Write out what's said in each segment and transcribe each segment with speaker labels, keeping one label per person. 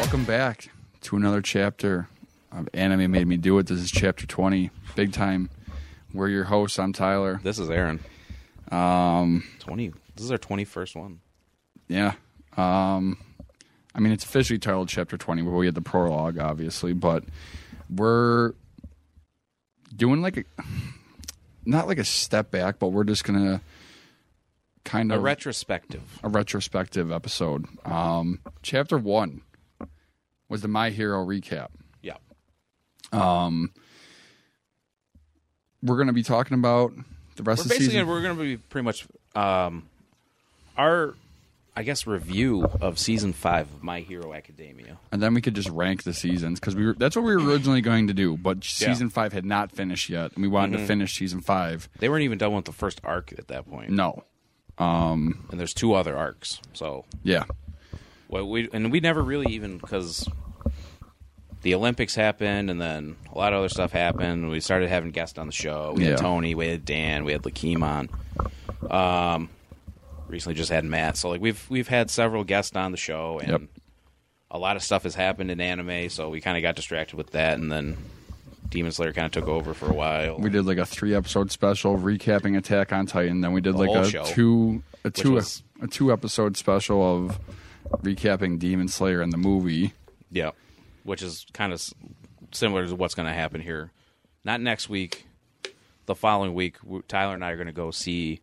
Speaker 1: Welcome back to another chapter of Anime Made Me Do It. This is chapter 20, big time. We're your hosts. I'm Tyler.
Speaker 2: This is Aaron. Um, twenty. This is our twenty-first one.
Speaker 1: Yeah. Um, I mean, it's officially titled chapter 20, but we had the prologue, obviously. But we're doing like a, not like a step back, but we're just going to kind
Speaker 2: A
Speaker 1: of
Speaker 2: retrospective.
Speaker 1: a retrospective episode. Um, chapter one was the My Hero recap.
Speaker 2: Yeah.
Speaker 1: We're going to be talking about the rest
Speaker 2: We're
Speaker 1: of the
Speaker 2: basically
Speaker 1: season.
Speaker 2: we're going to be pretty much um, our, I guess, review of season five of My Hero Academia.
Speaker 1: and then we could just rank the seasons because we were, that's what we were originally going to do, but
Speaker 2: Yeah. Mm-hmm.
Speaker 1: season five had not finished yet, and we wanted to finish season five.
Speaker 2: They weren't even done with the first arc at that point,
Speaker 1: No,
Speaker 2: and there's two other arcs. So,
Speaker 1: yeah,
Speaker 2: well, we and we never really even because the Olympics happened, and then a lot of other stuff happened. We started having guests on the show. We
Speaker 1: Yeah.
Speaker 2: had Tony, we had Dan, we had Lakeem on. Um, recently just had Matt. So like we've we've had several guests on the show, and
Speaker 1: Yep.
Speaker 2: a lot of stuff has happened in anime. So we kind of got distracted with that, and then Demon Slayer kind of took over for a while.
Speaker 1: we did like a three episode special recapping Attack on Titan, then we did like
Speaker 2: whole
Speaker 1: a
Speaker 2: show.
Speaker 1: two a two
Speaker 2: was-
Speaker 1: a two episode special of recapping Demon Slayer and the movie.
Speaker 2: yeah, which is kind of similar to what's going to happen here. Not next week. The following week, w- Tyler and I are going to go see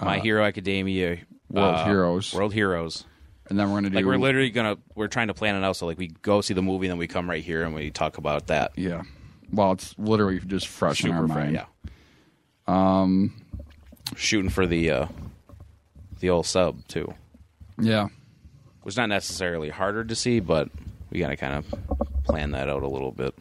Speaker 2: My Hero Academia,
Speaker 1: Uh,
Speaker 2: uh,
Speaker 1: World Heroes.
Speaker 2: World Heroes.
Speaker 1: And then we're gonna do
Speaker 2: Like we're literally gonna we're trying to plan it out so like we go see the movie and then we come right here and we talk about that.
Speaker 1: yeah. Well, it's literally just fresh in our
Speaker 2: fun,
Speaker 1: mind.
Speaker 2: yeah. Um, shooting for the uh, the old sub too.
Speaker 1: yeah.
Speaker 2: Was not necessarily harder to see, but we gotta kind of plan that out a little bit.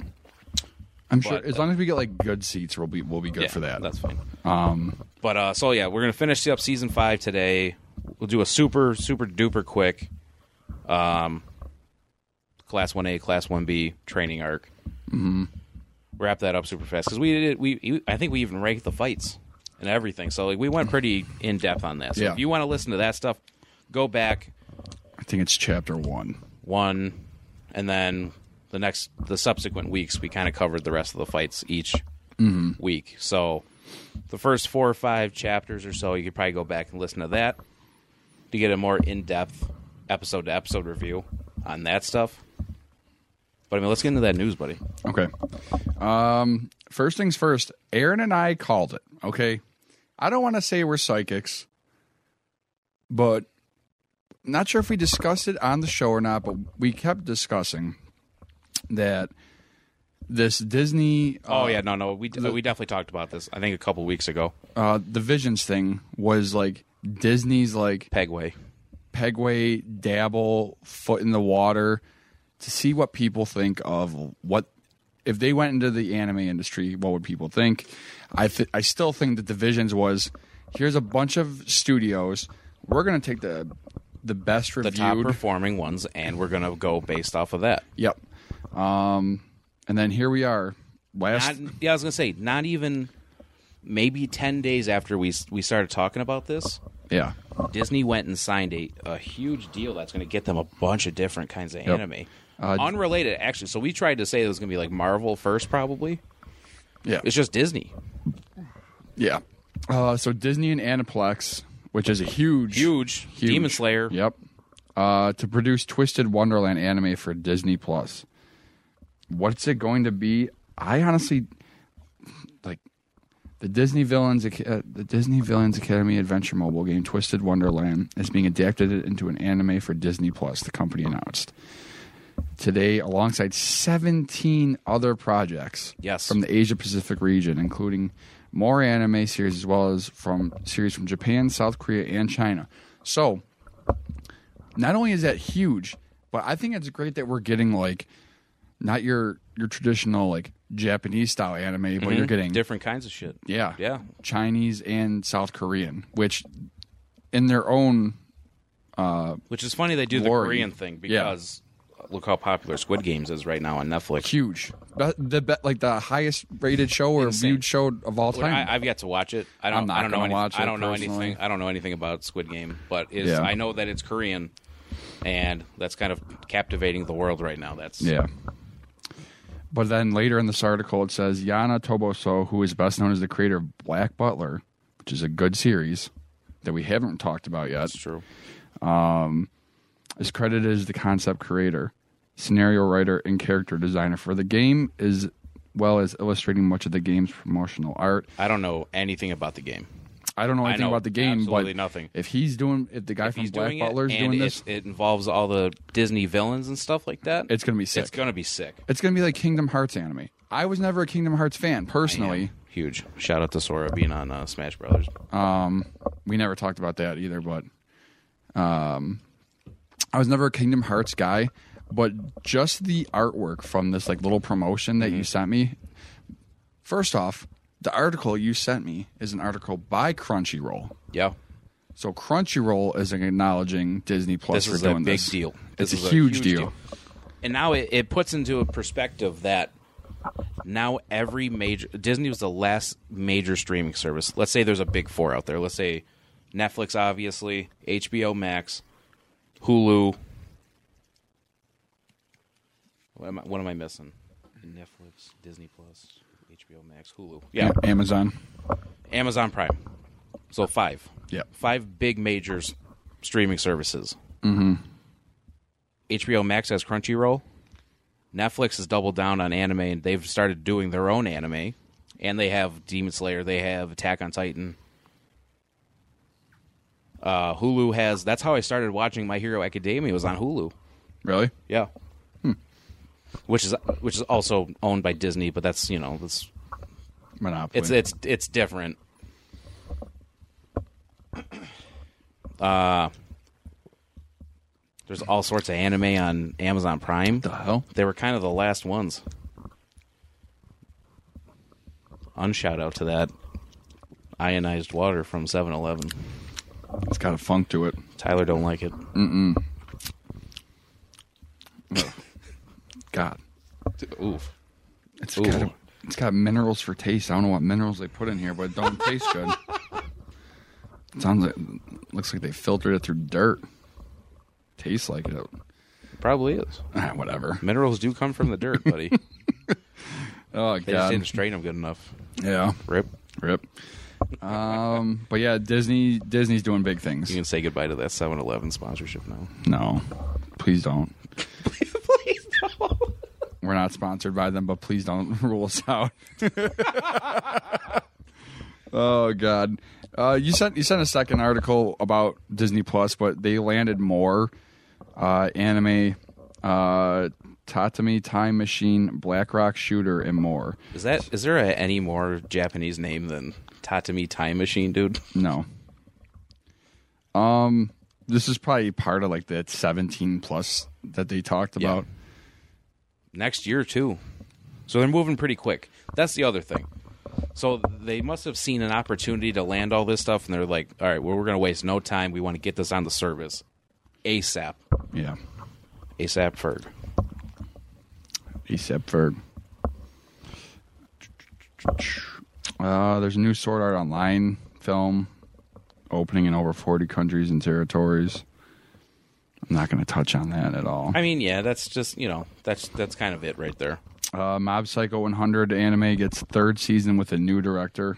Speaker 1: I'm sure
Speaker 2: But,
Speaker 1: as long as we get like good seats, we'll be we'll be good
Speaker 2: yeah,
Speaker 1: for that.
Speaker 2: That's fine. Um, but uh, so yeah, we're gonna finish up season five today. We'll do a super super duper quick, um, class one A, class one B training arc. Mm-hmm. Wrap that up super fast because we did we I think we even ranked the fights and everything. So like we went pretty in depth on that. So
Speaker 1: Yeah.
Speaker 2: if you want to listen to that stuff, go back
Speaker 1: I think it's chapter one.
Speaker 2: one, and then the next the subsequent weeks we kind of covered the rest of the fights each week. So the first four or five chapters or so, you could probably go back and listen to that to get a more in depth episode to episode review on that stuff. But I mean, let's get into that news, buddy.
Speaker 1: Okay. Um, first things first, Aaron and I called it. Okay. I don't want to say we're psychics, but not sure if we discussed it on the show or not, but we kept discussing that this Disney uh,
Speaker 2: Oh yeah, no, no, we we definitely talked about this. I think a couple weeks ago.
Speaker 1: uh the visions thing was like Disney's like
Speaker 2: Pegway.
Speaker 1: Pegway dabble foot in the water to see what people think of what if they went into the anime industry what would people think i th- i still think that the visions was here's a bunch of studios we're going to take the the best
Speaker 2: The
Speaker 1: reviewed
Speaker 2: top performing ones, and we're gonna go based off of that.
Speaker 1: yep um and then here we are last
Speaker 2: not, yeah, I was gonna say not even maybe ten days after we we started talking about this,
Speaker 1: yeah
Speaker 2: Disney went and signed a, a huge deal that's gonna get them a bunch of different kinds of anime,
Speaker 1: Uh,
Speaker 2: unrelated actually. So we tried to say it was gonna be like Marvel first, probably.
Speaker 1: yeah
Speaker 2: It's just Disney,
Speaker 1: yeah uh so disney and aniplex which is a huge
Speaker 2: huge,
Speaker 1: Huge.
Speaker 2: Demon Slayer.
Speaker 1: Yep. Uh, to produce Twisted Wonderland anime for Disney Plus. What's it going to be? I honestly like the Disney Villains Ac- uh, the Disney Villains Academy Adventure mobile game Twisted Wonderland is being adapted into an anime for Disney Plus. The company announced. today alongside 17 other projects
Speaker 2: Yes.
Speaker 1: from the Asia Pacific region, including more anime series as well as from series from Japan, South Korea, and China. So, not only is that huge, but I think it's great that we're getting like not your your traditional like Japanese style anime, but you're getting
Speaker 2: Mm-hmm. Different kinds of shit.
Speaker 1: yeah.
Speaker 2: Yeah.
Speaker 1: Chinese and South Korean, which in their own
Speaker 2: Which is funny they do the
Speaker 1: Glory.
Speaker 2: Korean thing because look how popular Squid Games is right now on Netflix.
Speaker 1: huge. Be- the be- like the highest rated show or
Speaker 2: Insane.
Speaker 1: viewed show of all
Speaker 2: When
Speaker 1: time.
Speaker 2: I, I've yet to watch it. I don't.
Speaker 1: I'm not
Speaker 2: I don't know
Speaker 1: gonna
Speaker 2: anything.
Speaker 1: watch it
Speaker 2: I don't know
Speaker 1: personally.
Speaker 2: anything. I don't know anything about Squid Game, but is
Speaker 1: Yeah.
Speaker 2: I know that it's Korean, and that's kind of captivating the world right now. That's
Speaker 1: yeah. But then later in this article, it says Yana Toboso, who is best known as the creator of Black Butler, which is a good series that we haven't talked about yet,
Speaker 2: that's true.
Speaker 1: is credited as the concept creator, scenario writer, and character designer for the game, as well as illustrating much of the game's promotional art.
Speaker 2: I don't know anything about the game.
Speaker 1: I don't know
Speaker 2: I
Speaker 1: anything
Speaker 2: know
Speaker 1: about the game,
Speaker 2: absolutely
Speaker 1: but
Speaker 2: nothing.
Speaker 1: if he's doing, if the guy from
Speaker 2: He's
Speaker 1: Black
Speaker 2: doing it,
Speaker 1: Butler's
Speaker 2: and
Speaker 1: doing
Speaker 2: it-
Speaker 1: this,
Speaker 2: It, involves all the Disney villains and stuff like that.
Speaker 1: it's gonna be sick.
Speaker 2: It's gonna be sick.
Speaker 1: It's gonna be like Kingdom Hearts anime. I was never a Kingdom Hearts fan personally.
Speaker 2: Huge. Shout out to Sora being on uh, Smash Brothers.
Speaker 1: We never talked about that either, but um, I was never a Kingdom Hearts guy. But just the artwork from this like little promotion
Speaker 2: Mm-hmm.
Speaker 1: that you sent me. First off, the article you sent me is an article by Crunchyroll.
Speaker 2: Yeah.
Speaker 1: So Crunchyroll is acknowledging Disney Plus
Speaker 2: This
Speaker 1: for
Speaker 2: is a
Speaker 1: doing
Speaker 2: big
Speaker 1: this.
Speaker 2: deal.
Speaker 1: It's
Speaker 2: This
Speaker 1: a
Speaker 2: is a
Speaker 1: huge,
Speaker 2: huge
Speaker 1: deal.
Speaker 2: deal. And now it, it puts into a perspective that now every major Disney was the last major streaming service. Let's say there's a big four out there. Let's say Netflix, obviously, HBO Max, Hulu. What am I, what am I missing? Netflix, Disney Plus, HBO Max, Hulu. Yeah,
Speaker 1: A- Amazon.
Speaker 2: Amazon Prime. So five.
Speaker 1: Yeah.
Speaker 2: Five big majors streaming services. Mm-hmm. HBO Max has Crunchyroll. Netflix has doubled down on anime and they've started doing their own anime. And they have Demon Slayer, they have Attack on Titan. Uh, Hulu has that's how I started watching My Hero Academia was on Hulu.
Speaker 1: Really?
Speaker 2: Yeah. Which is which is also owned by Disney, but that's you know, that's
Speaker 1: Monopoly.
Speaker 2: it's it's it's different. Uh Uh, there's all sorts of anime on Amazon Prime.
Speaker 1: the hell?
Speaker 2: They were kind of the last ones. Unshout out to that ionized water from 7-Eleven.
Speaker 1: It's got a funk to it.
Speaker 2: Tyler don't like it.
Speaker 1: God.
Speaker 2: Oof.
Speaker 1: It's
Speaker 2: Ooh.
Speaker 1: got it's got minerals for taste. I don't know what minerals they put in here, but it don't taste good. It sounds like looks like they filtered it through dirt. Tastes like it.
Speaker 2: Probably is.
Speaker 1: Ah, whatever.
Speaker 2: Minerals do come from the dirt, buddy.
Speaker 1: Oh
Speaker 2: they just
Speaker 1: god.
Speaker 2: didn't strain them good enough.
Speaker 1: Yeah.
Speaker 2: Rip.
Speaker 1: Rip. Um, but yeah, Disney Disney's doing big things.
Speaker 2: You can say goodbye to that 7-Eleven sponsorship now.
Speaker 1: No. Please don't. please don't. We're not sponsored by them, but please don't rule us out. oh God. Uh, you sent you sent a second article about Disney Plus, but they landed more uh, anime uh, Tatami Time Machine, Black Rock Shooter, and more.
Speaker 2: Is that is there a, any more Japanese name than Tatami Time Machine, dude?
Speaker 1: No. Um this is probably part of like that seventeen plus that they talked
Speaker 2: Yeah.
Speaker 1: about.
Speaker 2: Next year too. So they're moving pretty quick. That's the other thing. So they must have seen an opportunity to land all this stuff, and they're like, "All right, well, we're going to waste no time. We want to get this on the service ASAP,
Speaker 1: Yeah.
Speaker 2: ASAP Ferg."
Speaker 1: ASAP Ferg. Uh, there's a new Sword Art Online film opening in over 40 countries and territories. I'm not going to touch on that at all.
Speaker 2: I mean, yeah, that's just you know, that's that's kind of it right there.
Speaker 1: Uh, Mob Psycho 100 anime gets third season with a new director.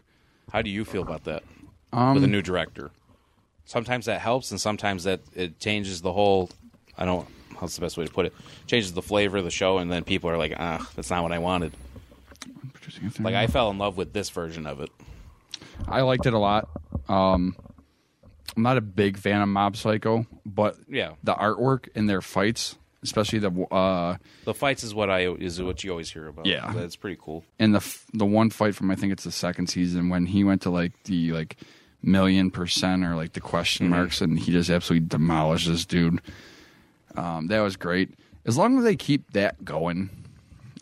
Speaker 2: How do you feel about that um, with a new director? Sometimes that helps, and sometimes that it changes the whole. I don't. How's the best way to put it? Changes the flavor of the show, and then people are like, "Ah, that's not what I wanted." Like I fell in love with this version of it.
Speaker 1: I liked it a lot. Um, I'm not a big fan of Mob Psycho, but
Speaker 2: Yeah.
Speaker 1: the artwork in their fights especially the uh
Speaker 2: The fights is what I is what you always hear about.
Speaker 1: Yeah.
Speaker 2: that's pretty cool.
Speaker 1: and the f- the one fight from I think it's the second season when he went to like the like million percent or like the
Speaker 2: Mm-hmm.
Speaker 1: question marks and he just absolutely demolished this dude. Um, that was great. As long as they keep that going,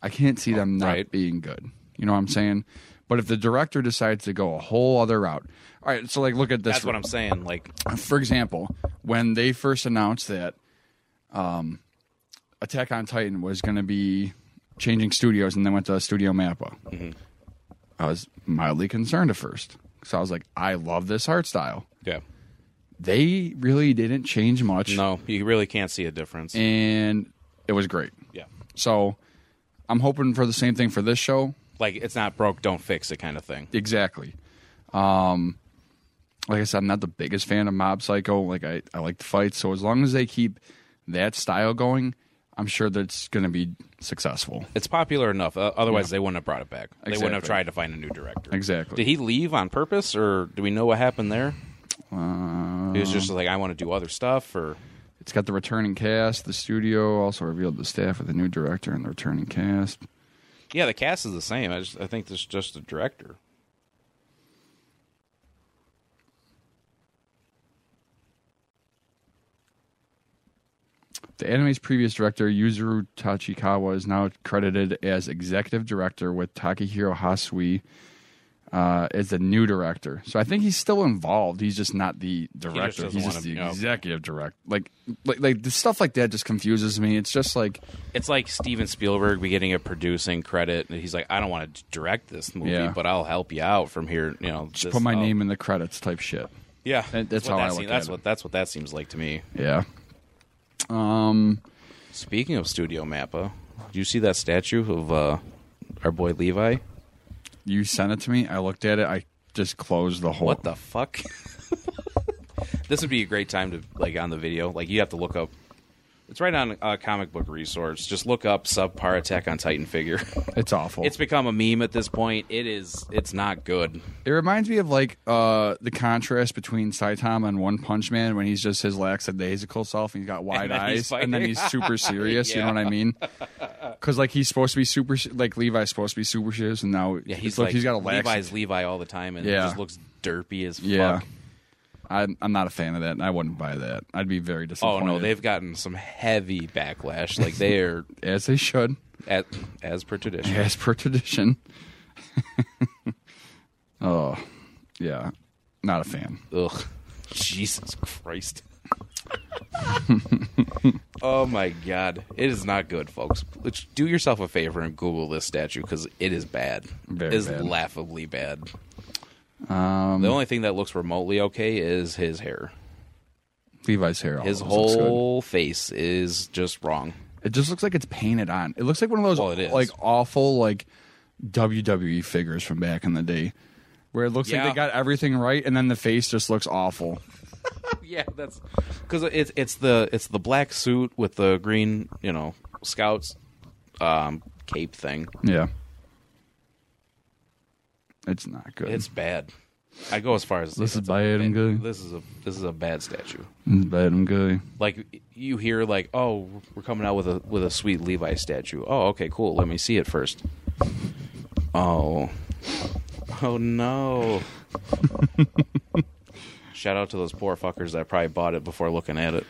Speaker 1: I can't see them not
Speaker 2: Right.
Speaker 1: being good. You know what I'm saying? But if the director decides to go a whole other route, all right. So like, look at this.
Speaker 2: That's what I'm saying. Like,
Speaker 1: for example, when they first announced that um, Attack on Titan was going to be changing studios and then went to Studio Mappa, I was mildly concerned at first. So I was like, I love this art style.
Speaker 2: yeah,
Speaker 1: They really didn't change much,
Speaker 2: no, you really can't see a difference.
Speaker 1: and it was great.
Speaker 2: yeah,
Speaker 1: So I'm hoping for the same thing for this show.
Speaker 2: like it's not broke, don't fix it kind of thing.
Speaker 1: Exactly. Um, like I said, I'm not the biggest fan of Mob Psycho. Like I, I like the fight. So as long as they keep that style going, I'm sure that's going to be successful.
Speaker 2: It's popular enough. Uh, otherwise, they wouldn't have brought it back. They wouldn't have
Speaker 1: Exactly.
Speaker 2: tried to find a new director.
Speaker 1: Exactly.
Speaker 2: Did he leave on purpose, or do we know what happened there? he was just like, I want to do other stuff, or
Speaker 1: It's got the returning cast. The studio also revealed the staff with a new director and the returning cast.
Speaker 2: yeah, the cast is the same. I just I think there's just the director.
Speaker 1: The anime's previous director, Yuzuru Tachikawa, is now credited as executive director with Takahiro Hasui uh, as the new director. So I think he's still involved. He's just not the director.
Speaker 2: doesn't
Speaker 1: he's just
Speaker 2: wanna
Speaker 1: the
Speaker 2: be- oh.
Speaker 1: executive director. Like, like, like the stuff like that just confuses me. It's just like,
Speaker 2: It's like Steven Spielberg be getting a producing credit, and he's like, I don't want to direct this movie,
Speaker 1: Yeah.
Speaker 2: but I'll help you out from here. You know,
Speaker 1: just put my name in the credits type shit.
Speaker 2: Yeah,
Speaker 1: That- that's
Speaker 2: what
Speaker 1: how
Speaker 2: that
Speaker 1: I look
Speaker 2: seem- That's
Speaker 1: at it.
Speaker 2: what that's what that seems like to me.
Speaker 1: Yeah.
Speaker 2: Speaking of Studio Mappa, do you see that statue of uh, our boy Levi?
Speaker 1: You sent it to me. I looked at it. I just closed the whole.
Speaker 2: What the fuck? this would be a great time to like on the video. Like you have to look up. It's right on a comic book resource. Just look up subpar Attack on Titan figure.
Speaker 1: It's awful.
Speaker 2: it's become a meme at this point. It is. It's not good.
Speaker 1: It reminds me of like uh, the contrast between Saitama and One Punch Man when he's just his lackadaisical self and he's got wide
Speaker 2: then he's
Speaker 1: eyes and then
Speaker 2: fighting.
Speaker 1: he's super serious. You
Speaker 2: Yeah.
Speaker 1: know what I mean? Because like he's supposed to be super, like Levi's supposed to be super serious, and now
Speaker 2: Yeah,
Speaker 1: it's
Speaker 2: he's
Speaker 1: like,
Speaker 2: like
Speaker 1: he's got a lax.
Speaker 2: Levi's Levi all the time, and it
Speaker 1: Yeah.
Speaker 2: just looks derpy as fuck.
Speaker 1: yeah, I'm, I'm not a fan of that. and I wouldn't buy that. I'd be very
Speaker 2: Oh
Speaker 1: disappointed.
Speaker 2: no, they've gotten some heavy backlash. Like they are,
Speaker 1: as they should,
Speaker 2: at, as per tradition.
Speaker 1: as per tradition. oh, yeah, not a fan.
Speaker 2: Ugh. Jesus Christ. oh my God. It is not good, folks. Let's do yourself a favor and Google this statue because it is bad.
Speaker 1: Very
Speaker 2: it is
Speaker 1: bad. Um,
Speaker 2: laughably bad. the only thing that looks remotely okay is his hair.
Speaker 1: Levi's hair.
Speaker 2: His
Speaker 1: always looks good.
Speaker 2: whole face is just wrong.
Speaker 1: It just looks like it's painted on. It looks like one of those
Speaker 2: Well, it is.
Speaker 1: like awful like WWE figures from back in the day, where it looks
Speaker 2: Yeah.
Speaker 1: like they got everything right and then the face just looks awful.
Speaker 2: Yeah, that's because it's it's the it's the black suit with the green you know scouts um, cape thing.
Speaker 1: Yeah, it's not good.
Speaker 2: It's bad. I go as far as
Speaker 1: This is bad and good.
Speaker 2: This is a this is a bad statue.
Speaker 1: It's bad and good.
Speaker 2: Like you hear like oh we're coming out with a with a sweet Levi statue. Oh okay cool. Let me see it first. Oh, oh no. Shout out to those poor fuckers that probably bought it before looking at it.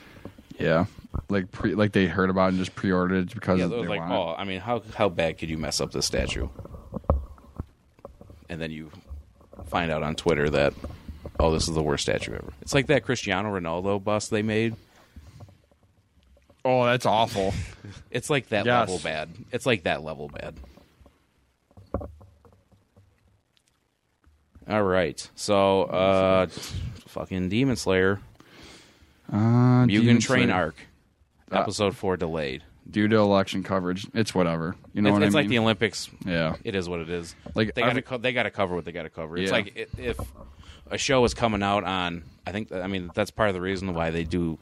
Speaker 1: Yeah, like pre like they heard about it and just pre-ordered it because
Speaker 2: Yeah,
Speaker 1: they
Speaker 2: it was like,
Speaker 1: want it.
Speaker 2: oh, I mean, how how bad could you mess up this statue? And then you find out on Twitter that, oh, this is the worst statue ever. It's like that Cristiano Ronaldo bust they made.
Speaker 1: oh, that's awful.
Speaker 2: It's like that
Speaker 1: Yes.
Speaker 2: level bad. It's like that level bad. All right, so uh, fucking Demon Slayer,
Speaker 1: Uh,
Speaker 2: Mugen
Speaker 1: Demon
Speaker 2: Train
Speaker 1: Slayer. Uh,
Speaker 2: arc, episode four delayed.
Speaker 1: due to election coverage. It's whatever. You know
Speaker 2: It's,
Speaker 1: what
Speaker 2: it's
Speaker 1: I
Speaker 2: like the
Speaker 1: mean?
Speaker 2: Olympics
Speaker 1: yeah.
Speaker 2: It is what it is.
Speaker 1: Like,
Speaker 2: they got to
Speaker 1: every-
Speaker 2: co- they got to cover what they got to cover.
Speaker 1: Yeah.
Speaker 2: It's like i- if a show is coming out on, I think I mean that's part of the reason why they do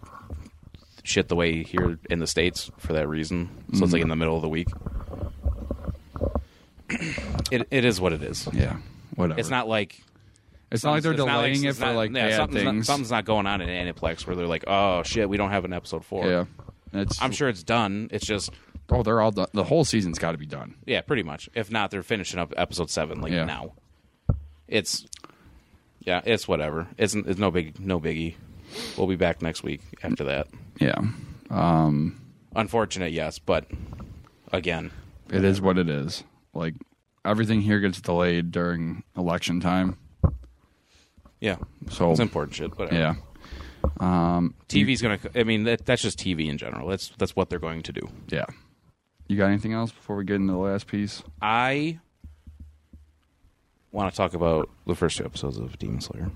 Speaker 2: shit the way here in the states for that reason. So it's like
Speaker 1: Mm-hmm.
Speaker 2: in the middle of the week. it it is what it is.
Speaker 1: Yeah. Whatever.
Speaker 2: It's not like
Speaker 1: It's not like they're
Speaker 2: it's not
Speaker 1: delaying it
Speaker 2: it's
Speaker 1: for
Speaker 2: not-
Speaker 1: like
Speaker 2: yeah,
Speaker 1: bad
Speaker 2: something's
Speaker 1: things.
Speaker 2: Not, something's not going on in Aniplex where they're like, oh shit, we don't have an episode four.
Speaker 1: Yeah. It's,
Speaker 2: I'm sure it's done. It's just
Speaker 1: Oh, they're all done. The whole season's got to be done.
Speaker 2: yeah, pretty much. If not, they're finishing up episode seven like
Speaker 1: Yeah.
Speaker 2: now. It's yeah, it's whatever. It's it's no big no biggie. We'll be back next week after that.
Speaker 1: Yeah,
Speaker 2: Unfortunate, yes, but again,
Speaker 1: it is what it is. Like everything here gets delayed during election time.
Speaker 2: yeah,
Speaker 1: So-
Speaker 2: it's important shit. Whatever.
Speaker 1: Yeah,
Speaker 2: TV's gonna. I mean, that, that's just TV in general. That's that's what they're going to do.
Speaker 1: yeah. You got anything else before we get into the last piece?
Speaker 2: I want to talk about the first two episodes of Demon Slayer.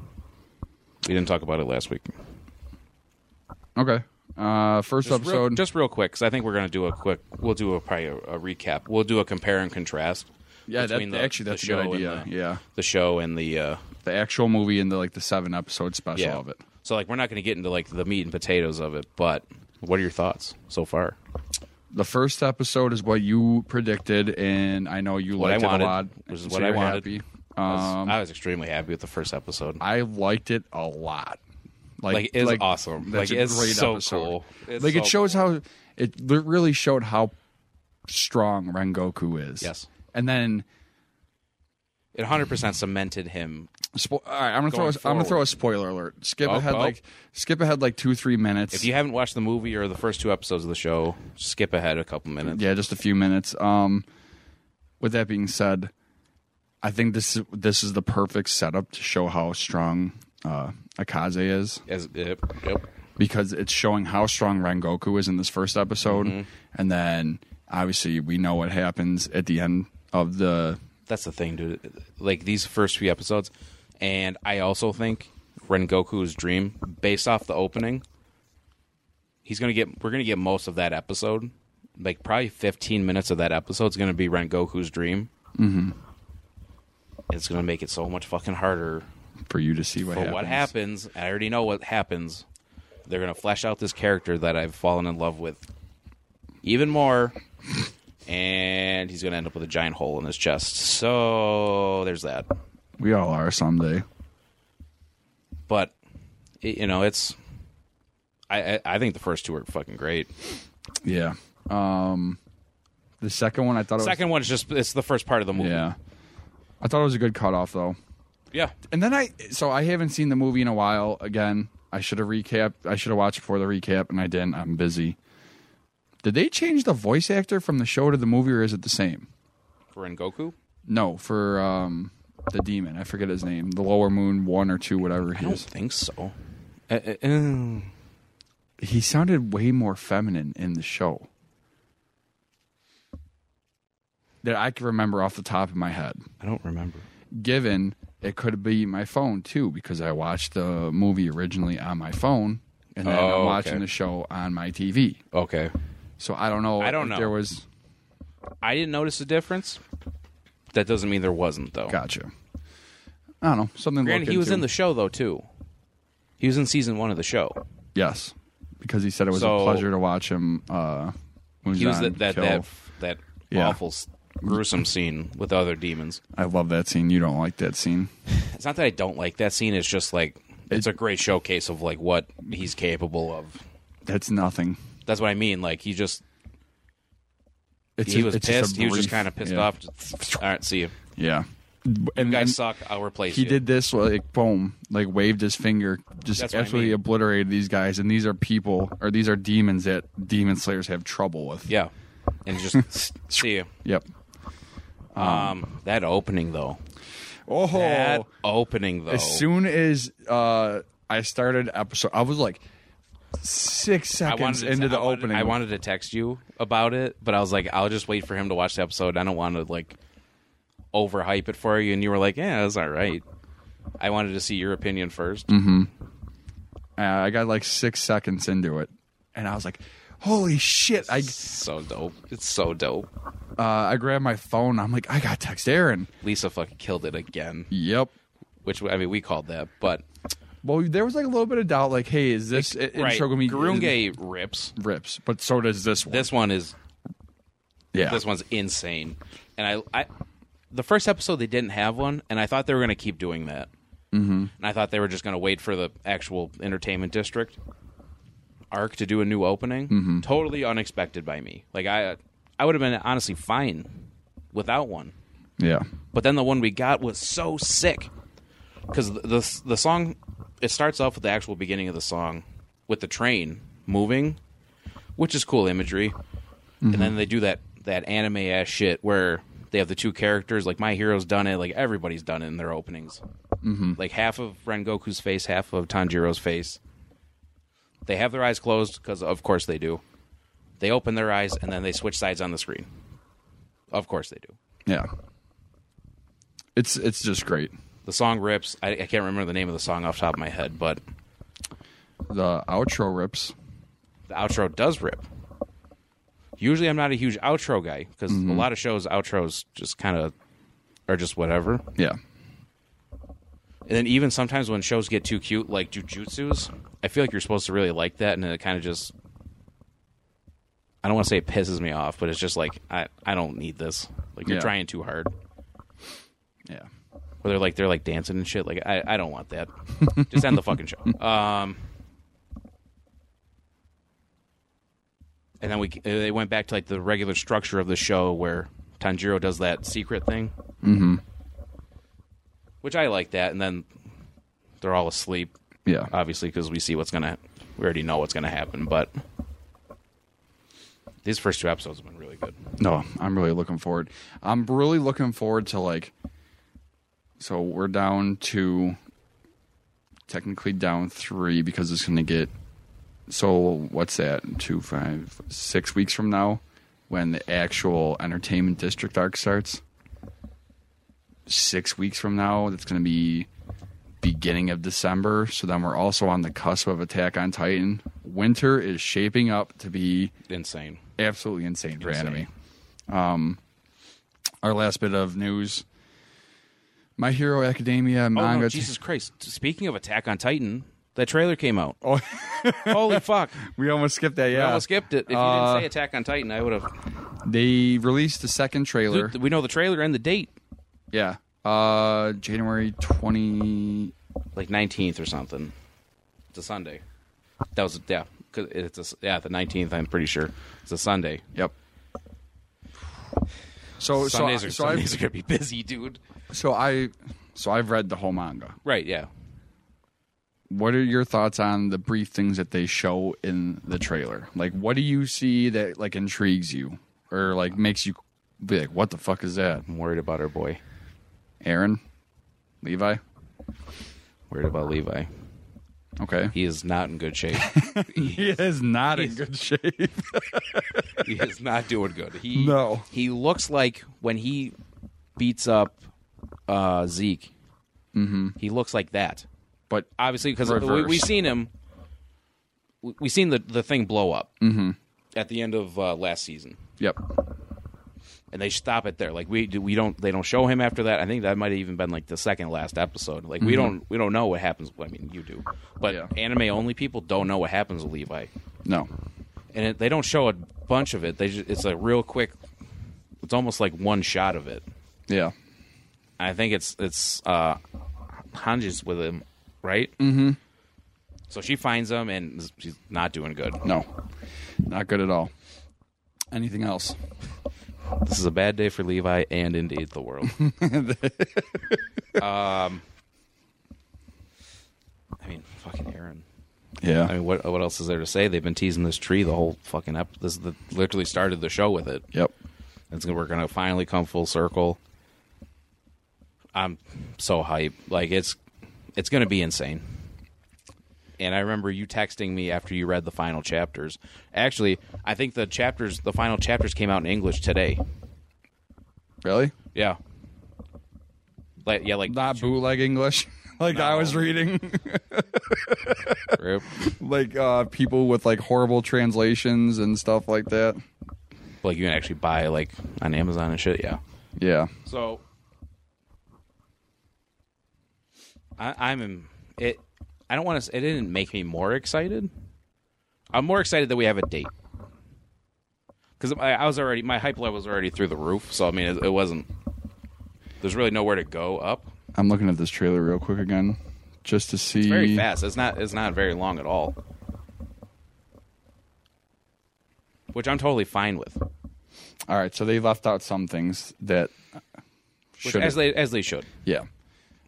Speaker 2: We didn't talk about it last week.
Speaker 1: Okay. Uh, first
Speaker 2: Just real,
Speaker 1: episode.
Speaker 2: just real quick, because I think we're gonna do a quick. We'll do a probably a, a recap. We'll do a compare and contrast.
Speaker 1: yeah,
Speaker 2: between
Speaker 1: that,
Speaker 2: the-
Speaker 1: actually,
Speaker 2: the
Speaker 1: that's a
Speaker 2: show
Speaker 1: good
Speaker 2: and
Speaker 1: idea.
Speaker 2: the-
Speaker 1: yeah,
Speaker 2: the show and the uh,
Speaker 1: the actual movie and the like the seven episode special
Speaker 2: yeah.
Speaker 1: of it.
Speaker 2: So like, we're not going to get into like the meat and potatoes of it, but what are your thoughts so far?
Speaker 1: The first episode is what you predicted, and I know you
Speaker 2: What
Speaker 1: liked
Speaker 2: I wanted,
Speaker 1: it a lot.
Speaker 2: which is
Speaker 1: so
Speaker 2: what I
Speaker 1: you're
Speaker 2: wanted.
Speaker 1: happy.
Speaker 2: I was-
Speaker 1: Um,
Speaker 2: I was extremely happy with the first episode.
Speaker 1: I liked it a lot.
Speaker 2: Like, it's awesome.
Speaker 1: that's
Speaker 2: Like,
Speaker 1: a
Speaker 2: it's
Speaker 1: great
Speaker 2: so
Speaker 1: episode.
Speaker 2: cool. It's
Speaker 1: like
Speaker 2: so
Speaker 1: it shows how it li- really showed how strong Rengoku is.
Speaker 2: Yes.
Speaker 1: and then
Speaker 2: It 100 percent cemented him.
Speaker 1: spo- all right, I'm gonna throw. A,
Speaker 2: Going
Speaker 1: I'm gonna throw a
Speaker 2: forward.
Speaker 1: spoiler alert. Skip
Speaker 2: Oh,
Speaker 1: ahead
Speaker 2: oh.
Speaker 1: like skip ahead like two three minutes.
Speaker 2: If you haven't watched the movie or the first two episodes of the show, skip ahead a couple minutes.
Speaker 1: yeah, just a few minutes. Um, with that being said, I think this is, this is the perfect setup to show how strong uh, Akaze is.
Speaker 2: As, yep, yep.
Speaker 1: because it's showing how strong Rengoku is in this first episode,
Speaker 2: Mm-hmm.
Speaker 1: and then obviously we know what happens at the end of the.
Speaker 2: That's the thing, dude. Like these first few episodes, and I also think Rengoku's dream, based off the opening, he's gonna get. We're gonna get most of that episode, like probably fifteen minutes of that episode is gonna be Rengoku's dream. Mm-hmm. It's gonna make it so much fucking harder
Speaker 1: For you to see what
Speaker 2: for
Speaker 1: happens.
Speaker 2: what happens. and I already know what happens. They're gonna flesh out this character that I've fallen in love with even more, and he's gonna end up with a giant hole in his chest. So there's that.
Speaker 1: We all are someday.
Speaker 2: But it, you know, it's I, I I think the first two are fucking great.
Speaker 1: Yeah. Um, the second one I thought it
Speaker 2: Second one is just it's the first part of the
Speaker 1: was
Speaker 2: movie.
Speaker 1: yeah, I thought it was a good cutoff though.
Speaker 2: Yeah.
Speaker 1: And then I so I haven't seen the movie in a while. Again, I should have recapped. I should have watched before the recap, and I didn't. I'm busy. Did they change the voice actor from the show to the movie, or is it the same?
Speaker 2: For Rengoku.
Speaker 1: No, for um the demon. I forget his name. The Lower Moon one or two, whatever
Speaker 2: I
Speaker 1: he
Speaker 2: don't
Speaker 1: is.
Speaker 2: think so. Uh, uh, uh,
Speaker 1: He sounded way more feminine in the show. That I can remember off the top of my head.
Speaker 2: I don't remember.
Speaker 1: Given it could be my phone too, because I watched the movie originally on my phone and then
Speaker 2: Oh,
Speaker 1: I'm watching
Speaker 2: okay.
Speaker 1: the show on my TV.
Speaker 2: Okay.
Speaker 1: So I don't know
Speaker 2: I don't
Speaker 1: if
Speaker 2: know.
Speaker 1: there was
Speaker 2: I didn't notice a difference. That doesn't mean there wasn't though.
Speaker 1: gotcha. I don't know. Something to
Speaker 2: Granted,
Speaker 1: look
Speaker 2: he was
Speaker 1: into.
Speaker 2: in the show though too. He was in season one of the show.
Speaker 1: Yes. Because he said it was a
Speaker 2: So-
Speaker 1: pleasure to watch him uh when
Speaker 2: He was
Speaker 1: on
Speaker 2: that that
Speaker 1: Kill.
Speaker 2: that, that
Speaker 1: Yeah.
Speaker 2: awful, s- gruesome scene with the other demons.
Speaker 1: I love that scene. You don't like that scene.
Speaker 2: It's not that I don't like that scene. It's just like it's a great showcase of like what he's capable of.
Speaker 1: That's nothing.
Speaker 2: That's what I mean. Like he just
Speaker 1: It's
Speaker 2: he
Speaker 1: ju-
Speaker 2: was
Speaker 1: it's a
Speaker 2: pissed. He was just
Speaker 1: brief-
Speaker 2: kind of pissed
Speaker 1: yeah.
Speaker 2: off. Just, All right, see you.
Speaker 1: Yeah. And
Speaker 2: You
Speaker 1: then
Speaker 2: guys suck. I'll replace
Speaker 1: he
Speaker 2: you.
Speaker 1: did this like boom, like waved his finger, just
Speaker 2: That's what I
Speaker 1: absolutely
Speaker 2: mean.
Speaker 1: obliterated these guys. And these are people, or these are demons that demon slayers have trouble with.
Speaker 2: Yeah, and just see you.
Speaker 1: Yep.
Speaker 2: Um, that opening though.
Speaker 1: Oh,
Speaker 2: That oh. opening though.
Speaker 1: as soon as uh, I started episode, I was like six seconds
Speaker 2: to-
Speaker 1: into the
Speaker 2: I wanted-
Speaker 1: opening.
Speaker 2: I wanted to text you about it, but I was like, I'll just wait for him to watch the episode. I don't want to like overhype it for you. And you were like, Yeah, that's all right. I wanted to see your opinion 1st
Speaker 1: Mm-hmm. Uh, I got like six seconds into it, and I was like, "Holy shit!" I
Speaker 2: So dope. It's so dope.
Speaker 1: uh, I grabbed my phone. I'm like, "I got to text Aaron."
Speaker 2: Lisa fucking killed it again.
Speaker 1: Yep.
Speaker 2: Which I mean, we called that, but
Speaker 1: Well, there was like a little bit of doubt, like, "Hey, is this it,
Speaker 2: right.
Speaker 1: intro gonna be
Speaker 2: Gurunge rips.
Speaker 1: rips?" But so does this one.
Speaker 2: This one is
Speaker 1: yeah.
Speaker 2: this one's insane. And I, I, the first episode they didn't have one, and I thought they were going to keep doing that. Mm-hmm. And I thought they were just going to wait for the actual entertainment district. arc to do a new opening, totally unexpected by me. Like I, I would have been honestly fine without one.
Speaker 1: Yeah.
Speaker 2: But then the one we got was so sick because the, the the song it starts off with the actual beginning of the song with the train moving, which is cool imagery, and then they do that that anime ass shit where they have the two characters like my hero's done it like everybody's done it in their openings like half of Rengoku's face, half of Tanjiro's face. They have their eyes closed because, of course, they do. They open their eyes and then they switch sides on the screen. Of course, they do.
Speaker 1: Yeah. It's it's just great.
Speaker 2: The song rips. I, I can't remember the name of the song off the top of my head, but
Speaker 1: The outro rips.
Speaker 2: the outro does rip. Usually, I'm not a huge outro guy because a lot of shows outros just kind of are just whatever.
Speaker 1: Yeah.
Speaker 2: And then even sometimes when shows get too cute, like Jujutsu's, I feel like you're supposed to really like that, and then it kind of just. I don't want to say it pisses me off, but it's just like I, I don't need this. Like you're
Speaker 1: Yeah.
Speaker 2: trying too hard.
Speaker 1: Yeah.
Speaker 2: Where they're like they're like dancing and shit. Like I, I don't want that. just end the fucking show. Um. And then we uh, they went back to like the regular structure of the show where Tanjiro does that secret thing. Mm-hmm. Which I like that, and then they're all asleep
Speaker 1: Yeah.
Speaker 2: obviously because we see what's gonna we already know what's gonna happen but these first two episodes have been really good
Speaker 1: No, I'm really looking forward. I'm really looking forward to like. So we're down to. Technically down three because it's going to get. So what's that? Two, five, six weeks from now, when the actual entertainment district arc starts. Six weeks from now, that's going to be beginning of December. So then we're also on the cusp of Attack on Titan. Winter is shaping up to be
Speaker 2: insane
Speaker 1: absolutely insane for
Speaker 2: Insane.
Speaker 1: anime. Um, our last bit of news: My Hero Academia
Speaker 2: oh
Speaker 1: manga.
Speaker 2: no, jesus christ speaking of attack on titan that trailer came out oh holy fuck
Speaker 1: we almost skipped that.
Speaker 2: i
Speaker 1: Yeah,
Speaker 2: almost skipped it if you
Speaker 1: Uh,
Speaker 2: didn't say attack on titan i would have
Speaker 1: they released the second trailer.
Speaker 2: we know the trailer and the date
Speaker 1: yeah, uh, January twenty.
Speaker 2: like 19th or something it's a sunday that was yeah 'cause it's a s yeah the 19th i'm pretty sure it's a sunday
Speaker 1: Yep. Oh, So
Speaker 2: sundays,
Speaker 1: so
Speaker 2: are,
Speaker 1: so
Speaker 2: sundays are gonna be busy dude
Speaker 1: I so I so I've read the whole manga.
Speaker 2: right yeah
Speaker 1: What are your thoughts on the brief things that they show in the trailer? Like, what do you see that like intrigues you or like makes you be like, "What the fuck is that?"
Speaker 2: i'm worried about our boy
Speaker 1: Aaron, Levi.
Speaker 2: worried about levi
Speaker 1: Okay,
Speaker 2: He is not in good shape.
Speaker 1: he is not in good shape.
Speaker 2: he is not doing good. He
Speaker 1: No.
Speaker 2: He looks like when he beats up uh, Zeke. Mm-hmm. He looks like that.
Speaker 1: But
Speaker 2: Obviously, because we,
Speaker 1: Reverse.
Speaker 2: we've seen him. we- We've seen the the thing blow up mm-hmm. at the end of uh, last season,
Speaker 1: yep,
Speaker 2: and they stop it there. Like we do- we don't they don't show him after that. I think that might have even been like the second last episode. Like we don't we don't know what happens. I mean, you do, but
Speaker 1: Mm-hmm. Yeah.
Speaker 2: anime only people don't know what happens with Levi.
Speaker 1: no,
Speaker 2: and it, they don't show a bunch of it. They just, it's a real quick. It's almost like one shot of it.
Speaker 1: yeah,
Speaker 2: I think it's it's uh, Hanji's with him, right? Mm-hmm. So she finds him, and she's not doing good.
Speaker 1: no, not good at all. Anything else?
Speaker 2: This is a bad day for Levi, and indeed the world. um, I mean, fucking Aaron. I
Speaker 1: Yeah.
Speaker 2: mean, what what else is there to say? They've been teasing this tree the whole fucking up. This is the, literally started the show with it.
Speaker 1: Yep.
Speaker 2: It's gonna, we're gonna finally come full circle. I'm so hype. Like it's it's gonna be insane. And I remember you texting me after you read the final chapters. Actually, I think the chapters the final chapters came out in English today.
Speaker 1: Really?
Speaker 2: Yeah. Like yeah, like
Speaker 1: Not bootleg English. Like I was reading,
Speaker 2: rip.
Speaker 1: like uh people with like horrible translations and stuff like that.
Speaker 2: like you can actually buy like on Amazon and shit, yeah.
Speaker 1: Yeah,
Speaker 2: So I, I'm in, it. I don't want to. It didn't make me more excited. I'm more excited that we have a date because I, I was already my hype level was already through the roof. So I mean, it, it wasn't. There's really nowhere to go up.
Speaker 1: I'm looking at this trailer real quick again, just to see.
Speaker 2: Very fast. It's not. It's not very long at all. which I'm totally fine with.
Speaker 1: All right, so they left out some things that
Speaker 2: Which,
Speaker 1: should
Speaker 2: as they as they should.
Speaker 1: yeah.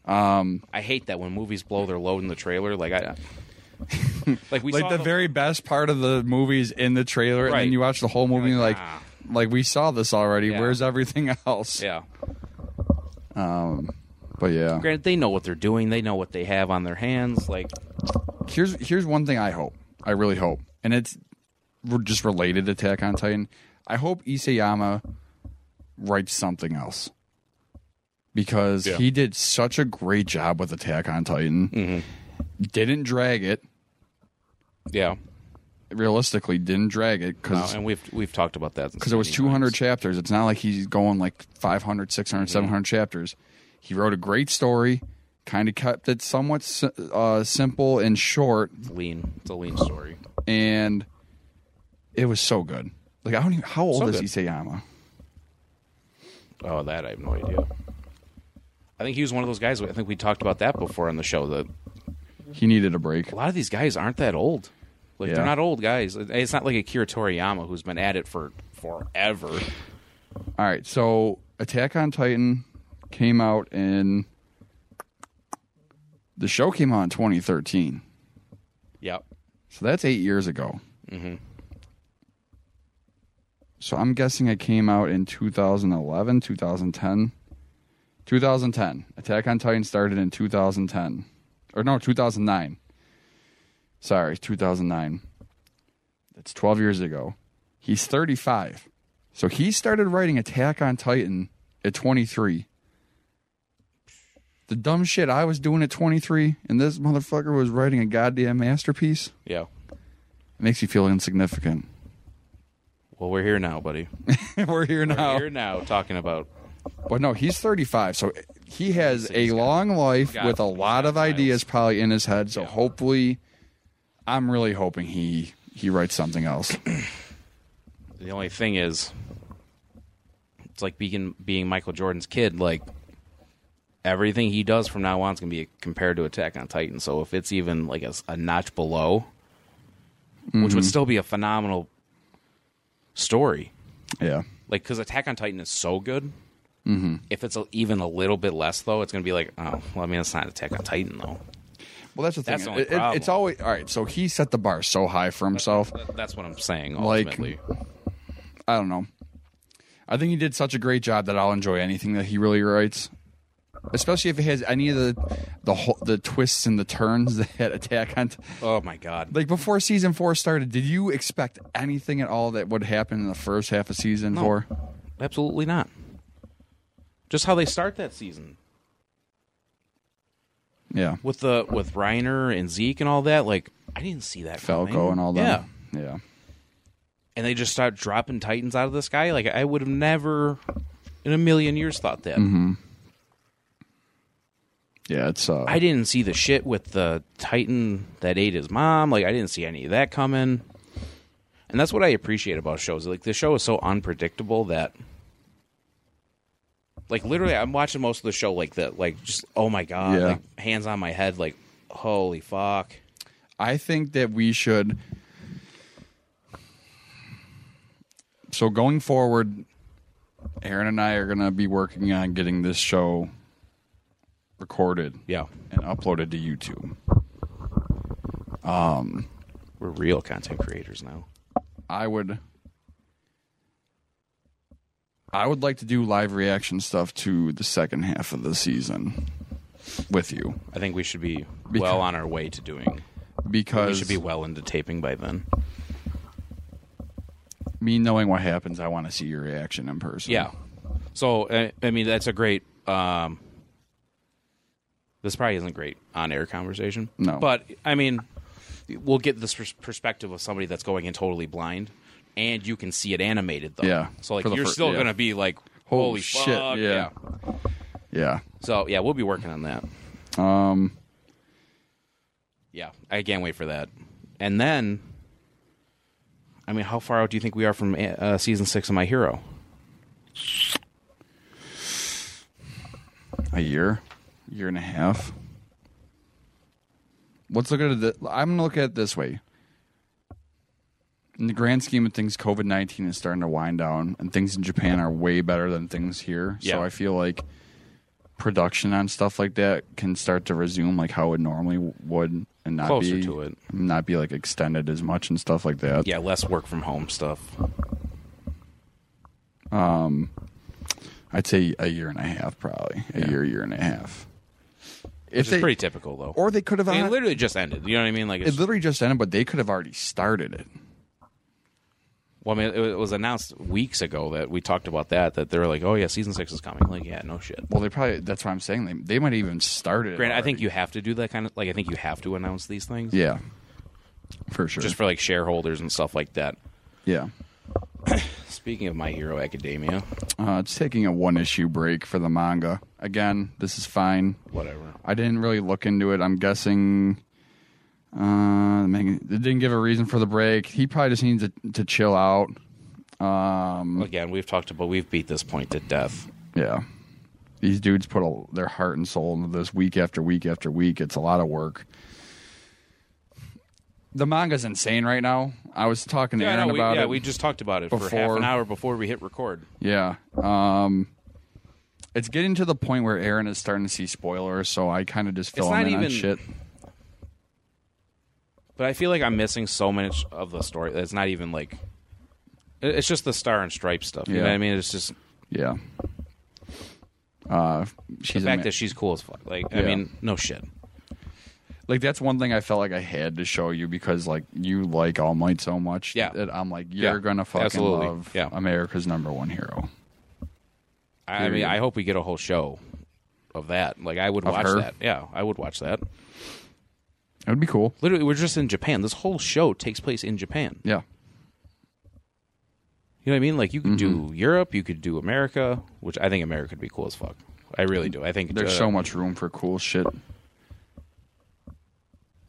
Speaker 2: I hate that when movies blow their load in the trailer. Like I, like we
Speaker 1: Like
Speaker 2: saw
Speaker 1: the, very best part of the movies in the trailer, and
Speaker 2: Right.
Speaker 1: then you watch the whole movie,
Speaker 2: like,
Speaker 1: like,
Speaker 2: "Ah."
Speaker 1: like, we saw this already.
Speaker 2: Yeah.
Speaker 1: Where's everything else?
Speaker 2: yeah.
Speaker 1: But yeah,
Speaker 2: Granted, they know what they're doing. They know what they have on their hands. Like
Speaker 1: here's here's one thing I hope. I really hope, and it's re- just related to Attack on Titan. I hope Isayama writes something else because he did such a great job with Attack on Titan.
Speaker 2: Mm-hmm.
Speaker 1: Didn't drag it.
Speaker 2: yeah,
Speaker 1: Realistically, didn't drag it
Speaker 2: Uh,
Speaker 1: because
Speaker 2: and we've we've talked about that
Speaker 1: because it was 200 chapters. It's not like he's going like 500, 600, 700 chapters. He wrote a great story, kind of kept it somewhat si- uh, simple and short,
Speaker 2: lean. It's a lean story.
Speaker 1: and it was so good. Like I don't even how old
Speaker 2: So
Speaker 1: is
Speaker 2: good.
Speaker 1: Isayama?
Speaker 2: Oh, that I have no idea. I think he was one of those guys. I think we talked about that before on the show. That
Speaker 1: He needed a break.
Speaker 2: a lot of these guys aren't that old. Like
Speaker 1: Yeah.
Speaker 2: they're not old guys. It's not like Akira Toriyama who's been at it for forever.
Speaker 1: All right, so Attack on Titan came out in the show came out in 2013.
Speaker 2: Yep.
Speaker 1: So that's eight years ago. Mm-hmm. So I'm guessing it came out in 2011, 2010. 2010. Attack on Titan started in 2010. Or no, 2009. Sorry, 2009. That's 12 years ago. He's 35. So he started writing Attack on Titan at 23. The dumb shit I was doing at 23, and this motherfucker was writing a goddamn masterpiece.
Speaker 2: Yeah.
Speaker 1: It makes you feel insignificant.
Speaker 2: Well, we're here now, buddy.
Speaker 1: We're here now.
Speaker 2: We're here now talking about
Speaker 1: But no, he's 35, so he has a long life
Speaker 2: got-
Speaker 1: with a
Speaker 2: he's
Speaker 1: lot
Speaker 2: got
Speaker 1: of ideas probably in his head. So hopefully, I'm really hoping he he writes something else.
Speaker 2: The only thing is, it's like being being Michael Jordan's kid. Like everything he does from now on is gonna be compared to Attack on Titan. So if it's even like a, s- a notch below, which would still be a phenomenal story,
Speaker 1: yeah,
Speaker 2: like because Attack on Titan is so good. If it's a, even a little bit less, though, it's gonna be like, oh, well, I mean, it's not Attack on Titan, though.
Speaker 1: well, that's the thing.
Speaker 2: That's the only
Speaker 1: It- it- it's
Speaker 2: problem.
Speaker 1: always all right. So he set the bar so high for himself.
Speaker 2: That- That's what I'm saying.
Speaker 1: Like-
Speaker 2: Ultimately,
Speaker 1: I don't know. I think he did such a great job that I'll enjoy anything that he really writes, especially if it has any of the the whole, the twists and the turns that Attack on. T-
Speaker 2: oh my god,
Speaker 1: like before season four started, did you expect anything at all that would happen in the first half of season four?
Speaker 2: Absolutely not. Just how they start that season
Speaker 1: Yeah,
Speaker 2: with the with Reiner and Zeke and all that. Like I didn't see that
Speaker 1: Falco
Speaker 2: coming.
Speaker 1: and all
Speaker 2: Yeah,
Speaker 1: that. Yeah, yeah.
Speaker 2: and they just start dropping Titans out of the sky. Like I would have never in a million years thought that.
Speaker 1: Mm-hmm. it's uh,
Speaker 2: I didn't see the shit with the Titan that ate his mom. Like I didn't see any of that coming. And that's what I appreciate about shows. Like the show is so unpredictable that like literally I'm watching most of the show like that. Like just oh my god,
Speaker 1: Yeah.
Speaker 2: like hands on my head like holy fuck.
Speaker 1: I think that we should. So going forward, Aaron and I are gonna be working on getting this show recorded
Speaker 2: Yeah.
Speaker 1: and uploaded to YouTube.
Speaker 2: We're real content creators now.
Speaker 1: I would I would like to do live reaction stuff to the second half of the season with you
Speaker 2: I think we should be
Speaker 1: Because-
Speaker 2: well on our way to doing. We
Speaker 1: because
Speaker 2: should be well into taping by then.
Speaker 1: me knowing what happens, I want to see your reaction in person.
Speaker 2: Yeah. So I, I mean, that's a great. Um, this probably isn't great on-air conversation.
Speaker 1: No.
Speaker 2: But I mean, we'll get this pers- perspective of somebody that's going in totally blind, and you can see it animated though.
Speaker 1: Yeah.
Speaker 2: So like,
Speaker 1: For the
Speaker 2: you're
Speaker 1: fir-
Speaker 2: still
Speaker 1: yeah.
Speaker 2: gonna be like,
Speaker 1: Holy
Speaker 2: holy,
Speaker 1: shit,
Speaker 2: fuck,
Speaker 1: yeah. Yeah.
Speaker 2: So yeah, we'll be working on that.
Speaker 1: Um
Speaker 2: Yeah, I can't wait for that. And then, I mean, how far out do you think we are from uh, season six of My Hero?
Speaker 1: a year, year and a half. Let's look at it. th- I'm gonna look at it this way. in the grand scheme of things, COVID 19 is starting to wind down, and things in Japan are way better than things here.
Speaker 2: Yeah.
Speaker 1: So I feel like production on stuff like that can start to resume like how it normally w- would and not
Speaker 2: Closer
Speaker 1: be
Speaker 2: to it.
Speaker 1: not be like extended as much and stuff like that.
Speaker 2: Yeah, less work from home stuff.
Speaker 1: I'd say a year and a half probably. A year, year and a half. If
Speaker 2: Which is pretty typical though.
Speaker 1: or they could have
Speaker 2: I mean, it literally just ended. You know what I mean? Like,
Speaker 1: it
Speaker 2: it's,
Speaker 1: literally just ended, but they could have already started it.
Speaker 2: well, I mean, it was announced weeks ago that we talked about that. That they're like, oh yeah, season six is coming. Like, yeah, no shit.
Speaker 1: Well, they probably that's what I'm saying. They they might even started. it
Speaker 2: Grant, I think
Speaker 1: already.
Speaker 2: you have to do that kind of like. I think you have to announce these things.
Speaker 1: yeah, for sure.
Speaker 2: Just for like shareholders and stuff like that.
Speaker 1: yeah,
Speaker 2: Speaking of My Hero Academia,
Speaker 1: uh, it's taking a one issue break for the manga. Again, this is fine.
Speaker 2: whatever.
Speaker 1: I didn't really look into it. I'm guessing. Uh, Megan- they didn't give a reason for the break. He probably just needs to, to chill out. Um,
Speaker 2: Again, we've talked about we've beat this point to death.
Speaker 1: yeah, these dudes put a, their heart and soul into this week after week after week. It's a lot of work. The manga's insane right now. I was talking to
Speaker 2: Yeah,
Speaker 1: Aaron
Speaker 2: no, we,
Speaker 1: about
Speaker 2: yeah,
Speaker 1: it.
Speaker 2: we just talked about it for half
Speaker 1: before.
Speaker 2: an hour before we hit record.
Speaker 1: Yeah. Um it's getting to the point where Aaron is starting to see spoilers, so I kind of just fill
Speaker 2: It's
Speaker 1: him
Speaker 2: not
Speaker 1: in on
Speaker 2: even-
Speaker 1: shit.
Speaker 2: But I feel like I'm missing so much of the story that's not even like. it- It's just the Star and Stripes stuff. You
Speaker 1: Yeah.
Speaker 2: know what I mean? It's just
Speaker 1: Yeah. Uh, she's
Speaker 2: the
Speaker 1: ama-
Speaker 2: fact that she's cool as fuck. Like, I
Speaker 1: Yeah.
Speaker 2: mean, no shit.
Speaker 1: like that's one thing I felt like I had to show you because like you like All Might so much.
Speaker 2: Yeah.
Speaker 1: that I'm like you're gonna fucking
Speaker 2: absolutely.
Speaker 1: love
Speaker 2: Yeah.
Speaker 1: America's number one hero.
Speaker 2: I, I mean,
Speaker 1: Period.
Speaker 2: I hope we get a whole show of that. Like, I would
Speaker 1: Of
Speaker 2: watch
Speaker 1: her?
Speaker 2: that. Yeah, I would watch that.
Speaker 1: That would be cool.
Speaker 2: Literally, we're just in Japan. This whole show takes place in Japan.
Speaker 1: Yeah,
Speaker 2: You know what I mean? Like, you could
Speaker 1: Mm-hmm.
Speaker 2: do Europe, you could do America, which I think America would be cool as fuck. I really
Speaker 1: Mm-hmm.
Speaker 2: do. I think
Speaker 1: there's
Speaker 2: uh,
Speaker 1: so much room for cool shit.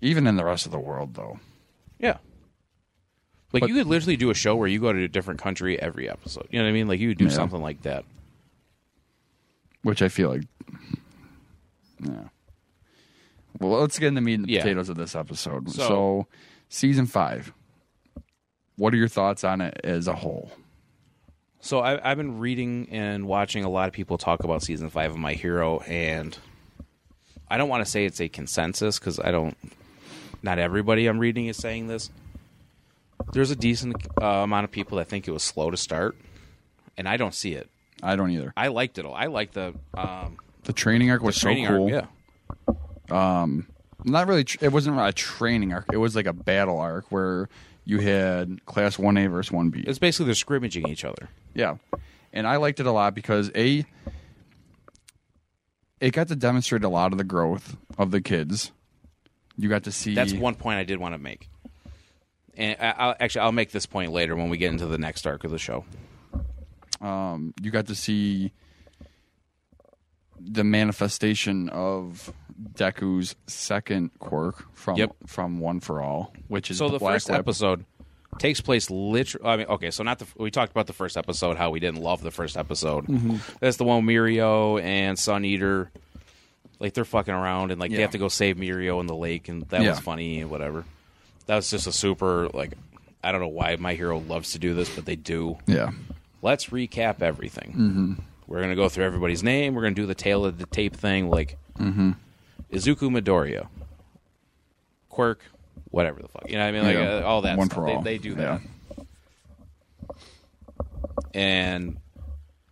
Speaker 1: Even in the rest of the world, though.
Speaker 2: Yeah. Like
Speaker 1: But-
Speaker 2: you could literally do a show where you go to a different country every episode. You know what I mean? Like you would do
Speaker 1: Yeah.
Speaker 2: something like that.
Speaker 1: which I feel like, yeah. Well, let's get into the meat and the
Speaker 2: Yeah.
Speaker 1: potatoes of this episode. So,
Speaker 2: So-
Speaker 1: season five. What are your thoughts on it as a whole?
Speaker 2: So I, I've been reading and watching a lot of people talk about season five of My Hero, and I don't want to say it's a consensus because I don't. Not everybody I'm reading is saying this. There's a decent uh, amount of people that think it was slow to start, and I don't see it.
Speaker 1: I don't either.
Speaker 2: I liked it. all. I liked the um,
Speaker 1: The training arc was so
Speaker 2: training
Speaker 1: cool.
Speaker 2: arc. Yeah,
Speaker 1: Not really. Tr- it wasn't a training arc. It was like a battle arc where you had class one A versus one B.
Speaker 2: it's basically they're scrimmaging each other.
Speaker 1: Yeah. And I liked it a lot because A it got to demonstrate a lot of the growth of the kids. You got to see
Speaker 2: That's one point I did want to make. And I, I'll, actually, I'll make this point later when we get into the next arc of the show.
Speaker 1: um, you got to see the manifestation of Deku's second quirk from
Speaker 2: Yep.
Speaker 1: from One for All, which is
Speaker 2: So the
Speaker 1: Black
Speaker 2: first
Speaker 1: Whip.
Speaker 2: episode takes place literally. I mean, okay, so not the. We talked about the first episode, how we didn't love the first episode. That's the one Mirio and Sun Eater, like they're fucking around and like they
Speaker 1: Yeah.
Speaker 2: have to go save Mirio in the lake, and that
Speaker 1: Yeah.
Speaker 2: was funny and whatever. That was just a super like. I don't know why my hero loves to do this, but they do.
Speaker 1: Yeah,
Speaker 2: let's recap everything. Mm-hmm. We're gonna go through everybody's name. We're gonna do the tail of the tape thing, like
Speaker 1: Mm-hmm.
Speaker 2: Izuku Midoriya, quirk, whatever the fuck. You know what I mean? Like
Speaker 1: Yeah.
Speaker 2: uh, all that.
Speaker 1: One
Speaker 2: stuff.
Speaker 1: for
Speaker 2: they,
Speaker 1: all.
Speaker 2: they do
Speaker 1: Yeah.
Speaker 2: that. And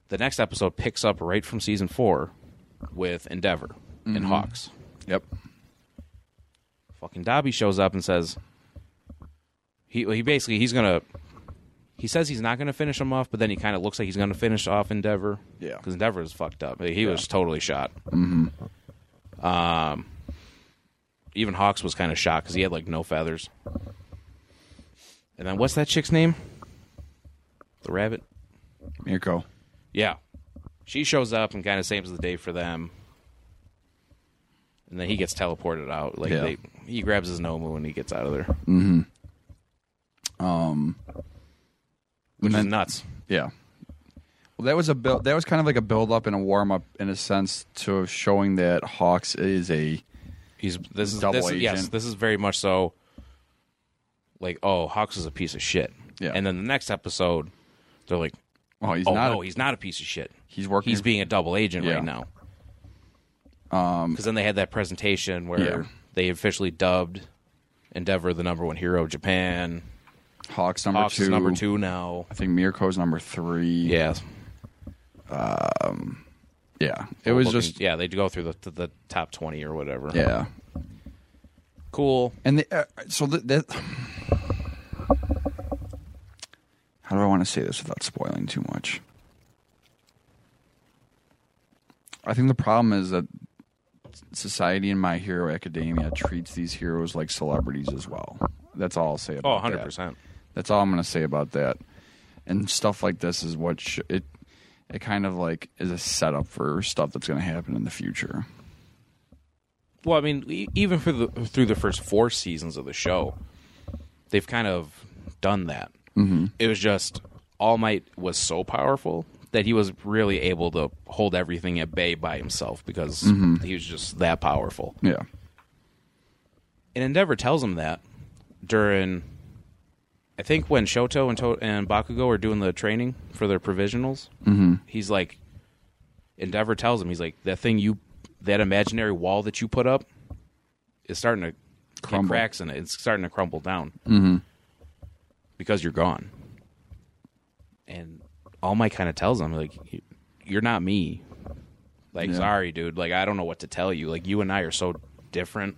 Speaker 2: the next episode picks up right from season four with Endeavor
Speaker 1: Mm-hmm.
Speaker 2: and Hawks.
Speaker 1: yep,
Speaker 2: Fucking Dobby shows up and says he he basically he's gonna he says he's not gonna finish him off, but then he kind of looks like he's gonna finish off Endeavor.
Speaker 1: Yeah.
Speaker 2: because Endeavor is fucked up. He was totally shot. Mm-hmm. Um, even Hawks was kind of shot because he had like no feathers. And then what's that chick's name? The rabbit.
Speaker 1: Mirko.
Speaker 2: Yeah. She shows up and kind of saves the day for them. And then he gets teleported out. Like
Speaker 1: Yeah. Mm-hmm.
Speaker 2: they, he grabs his Nomu and he gets out of there.
Speaker 1: Um,
Speaker 2: Which is nuts.
Speaker 1: Yeah. Well, that was a build. That was kind of like a build up and a warm up in a sense to showing that Hawks is a
Speaker 2: He's this is
Speaker 1: Double
Speaker 2: this is- yes,
Speaker 1: agent.
Speaker 2: this is very much so like, oh, Hawks is a piece of shit.
Speaker 1: Yeah.
Speaker 2: And then the next episode, they're like,
Speaker 1: Oh, he's
Speaker 2: "Oh
Speaker 1: not.
Speaker 2: no, he's not a piece of shit.
Speaker 1: He's working-
Speaker 2: He's being a double agent
Speaker 1: Yeah.
Speaker 2: right now." Um, because then they had that presentation where
Speaker 1: Yeah.
Speaker 2: they officially dubbed Endeavor the number one hero of Japan.
Speaker 1: Hawks number
Speaker 2: Hawks
Speaker 1: two.
Speaker 2: is number two now.
Speaker 1: I think Mirko's number three.
Speaker 2: Yeah,
Speaker 1: Yeah. It was
Speaker 2: Looking-
Speaker 1: just.
Speaker 2: yeah. They go through the, the the top twenty or whatever.
Speaker 1: Yeah.
Speaker 2: cool.
Speaker 1: And the, uh, so th that. How do I want to say this without spoiling too much? I think the problem is that society in My Hero Academia treats these heroes like celebrities as well. That's all I'll say about
Speaker 2: Oh,
Speaker 1: that.
Speaker 2: 100 percent.
Speaker 1: That's all I'm going to say about that. And stuff like this is what sh- it it kind of like is a setup for stuff that's going to happen in the future.
Speaker 2: Well, I mean, e- even for the through the first four seasons of the show, they've kind of done that. Mm-hmm. It was just All Might was so powerful that he was really able to hold everything at bay by himself because he was just that powerful.
Speaker 1: Yeah.
Speaker 2: And Endeavor tells him that during, I think when Shoto and to- and Bakugo are doing the training for their provisionals, mm-hmm. he's like, Endeavor tells him he's like that thing you, that imaginary wall that you put up, is starting to get
Speaker 1: Crumble.
Speaker 2: cracks in it. It's starting to crumble down mm-hmm. because you're gone. And All Might kind of tells him like, you're not me. Like,
Speaker 1: Yeah.
Speaker 2: sorry, dude. Like, I don't know what to tell you. Like, you and I are so different.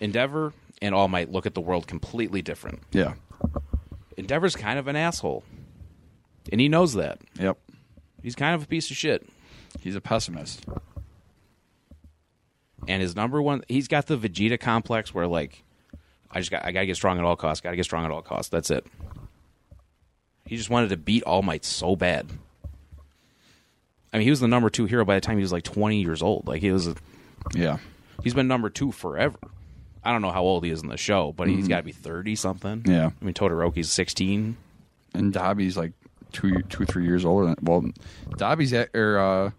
Speaker 2: Endeavor and All Might look at the world completely different.
Speaker 1: Yeah.
Speaker 2: Endeavor's kind of an asshole. And he knows that.
Speaker 1: Yep.
Speaker 2: He's kind of a piece of shit.
Speaker 1: He's a pessimist.
Speaker 2: And his number one he's got the Vegeta complex where like I just got I gotta get strong at all costs, gotta get strong at all costs. That's it. He just wanted to beat All Might so bad. I mean, he was the number two hero by the time he was like twenty years old. Like he was a,
Speaker 1: Yeah.
Speaker 2: he's been number two forever. I don't know how old he is in the show, but he's gotta be thirty something.
Speaker 1: Yeah.
Speaker 2: I mean Todoroki's sixteen.
Speaker 1: and Dobby's like two, two, three years older. Than, well, Dobby's at, or uh,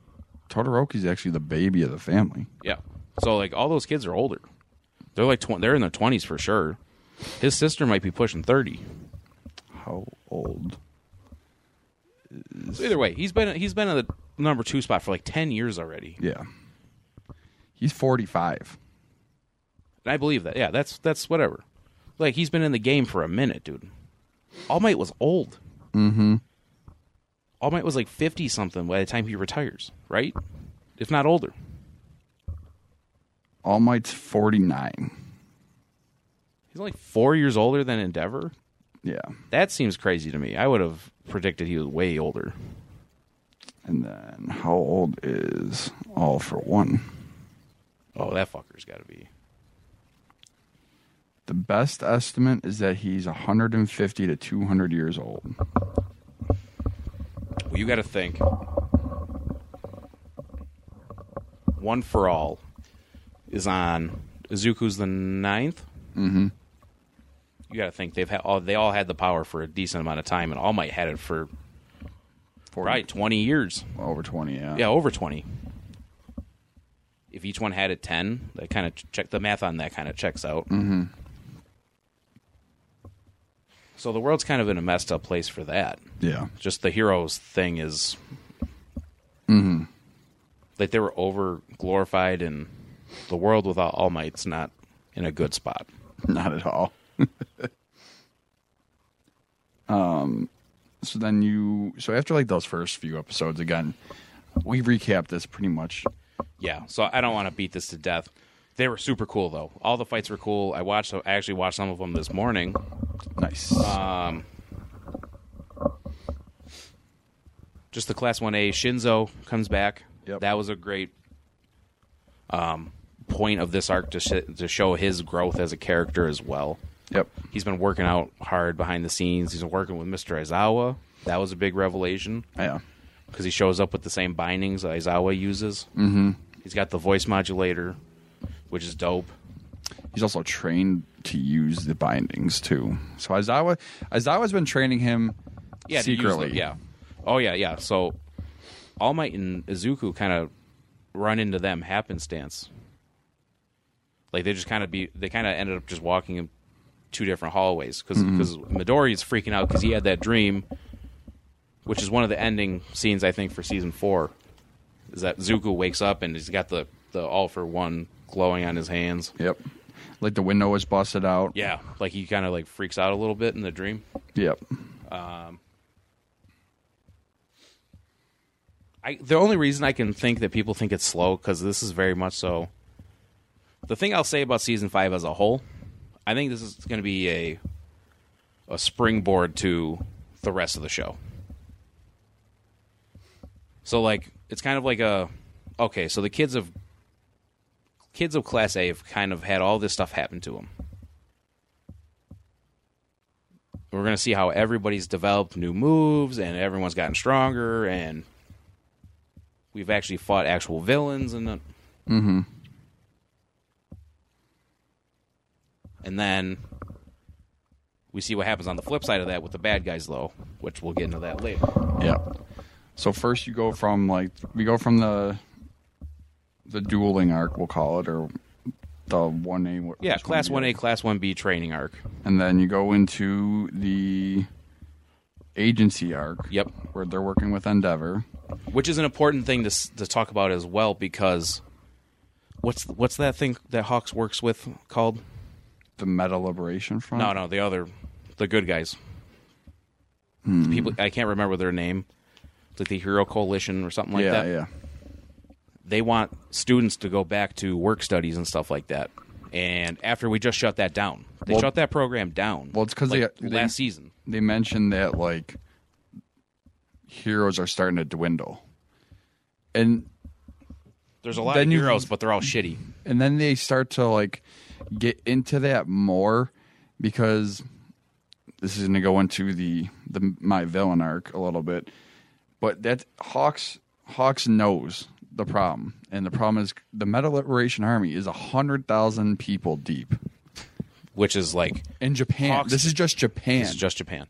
Speaker 1: Todoroki's actually the baby of the family.
Speaker 2: Yeah. So like all those kids are older. They're like tw- they're in their twenties for sure. His sister might be pushing thirty.
Speaker 1: How old?
Speaker 2: So either way, he's been he's been in the number two spot for like ten years already,
Speaker 1: Yeah, he's forty-five.
Speaker 2: and I believe that. Yeah, that's that's whatever. Like he's been in the game for a minute, dude. All Might was old. Mm-hmm. All Might was like fifty something by the time he retires, right? If not older.
Speaker 1: All Might's forty-nine.
Speaker 2: He's only four years older than Endeavor.
Speaker 1: Yeah,
Speaker 2: That seems crazy to me. I would have predicted he was way older.
Speaker 1: and then how old is All for One?
Speaker 2: Oh, that fucker's got to be.
Speaker 1: The best estimate is that he's hundred and fifty to two hundred years old.
Speaker 2: Well, you got to think. One for All is on Izuku's the 9th Mm-hmm. You got to think they've had all they all had the power for a decent amount of time, and All Might had it for
Speaker 1: 40,
Speaker 2: probably twenty years.
Speaker 1: over twenty. Yeah,
Speaker 2: Yeah, over twenty. If each one had a ten, that kind of check the math on that kind of checks out. Mm-hmm. So the world's kind of in a messed up place for that
Speaker 1: yeah,
Speaker 2: just the heroes thing is like they were over glorified and the world without all might's not in a good spot
Speaker 1: not at all. um. Um, So then you. So after like those first few episodes, again, we recap this pretty much.
Speaker 2: yeah so i don't want to beat this to death they were super cool though all the fights were cool i watched i actually watched some of them this morning
Speaker 1: Nice.
Speaker 2: just the class 1a shinzo comes back
Speaker 1: Yep.
Speaker 2: that was a great um point of this arc to, sh- to show his growth as a character as well
Speaker 1: yep.
Speaker 2: he's been working out hard behind the scenes. He's working with Mr. Aizawa. That was a big revelation
Speaker 1: Yeah.
Speaker 2: because he shows up with the same bindings that Aizawa uses. Mm-hmm. He's got the voice modulator, which is dope.
Speaker 1: He's also trained to use the bindings too. So Aizawa, Aizawa's been training him
Speaker 2: Yeah, to use them,
Speaker 1: secretly.
Speaker 2: yeah. Oh yeah, yeah. So All Might and Izuku kind of run into them happenstance. Like they just kind of be they kind of ended up just walking two different hallways because Midori is freaking out because he had that dream, which is one of the ending scenes I think for season four, is that Zuko wakes up and he's got the the all for one glowing on his hands.
Speaker 1: Yep. Like the window was busted out.
Speaker 2: Yeah, like he kind of like freaks out a little bit in the dream.
Speaker 1: Yep.
Speaker 2: I, the only reason I can think that people think it's slow because this is very much so. The thing I'll say about season five as a whole, I think this is going to be a a springboard to the rest of the show. So like it's kind of like a okay, so the kids of kids of class A have kind of had all this stuff happen to them. We're going to see how everybody's developed new moves and everyone's gotten stronger and we've actually fought actual villains and mm-hmm. and then we see what happens on the flip side of that with the bad guys though which we'll get into that later
Speaker 1: Yep. So first you go from like we go from the the dueling arc we'll call it or the one A
Speaker 2: yeah class 1a class 1b training arc
Speaker 1: and then you go into the agency arc.
Speaker 2: Yep.
Speaker 1: Where they're working with Endeavor.
Speaker 2: which is an important thing to s- to talk about as well because what's what's that thing that hawks works with called
Speaker 1: The Meta Liberation Front.
Speaker 2: No, no, the other, the good guys.
Speaker 1: Hmm.
Speaker 2: The People, I can't remember their name. It's like the Hero Coalition or something like
Speaker 1: yeah,
Speaker 2: that.
Speaker 1: yeah.
Speaker 2: They want students to go back to work studies and stuff like that. And after we just shut that down, they
Speaker 1: Well-
Speaker 2: shut that program down.
Speaker 1: Well, it's 'cause
Speaker 2: like,
Speaker 1: they- they-
Speaker 2: last season.
Speaker 1: They mentioned that like heroes are starting to dwindle. And
Speaker 2: There's a lot
Speaker 1: Then
Speaker 2: of
Speaker 1: you-
Speaker 2: heroes, but they're all shitty.
Speaker 1: and then they start to like get into that more because this is going to go into the the my villain arc a little bit but that hawks hawks knows the problem and the problem is the metal liberation army is 100000 people deep
Speaker 2: Which is like
Speaker 1: in japan
Speaker 2: Hawks-
Speaker 1: this is just japan
Speaker 2: it's just Japan,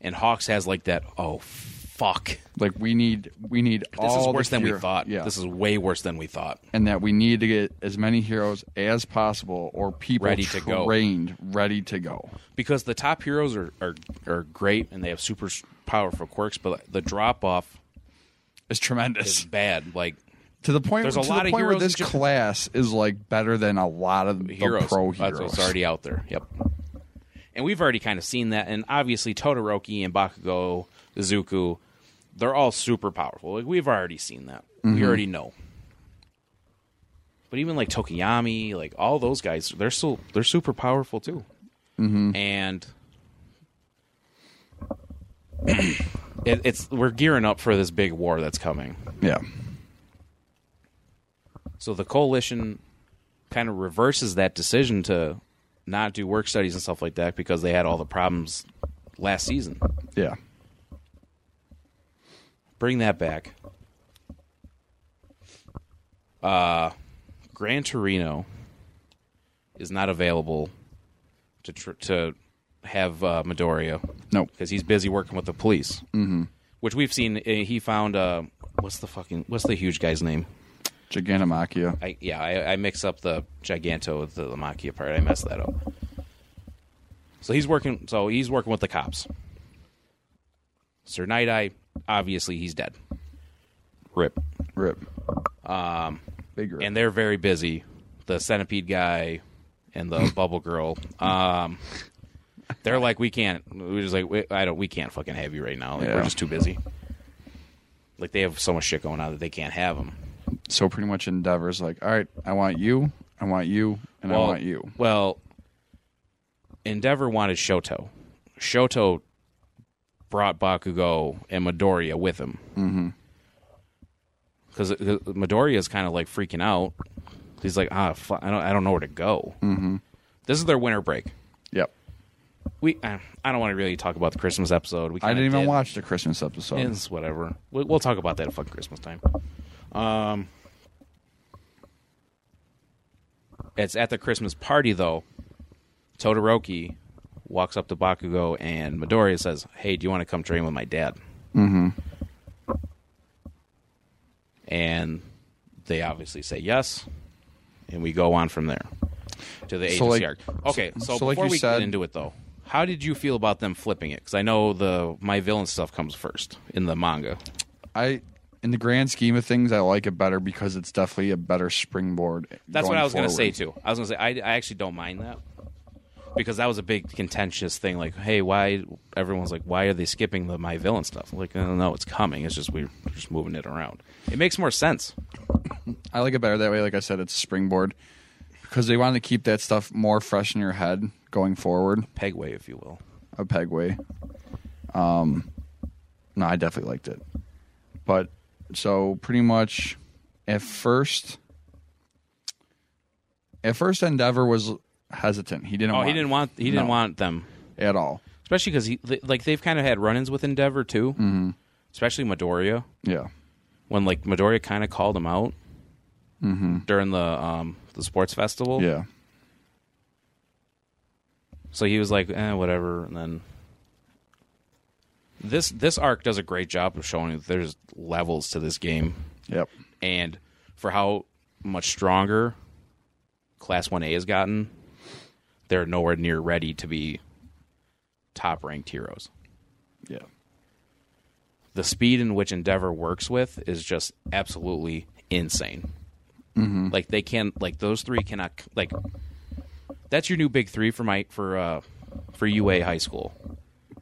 Speaker 2: and Hawks has like that. Oh fuck!
Speaker 1: like we need we need
Speaker 2: This
Speaker 1: all
Speaker 2: is worse
Speaker 1: the
Speaker 2: than we
Speaker 1: hero-
Speaker 2: thought.
Speaker 1: yeah
Speaker 2: This is way worse than we thought.
Speaker 1: and that we need to get as many heroes as possible or people
Speaker 2: Ready to go.
Speaker 1: trained to go. ready to go
Speaker 2: because the top heroes are, are, are great and they have super s- powerful quirks, but the drop off
Speaker 1: it's tremendous
Speaker 2: is bad. Like
Speaker 1: to the point.
Speaker 2: There's
Speaker 1: to
Speaker 2: a lot
Speaker 1: the
Speaker 2: of
Speaker 1: point where
Speaker 2: heroes in
Speaker 1: this
Speaker 2: Japan.
Speaker 1: class is like better than a lot of the
Speaker 2: heroes,
Speaker 1: pro
Speaker 2: That's
Speaker 1: heroes.
Speaker 2: what's already out there. Yep. And we've already kind of seen that, and obviously Todoroki and Bakugo, Izuku, they're all super powerful. Like we've already seen that. We already know. But even like Tokiyami, like all those guys, they're still they're super powerful too. And it, it's we're gearing up for this big war that's coming.
Speaker 1: yeah,
Speaker 2: So the coalition kind of reverses that decision to not do work studies and stuff like that because they had all the problems last season.
Speaker 1: yeah.
Speaker 2: Bring that back. Uh Uh, Gran Torino is not available to tr- to have uh, Midoriya
Speaker 1: Nope.
Speaker 2: because he's busy working with the police, mm-hmm. which we've seen. uh, He found uh, what's the fucking what's the huge guy's name?
Speaker 1: Gigantomachia.
Speaker 2: I yeah, I, I mix up the Giganto with the Lamachia part. I messed that up. So he's working. So he's working with the cops. Sir Night Eye, obviously he's dead. Rip.
Speaker 1: Rip. Um, big rip.
Speaker 2: And they're very busy. The centipede guy and the bubble girl. Um, they're like, we can't. We're just like, we, I don't. We can't fucking have you right now. Like, We're
Speaker 1: Yeah.
Speaker 2: just too busy. Like they have so much shit going on that they can't have him.
Speaker 1: so pretty much Endeavor's like, all right, I want you, I want you, and I want you.
Speaker 2: Well, Endeavor wanted Shoto. Shoto brought Bakugo and Midoriya with him.
Speaker 1: Mm-hmm.
Speaker 2: Because mm-hmm. Midoriya is kind of like freaking out. He's like, ah, fu- I don't, I don't know where to go. Mm-hmm. This is their winter break.
Speaker 1: Yep.
Speaker 2: We, I, I don't want to really talk about the Christmas episode. We
Speaker 1: I
Speaker 2: kinda
Speaker 1: didn't even
Speaker 2: did.
Speaker 1: watch the Christmas episode.
Speaker 2: It's whatever. We, we'll talk about that at fucking Christmas time. Um, it's at the Christmas party though. Todoroki walks up to Bakugo and Midoriya says, "Hey, do you want to come train with my dad?" Mm-hmm. And they obviously say yes, and we go on from there. to the agency
Speaker 1: So, like-
Speaker 2: arc. Okay, so,
Speaker 1: so
Speaker 2: before
Speaker 1: like you
Speaker 2: we
Speaker 1: said-
Speaker 2: get into it though, how did you feel about them flipping it? Because I know the my villain stuff comes first in the manga.
Speaker 1: I in the grand scheme of things, I like it better because it's definitely a better springboard.
Speaker 2: That's
Speaker 1: going
Speaker 2: what I was going to
Speaker 1: forward.
Speaker 2: say too. I was going to say I, I actually don't mind that because that was a big contentious thing. Like, hey, why everyone's like, why are they skipping the my villain stuff? Like, no, no, it's coming. It's just we're just moving it around. It makes more sense.
Speaker 1: I like it better that way. Like I said, it's a springboard because they wanted to keep that stuff more fresh in your head going forward.
Speaker 2: Pegway, if you will.
Speaker 1: A pegway. Um, no, I definitely liked it. But so pretty much at first, at first Endeavor was hesitant. He didn't.
Speaker 2: Oh,
Speaker 1: want
Speaker 2: he didn't want he didn't
Speaker 1: No.
Speaker 2: want them,
Speaker 1: at all.
Speaker 2: especially because he th- like they've kind of had run-ins with Endeavor too, mm-hmm. especially Midoriya
Speaker 1: Yeah,
Speaker 2: when like Midoriya kind of called him out during the um the sports festival.
Speaker 1: yeah.
Speaker 2: So he was like, eh, whatever. And then this this arc does a great job of showing that there's levels to this game,
Speaker 1: Yep.
Speaker 2: and for how much stronger Class One A has gotten, they're nowhere near ready to be top ranked heroes.
Speaker 1: Yeah.
Speaker 2: The speed in which Endeavor works with is just absolutely insane. Like they can like those three cannot like that's your new big three for my for uh for UA high school.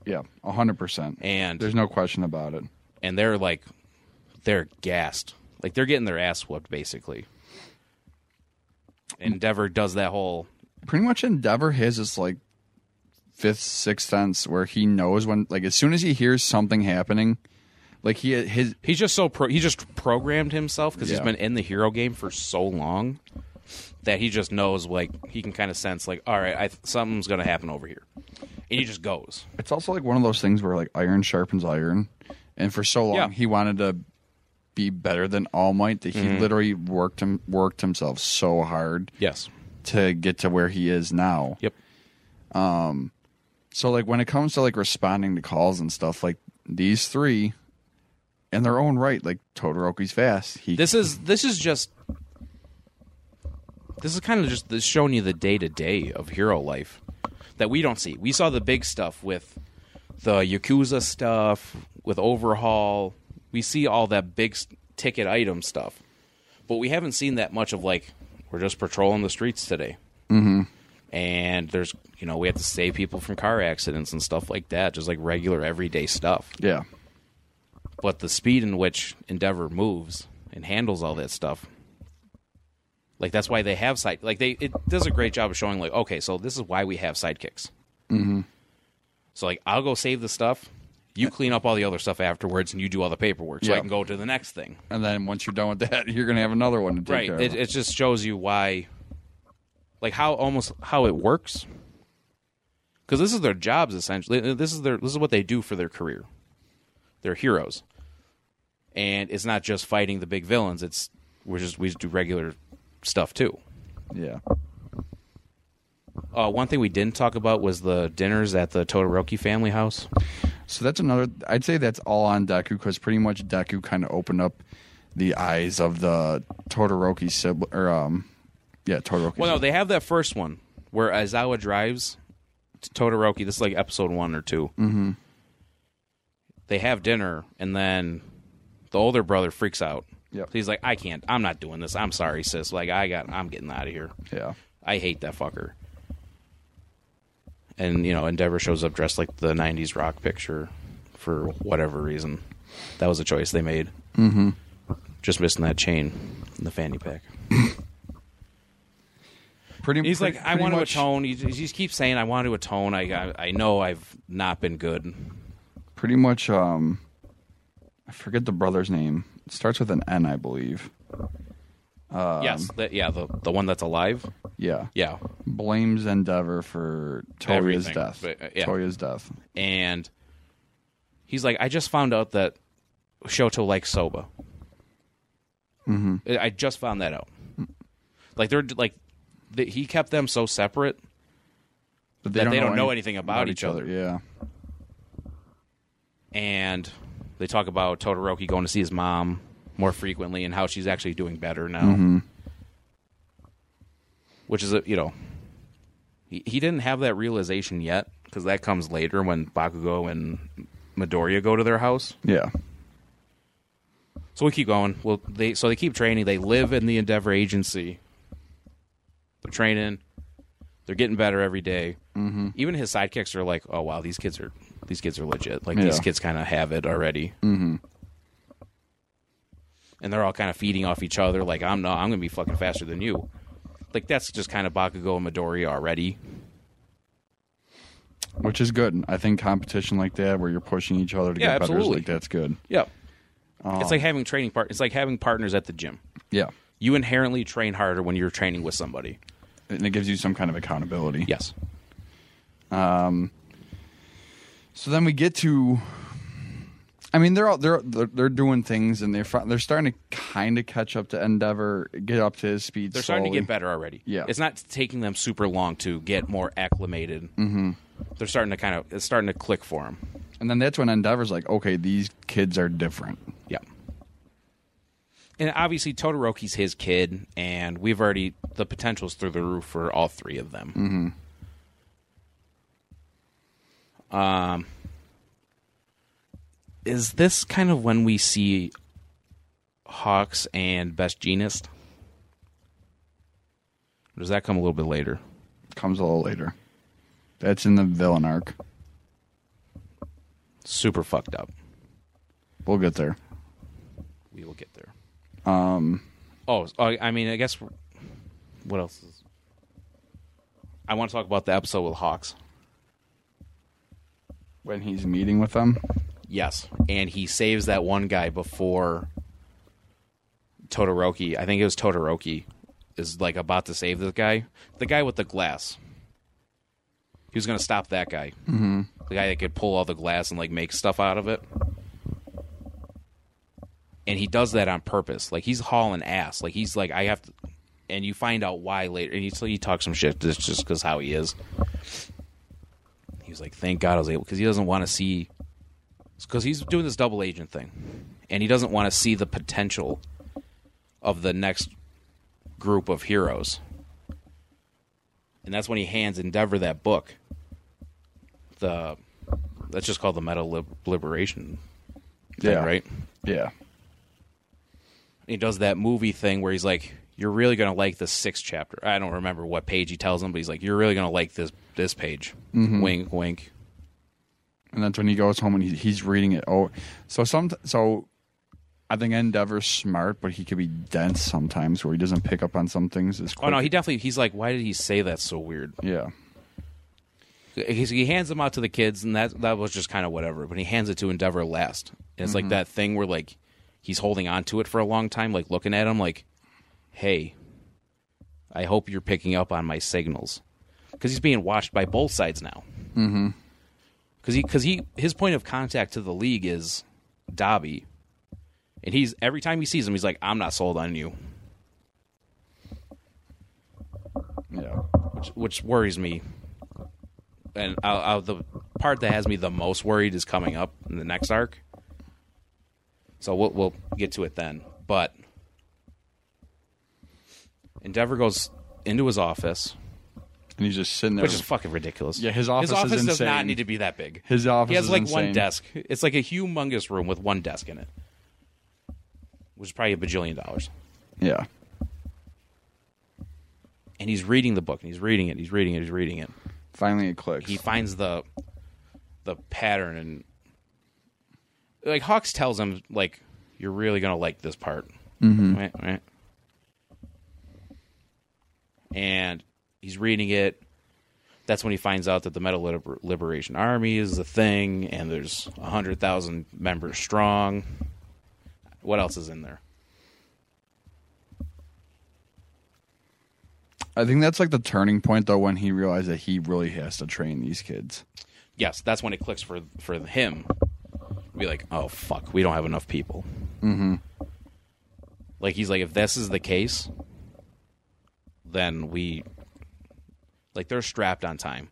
Speaker 1: Yeah. A hundred percent.
Speaker 2: And
Speaker 1: There's no question about it.
Speaker 2: and they're like they're gassed like they're getting their ass whooped basically endeavor does that whole
Speaker 1: Pretty much Endeavor his is like fifth, sixth sense where he knows when like as soon as he hears something happening, like he his
Speaker 2: he's just so pro he just programmed himself because
Speaker 1: Yeah.
Speaker 2: he's been in the hero game for so long that he just knows like he can kind of sense like all right I, something's gonna happen over here and he just goes
Speaker 1: it's also like one of those things where like iron sharpens iron. And for so long
Speaker 2: Yeah.
Speaker 1: he wanted to be better than All Might that he
Speaker 2: Mm-hmm.
Speaker 1: literally worked him worked himself so hard
Speaker 2: yes
Speaker 1: to get to where he is now.
Speaker 2: yep
Speaker 1: So like when it comes to like responding to calls and stuff, like these three in their own right, like Todoroki's fast. He
Speaker 2: this is this is just this is kind of just this showing you the day to day of hero life that we don't see. We saw the big stuff with the yakuza stuff, with overhaul. We see all that big s- ticket item stuff, but we haven't seen that much of like we're just patrolling the streets today. Mm-hmm. And there's you know we have to save people from car accidents and stuff like that, just like regular everyday stuff
Speaker 1: Yeah.
Speaker 2: but the speed in which Endeavor moves and handles all that stuff, like that's why they have side. Like they, it does a great job of showing like, okay, so this is why we have sidekicks. Mm-hmm. So like, I'll go save the stuff, you clean up all the other stuff afterwards, and you do all the paperwork, so
Speaker 1: Yeah.
Speaker 2: I can go to the next thing.
Speaker 1: And then once you're done with that, you're gonna have another one to take
Speaker 2: Right.
Speaker 1: care
Speaker 2: It,
Speaker 1: of.
Speaker 2: it just shows you why, like how almost how it works, because this is their jobs essentially. This is their this is what they do for their career. They're heroes, and it's not just fighting the big villains. It's we're just we just do regular stuff too.
Speaker 1: yeah.
Speaker 2: Uh, one thing we didn't talk about was the dinners at the Todoroki family house.
Speaker 1: So that's another. I'd say that's all on Deku because pretty much Deku kind of opened up the eyes of the Todoroki sibling, or um, yeah, Todoroki.
Speaker 2: Well, no, they have that first one where Aizawa drives to Todoroki. This is like episode one or 2 Mm-hmm. They have dinner, and then the older brother freaks out.
Speaker 1: Yep.
Speaker 2: He's like, "I can't. I'm not doing this. I'm sorry, sis. Like, I got. I'm getting out of here.
Speaker 1: yeah,
Speaker 2: I hate that fucker." And you know, Endeavor shows up dressed like the '90s rock picture for whatever reason. That was a choice they made. Mm-hmm. Just missing that chain and the fanny pack.
Speaker 1: pretty.
Speaker 2: He's
Speaker 1: pretty-
Speaker 2: like, I
Speaker 1: pretty
Speaker 2: want to
Speaker 1: much-
Speaker 2: atone. He, he just keeps saying, I want to atone. I, I I know I've not been good.
Speaker 1: Pretty much. Um, I forget the brother's name. It starts with an N, I believe.
Speaker 2: yes, Um, that, yeah, the the one that's alive.
Speaker 1: Yeah.
Speaker 2: Yeah,
Speaker 1: Blames Endeavor for Toya's
Speaker 2: Everything,
Speaker 1: death.
Speaker 2: but, uh, yeah.
Speaker 1: Toya's death.
Speaker 2: and he's like, I just found out that Shoto likes soba. Mm-hmm. I just found that out. Like they're like, the, he kept them so separate.
Speaker 1: But
Speaker 2: That they don't know
Speaker 1: any-
Speaker 2: anything about each other.
Speaker 1: Yeah.
Speaker 2: and they talk about Todoroki going to see his mom more frequently and how she's actually doing better now. Which is a, you know, He, he didn't have that realization yet because that comes later when Bakugo and Midoriya go to their house.
Speaker 1: Yeah.
Speaker 2: So we keep going. Well, they so they keep training. They live in the Endeavor Agency. They're training. They're getting better every Mm-hmm. Even his sidekicks are like, "Oh wow, these kids are these kids are legit. Like these
Speaker 1: Yeah.
Speaker 2: kids kind of have it already." Mm-hmm. And they're all kind of feeding off each other. Like I'm not. I'm gonna be fucking faster than you. Like that's just kind of Bakugo and Midori already.
Speaker 1: Which is good. I think competition like that, where you're pushing each other to
Speaker 2: Yeah,
Speaker 1: get better, is
Speaker 2: absolutely.
Speaker 1: like that's good.
Speaker 2: Yeah. it's like having training part. It's like having partners at the gym.
Speaker 1: Yeah.
Speaker 2: You inherently train harder when you're training with somebody.
Speaker 1: And it gives you some kind of accountability.
Speaker 2: Yes.
Speaker 1: So then we get to. I mean, they're all they're they're, they're doing things, and they're fi- they're starting to kind of catch up to Endeavor, get up to his speed.
Speaker 2: They're starting to
Speaker 1: slowly.
Speaker 2: get better already.
Speaker 1: Yeah.
Speaker 2: it's not taking them super long to get more acclimated. Mm-hmm. They're starting to kind of it's starting to click for them.
Speaker 1: and then that's when Endeavor's like, okay, these kids are different.
Speaker 2: Yeah, and obviously Todoroki's his kid, and we've already the potential's through the roof for all three of them. Mm-hmm. Um,
Speaker 1: Mm-hmm.
Speaker 2: Um, is this kind of when we see Hawks and Best Genist? Or does that come a little bit later?
Speaker 1: Comes a little later. That's in the villain arc.
Speaker 2: super fucked up.
Speaker 1: We'll get there.
Speaker 2: We will get there. Um. Oh, I I mean, I guess. What else is? I want to talk about the episode with Hawks.
Speaker 1: When he's meeting with them,
Speaker 2: Yes, and he saves that one guy before Todoroki. I think it was Todoroki is like about to save this guy, the guy with the glass. He was going to stop that guy, mm-hmm. the guy that could pull all the glass and like make stuff out of it. And he does that on purpose. Like he's hauling ass. Like he's like I have to, and you find out why later. And he so he talks some shit just just because how he is. He was like, "Thank God I was able," because he doesn't want to see because he's doing this double agent thing, and he doesn't want to see the potential of the next group of heroes. And that's when he hands Endeavor that book. The that's just called the Meta Lib- Liberation thing,
Speaker 1: Yeah.
Speaker 2: right?
Speaker 1: yeah,
Speaker 2: he does that movie thing where he's like, "You're really gonna like the sixth chapter." I don't remember what page he tells him, but he's like, "You're really gonna like this this page." Wink, wink.
Speaker 1: and that's when he goes home and he, he's reading it. Oh, so some so I think Endeavor's smart, but he could be dense sometimes, where he doesn't pick up on some things as quick.
Speaker 2: Oh no, he definitely. He's like, "Why did he say that so weird?"
Speaker 1: yeah,
Speaker 2: He- he hands them out to the kids, and that that was just kind of whatever. But he hands it to Endeavor last, and it's like that thing where like he's holding on to it for a long time, like looking at him, like, "Hey, I hope you're picking up on my signals," because he's being watched by both sides now. Mm-hmm. Because he, because he, his point of contact to the league is Dobby, and he's every time he sees him, he's like, "I'm not sold on you,"
Speaker 1: yeah.
Speaker 2: which, which worries me. And I'll, I'll, the part that has me the most worried is coming up in the next arc. So we'll we'll get to it then. But Endeavor goes into his office,
Speaker 1: And he's just sitting there.
Speaker 2: which is fucking ridiculous.
Speaker 1: Yeah, his office is
Speaker 2: does not
Speaker 1: insane.
Speaker 2: need to be that big.
Speaker 1: His office
Speaker 2: he has
Speaker 1: is
Speaker 2: like one
Speaker 1: insane.
Speaker 2: desk. It's like a humongous room with one desk in it, which is probably a bajillion dollars.
Speaker 1: yeah.
Speaker 2: And he's reading the book, and he's reading it, he's reading it, he's reading it.
Speaker 1: Finally, it clicks.
Speaker 2: he finds the the pattern and like Hawks tells him like you're really gonna like this part, right, right? And he's reading it. That's when he finds out that the Metal Liber- Liberation Army is a thing, and there's hundred thousand members strong. What else is in there?
Speaker 1: I think that's like the turning point, though, when he realized that he really has to train these kids.
Speaker 2: Yes, that's when it clicks for for him. Be like, oh fuck, we don't have enough people. Mm-hmm. Like he's like, if this is the case, then we, like, they're strapped on time.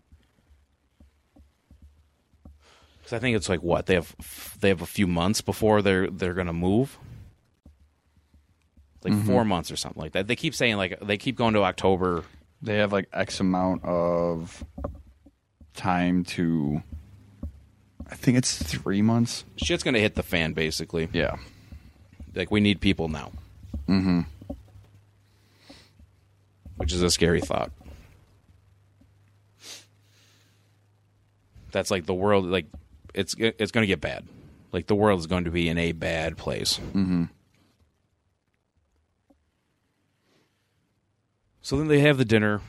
Speaker 2: Because I think it's like what they have, they have a few months before they're they're gonna move. Like four months or something like that. They keep saying like they keep going to October
Speaker 1: they have like X amount of time to. I think it's three months.
Speaker 2: Shit's gonna hit the fan basically.
Speaker 1: Yeah.
Speaker 2: Like we need people now. Mm-hmm. Which is a scary thought. That's like the world. Like it's it's gonna get bad. Like the world is going to be in a bad place. Mm-hmm. So then they have the dinner.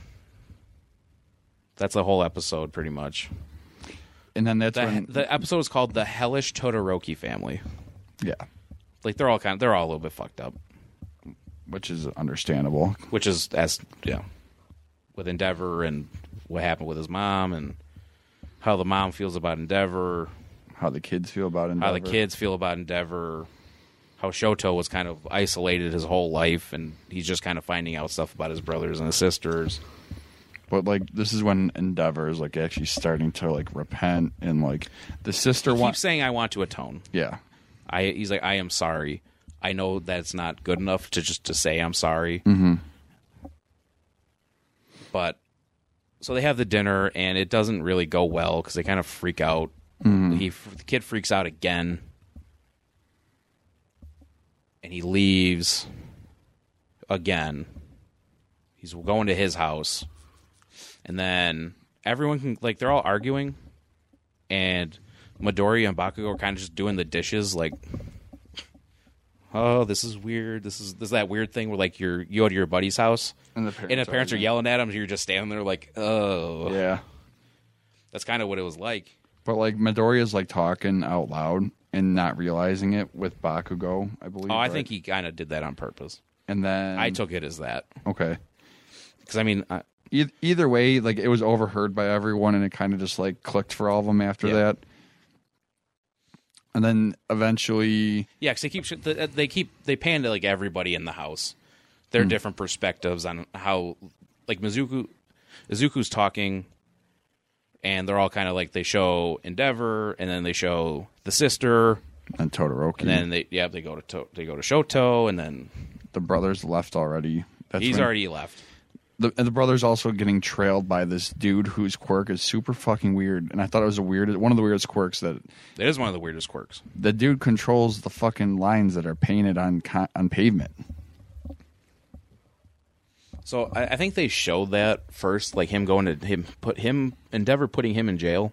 Speaker 2: That's the whole episode, pretty much.
Speaker 1: And then that's
Speaker 2: The,
Speaker 1: when.
Speaker 2: the episode is called "The Hellish Todoroki Family."
Speaker 1: yeah.
Speaker 2: Like they're all kind of they're all a little bit fucked up.
Speaker 1: Which is understandable.
Speaker 2: which is as yeah with endeavor and what happened with his mom and how the mom feels about endeavor
Speaker 1: How the kids feel about it.
Speaker 2: how the kids feel about endeavor how shoto was kind of isolated his whole life and he's just kind of finding out stuff about his brothers and his sisters
Speaker 1: But like this is when Endeavor is like actually starting to like repent and like the sister
Speaker 2: keep
Speaker 1: wants.
Speaker 2: saying i want to atone
Speaker 1: Yeah.
Speaker 2: i he's like i am sorry i know that's not good enough to just to say i'm sorry but so they have the dinner and it doesn't really go well because they kind of freak out he the kid freaks out again and he leaves again he's going to his house and then everyone can like they're all arguing and Midori and Bakugo are kind of just doing the dishes like oh this is weird this is this is that weird thing where like you're you go to your buddy's house
Speaker 1: And the
Speaker 2: and if parents are yelling at him, you're just standing there like, oh,
Speaker 1: Yeah.
Speaker 2: that's kind of what it was like.
Speaker 1: But like Midoriya's like talking out loud and not realizing it with Bakugo, I believe.
Speaker 2: Oh, I
Speaker 1: right?
Speaker 2: think he kind of did that on purpose.
Speaker 1: and then
Speaker 2: I took it as that
Speaker 1: okay.
Speaker 2: because I mean, I,
Speaker 1: Eith- either way, like it was overheard by everyone, and it kind of just like clicked for all of them after
Speaker 2: Yeah.
Speaker 1: that. And then eventually,
Speaker 2: yeah, because they keep sh- th- they keep they pan to like everybody in the house, their different perspectives on how like Mizuku, Izuku's talking, and they're all kind of like they show Endeavor, and then they show the sister,
Speaker 1: then Todoroki,
Speaker 2: and then they yeah they go to, to they go to Shoto, and then
Speaker 1: the brothers left already. That's
Speaker 2: he's
Speaker 1: when-
Speaker 2: already left.
Speaker 1: the, and the brothers also getting trailed by this dude whose quirk is super fucking weird. And I thought it was the weirdest, one of the weirdest quirks that
Speaker 2: It is one of the weirdest quirks.
Speaker 1: the dude controls the fucking lines that are painted on co- on pavement.
Speaker 2: So I, I think they showed that first, like him going to him put him Endeavor putting him in jail,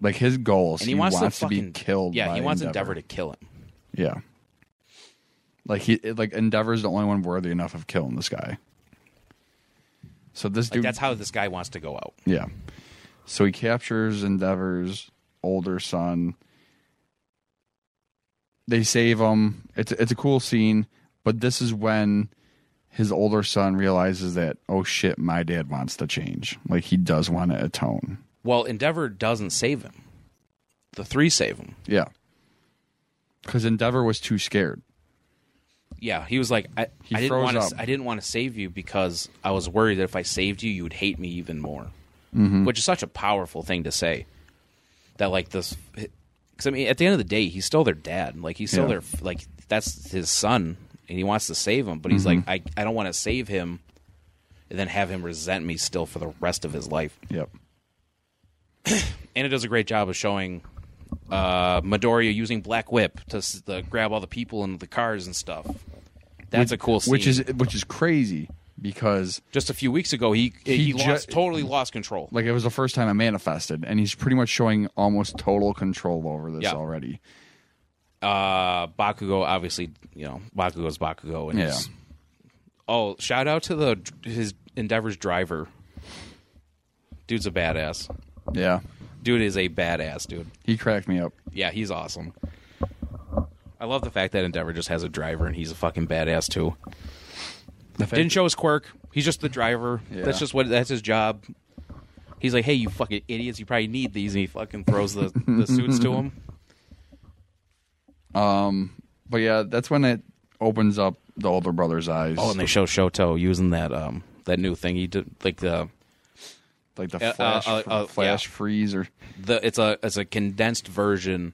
Speaker 1: Like his goals,
Speaker 2: and
Speaker 1: he,
Speaker 2: he, wants, to
Speaker 1: be
Speaker 2: fucking-
Speaker 1: killed.
Speaker 2: Yeah,
Speaker 1: by
Speaker 2: he wants
Speaker 1: Endeavor.
Speaker 2: Endeavor to kill him.
Speaker 1: Yeah. Like he it- like Endeavor's the only one worthy enough of killing this guy. So this
Speaker 2: Like
Speaker 1: dude
Speaker 2: that's how this guy wants to go out.
Speaker 1: Yeah. So he captures Endeavor's older son. They save him. It's it's a cool scene, but this is when his older son realizes that oh shit, my dad wants to change. Like he does want to atone.
Speaker 2: Well, Endeavor doesn't save him. The three save him.
Speaker 1: Yeah. Cuz Endeavor was too scared.
Speaker 2: Yeah, he was like, I,
Speaker 1: He
Speaker 2: I didn't
Speaker 1: froze
Speaker 2: want
Speaker 1: up.
Speaker 2: to. I didn't want to save you because I was worried that if I saved you, you would hate me even more.
Speaker 1: Mm-hmm.
Speaker 2: Which is such a powerful thing to say. That like this, because I mean, at the end of the day, he's still their dad. Like he's still
Speaker 1: Yeah.
Speaker 2: their like that's his son, and he wants to save him. But he's
Speaker 1: Mm-hmm.
Speaker 2: like, I I don't want to save him, and then have him resent me still for the rest of his life.
Speaker 1: Yep.
Speaker 2: And it does a great job of showing. Uh, Midoriya using Black Whip to s- the, grab all the people and the cars and stuff. That's a cool scene.
Speaker 1: Which is which is crazy because
Speaker 2: just a few weeks ago he he,
Speaker 1: He ju-
Speaker 2: lost totally lost control.
Speaker 1: like it was the first time I manifested, and he's pretty much showing almost total control over this
Speaker 2: Yeah.
Speaker 1: already.
Speaker 2: Uh Bakugo obviously, you know, Bakugo's Bakugo and
Speaker 1: Yeah.
Speaker 2: he's- Oh, shout out to the his Endeavor's driver. Dude's a badass.
Speaker 1: Yeah,
Speaker 2: Dude is a badass, dude.
Speaker 1: he cracked me up.
Speaker 2: Yeah, he's awesome. I love the fact that Endeavor just has a driver and he's a fucking badass too. Didn't show his quirk. He's just the driver.
Speaker 1: Yeah.
Speaker 2: That's just what that's his job. He's like, hey, you fucking idiots, you probably need these, and he fucking throws the, the suits to him.
Speaker 1: But yeah, that's when it opens up the older brother's eyes.
Speaker 2: Oh, and they show Shoto using that um that new thing he did, like the
Speaker 1: like the
Speaker 2: uh,
Speaker 1: flash,
Speaker 2: uh, uh,
Speaker 1: flash
Speaker 2: yeah.
Speaker 1: freeze, or
Speaker 2: the it's a it's a condensed version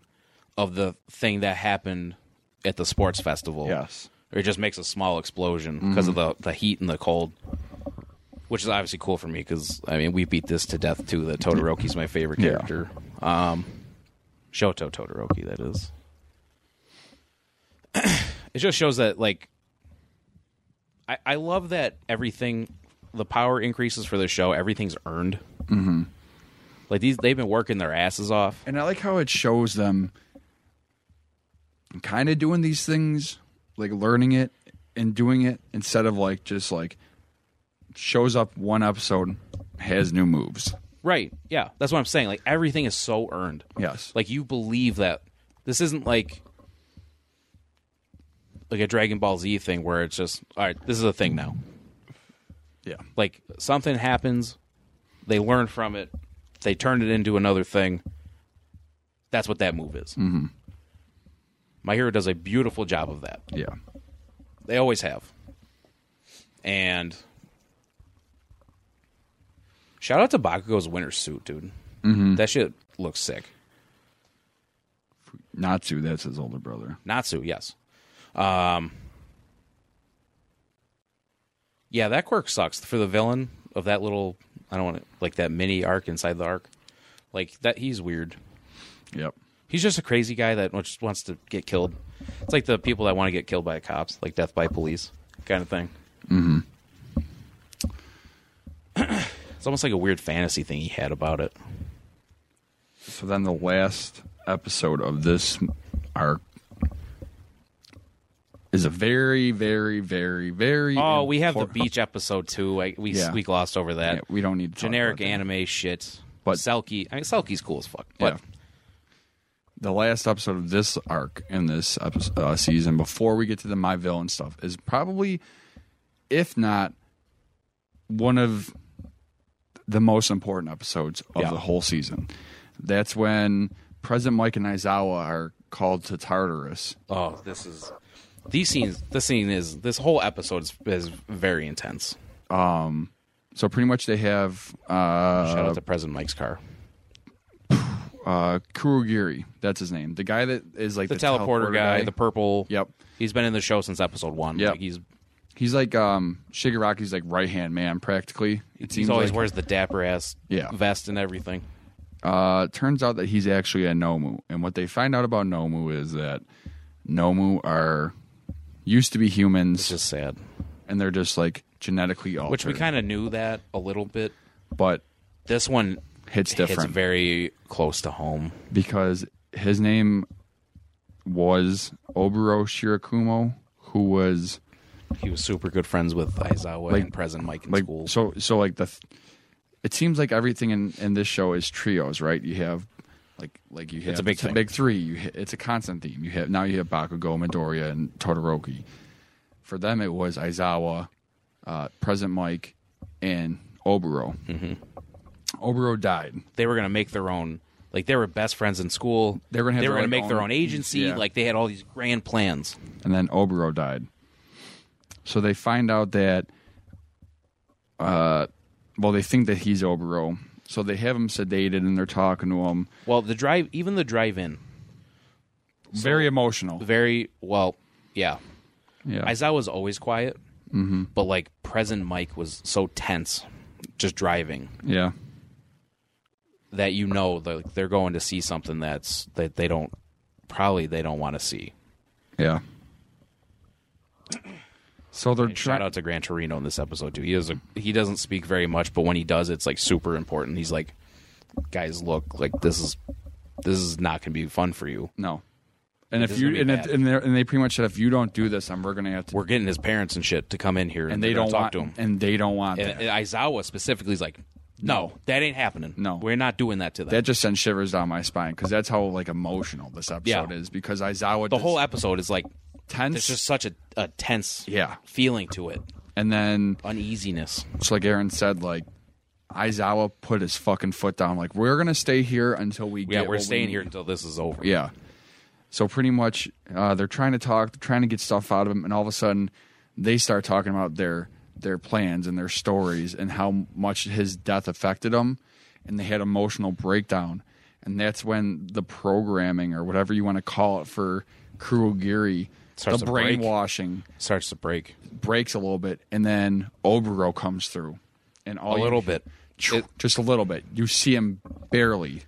Speaker 2: of the thing that happened at the sports festival.
Speaker 1: yes,
Speaker 2: Or it just makes a small explosion because of the the heat and the cold. which is obviously cool for me because I mean we beat this to death too. That Todoroki's my favorite
Speaker 1: Yeah.
Speaker 2: character. Um, Shoto Todoroki, that is. it just shows that like I, I love that everything the power increases for the show everything's earned mm-hmm. like these they've been working their asses off
Speaker 1: And I like how it shows them kind of doing these things, like learning it and doing it instead of like just like shows up one episode, has new moves.
Speaker 2: right yeah that's what i'm saying like everything is so earned
Speaker 1: Yes.
Speaker 2: like you believe that this isn't like like a dragon ball z thing where it's just all right this is a thing now
Speaker 1: yeah.
Speaker 2: like something happens they learn from it they turn it into another thing that's what that move is mm-hmm. my hero does a beautiful job of that
Speaker 1: Yeah.
Speaker 2: They always have. And shout out to Bakugo's winter suit, dude. That shit looks sick.
Speaker 1: Natsu, that's his older brother.
Speaker 2: Natsu, yes. Um, yeah, that quirk sucks for the villain of that little. I don't want to like that mini arc inside the arc. Like that, he's weird.
Speaker 1: Yep.
Speaker 2: He's just a crazy guy that just wants to get killed. It's like the people that want to get killed by cops, like death by police kind of thing. Mm-hmm. it's almost like a weird fantasy thing he had about it.
Speaker 1: So then the last episode of this arc is a very, very, very, very.
Speaker 2: Oh, we have the
Speaker 1: important-
Speaker 2: beach episode too. I, we
Speaker 1: Yeah.
Speaker 2: we glossed over that.
Speaker 1: Yeah, we don't need to talk
Speaker 2: generic
Speaker 1: about that.
Speaker 2: anime shit.
Speaker 1: But-
Speaker 2: Selkie, I mean Selkie's cool as fuck. But
Speaker 1: yeah. The last episode of this arc in this episode, uh, season, before we get to the my villain stuff, is probably, if not, one of the most important episodes of
Speaker 2: Yeah.
Speaker 1: the whole season. That's when President Mike and Izawa are called to Tartarus.
Speaker 2: oh, this is these scenes. This scene is this whole episode is, is very intense.
Speaker 1: So pretty much they have uh,
Speaker 2: Shout out to President Mike's car.
Speaker 1: uh, Kurugiri. That's his name. The guy that is like
Speaker 2: The,
Speaker 1: the,
Speaker 2: teleporter, guy, the purple.
Speaker 1: Yep.
Speaker 2: He's been in the show since episode one.
Speaker 1: Yep.
Speaker 2: Like, he's
Speaker 1: He's like um, Shigaraki's like right hand man practically. It
Speaker 2: he's always
Speaker 1: like.
Speaker 2: wears the dapper ass
Speaker 1: Yeah.
Speaker 2: vest and everything.
Speaker 1: Uh, turns out that he's actually a Nomu, and what they find out about Nomu is that Nomu are used to be humans,
Speaker 2: It's just sad.
Speaker 1: and they're just like genetically altered.
Speaker 2: Which we kind of knew that a little bit.
Speaker 1: but
Speaker 2: This one
Speaker 1: hits
Speaker 2: It's
Speaker 1: different
Speaker 2: very close to home.
Speaker 1: because his name was Oburo Shirakumo, who was
Speaker 2: He was super good friends with Aizawa and President Mike in
Speaker 1: like
Speaker 2: school.
Speaker 1: so so like the th- it seems like everything in in this show is trios right you have like like you have
Speaker 2: a big
Speaker 1: the
Speaker 2: thing.
Speaker 1: big three you ha- it's a constant theme you have now you have bakugo midoriya and todoroki for them it was aizawa uh present mike and oburo mm-hmm. oburo died
Speaker 2: they were going to make their own. Like they were best friends in school.
Speaker 1: They were gonna have
Speaker 2: They were
Speaker 1: their,
Speaker 2: going to
Speaker 1: like,
Speaker 2: make their
Speaker 1: own-
Speaker 2: own agency.
Speaker 1: yeah.
Speaker 2: Like they had all these grand plans.
Speaker 1: and then oburo died so they find out that uh well they think that he's oburo so they have him sedated and they're talking to him
Speaker 2: Well, the drive, even the drive-in,
Speaker 1: very emotional
Speaker 2: very well. Yeah,
Speaker 1: Yeah. Mm-hmm.
Speaker 2: Aizawa was always quiet, but like President Mike was so tense, just driving.
Speaker 1: yeah.
Speaker 2: that you know that they're going to see something that's that they don't probably they don't want to see.
Speaker 1: Yeah. So they're
Speaker 2: Shout
Speaker 1: trying.
Speaker 2: out to Gran Torino in this episode too. He is a, he doesn't speak very much, but when he does, it's like super important. He's like, guys, look, like this is this is not going to be fun for you.
Speaker 1: No. And if
Speaker 2: is
Speaker 1: you
Speaker 2: gonna be
Speaker 1: and, if,
Speaker 2: bad.
Speaker 1: and, they're- and they pretty much said if you don't do this, I'm we're gonna have to.
Speaker 2: We're getting his parents and shit to come in here, and,
Speaker 1: and
Speaker 2: they're
Speaker 1: they
Speaker 2: gonna
Speaker 1: don't
Speaker 2: talk
Speaker 1: want
Speaker 2: to him.
Speaker 1: And they don't want
Speaker 2: And,
Speaker 1: that.
Speaker 2: and Aizawa specifically is like, no, that ain't happening.
Speaker 1: No.
Speaker 2: we're not doing that to them.
Speaker 1: that just sends shivers down my spine because that's how like emotional this episode is. Because Aizawa
Speaker 2: the whole episode is like
Speaker 1: tense,
Speaker 2: there's just such a, a tense
Speaker 1: Yeah.
Speaker 2: feeling to it,
Speaker 1: and then
Speaker 2: uneasiness.
Speaker 1: just like Aaron said, like Aizawa put his fucking foot down. Like we're gonna stay here until we
Speaker 2: Yeah,
Speaker 1: get
Speaker 2: we're
Speaker 1: what we
Speaker 2: staying
Speaker 1: need."
Speaker 2: here until this is over.
Speaker 1: Yeah. So pretty much, uh, they're trying to talk, they're trying to get stuff out of him, and all of a sudden, they start talking about their their plans and their stories and how much his death affected them, and they had emotional breakdown, and that's when the programming or whatever you want to call it for Kurogiri,
Speaker 2: Starts
Speaker 1: the
Speaker 2: to break.
Speaker 1: brainwashing
Speaker 2: starts to break.
Speaker 1: breaks a little bit, and then Oburo comes through, and all
Speaker 2: A
Speaker 1: you-
Speaker 2: little bit. It-
Speaker 1: just a little bit. You see him barely,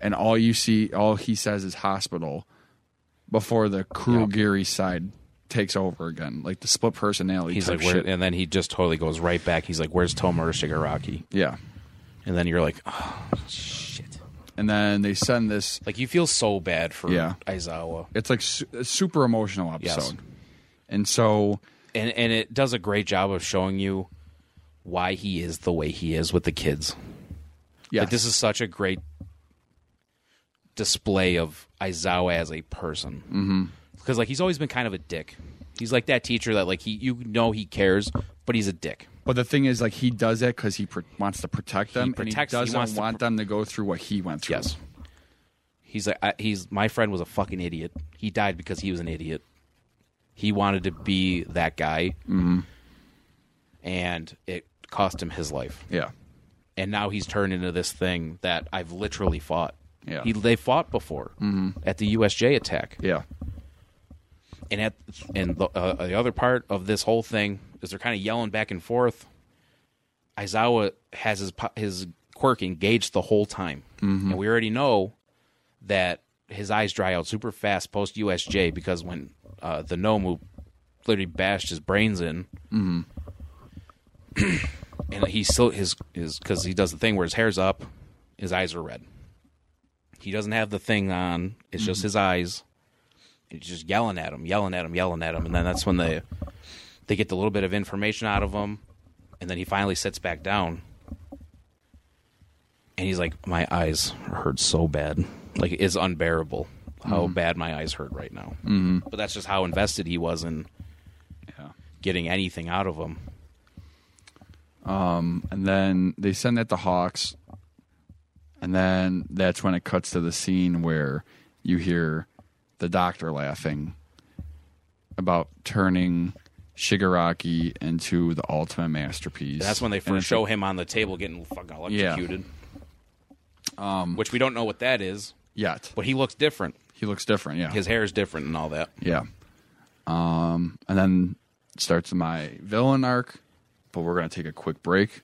Speaker 1: and all you see, all he says is hospital before the cruel Geary side takes over again, like the split personality.
Speaker 2: He's
Speaker 1: type
Speaker 2: like, where,
Speaker 1: shit.
Speaker 2: and then he just totally goes right back. He's like, "Where's Tomer Shigaraki?"
Speaker 1: yeah.
Speaker 2: And then you're like, "Oh shit!"
Speaker 1: And then they send this.
Speaker 2: Like you feel so bad for
Speaker 1: Yeah.
Speaker 2: Aizawa,
Speaker 1: It's like su- a super emotional
Speaker 2: Yes.
Speaker 1: episode, and so
Speaker 2: and and it does a great job of showing you why he is the way he is with the kids.
Speaker 1: yeah,
Speaker 2: Like this is such a great display of Aizawa as a person. Mm-hmm. Because like he's always been kind of a dick. He's like that teacher that like he you know he cares, but he's a dick.
Speaker 1: But the thing is, like, he does it because he pr- wants to protect them,
Speaker 2: protects- he
Speaker 1: and he doesn't
Speaker 2: wants to
Speaker 1: want them to go through what he went through.
Speaker 2: Yes. He's like I, he's my friend was a fucking idiot. He died because he was an idiot. He wanted to be that guy, and it cost him his life.
Speaker 1: Yeah.
Speaker 2: And now he's turned into this thing that I've literally fought.
Speaker 1: Yeah.
Speaker 2: He, they fought before at the USJ attack.
Speaker 1: Yeah.
Speaker 2: and at and the, uh, the other part of this whole thing is they're kind of yelling back and forth. Aizawa has his po- his quirk engaged the whole time, and we already know that his eyes dry out super fast post USJ because when uh, the Nomu literally bashed his brains in, and he still his his because he does the thing where his hair's up, his eyes are red. He doesn't have the thing on; it's just his eyes and he's just yelling at him, yelling at him, yelling at him, and then that's when they they get the little bit of information out of him, and then he finally sits back down, and he's like, "My eyes hurt so bad, like it is unbearable how bad my eyes hurt right now." Mm-hmm. But that's just how invested he was in
Speaker 1: Yeah.
Speaker 2: getting anything out of him.
Speaker 1: And then they send that to Hawks. And then that's when it cuts to the scene where you hear the doctor laughing about turning Shigaraki into the ultimate masterpiece.
Speaker 2: That's when they
Speaker 1: And
Speaker 2: first
Speaker 1: it's
Speaker 2: show
Speaker 1: like-
Speaker 2: him on the table getting fucking electrocuted. Um, which we don't know what that is,
Speaker 1: Yet.
Speaker 2: but he looks different.
Speaker 1: He looks different. Yeah.
Speaker 2: His hair is different and all that.
Speaker 1: Yeah. Um, and then starts my villain arc, but we're gonna take a quick break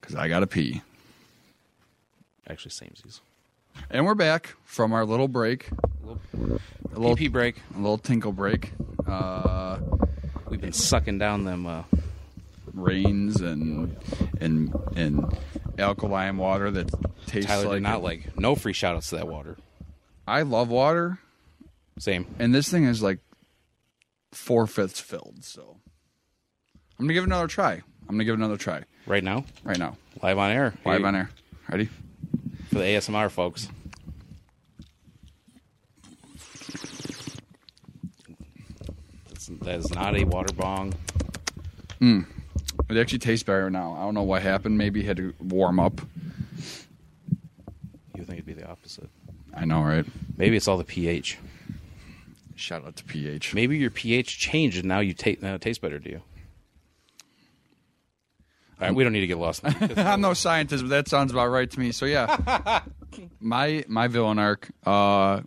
Speaker 1: because I gotta pee.
Speaker 2: Actually, samesies.
Speaker 1: And we're back from our little break, a little,
Speaker 2: PP break.
Speaker 1: a little tinkle break. Uh,
Speaker 2: We've been sucking down them. Uh,
Speaker 1: rains and and and alkaline water that tastes
Speaker 2: Tyler
Speaker 1: like
Speaker 2: did not like. No free shout outs to that water.
Speaker 1: I love water,
Speaker 2: Same.
Speaker 1: and this thing is like four fifths filled. So I'm gonna give it another try. I'm gonna give it another try
Speaker 2: Right now,
Speaker 1: right now.
Speaker 2: live on air.
Speaker 1: Live
Speaker 2: Hey,
Speaker 1: on air. Ready?
Speaker 2: For the ASMR folks. That's, that is not a water bong.
Speaker 1: It actually tastes better now. I don't know what happened. Maybe it had to warm up.
Speaker 2: You would think it'd be the opposite.
Speaker 1: I know, right?
Speaker 2: Maybe it's all the pH.
Speaker 1: Shout out to PH.
Speaker 2: Maybe your pH changed and now you ta- now it tastes better to you. All right, we don't need to get lost. in that.
Speaker 1: I'm no scientist, but that sounds about right to me. So yeah, my my villain arc. Uh,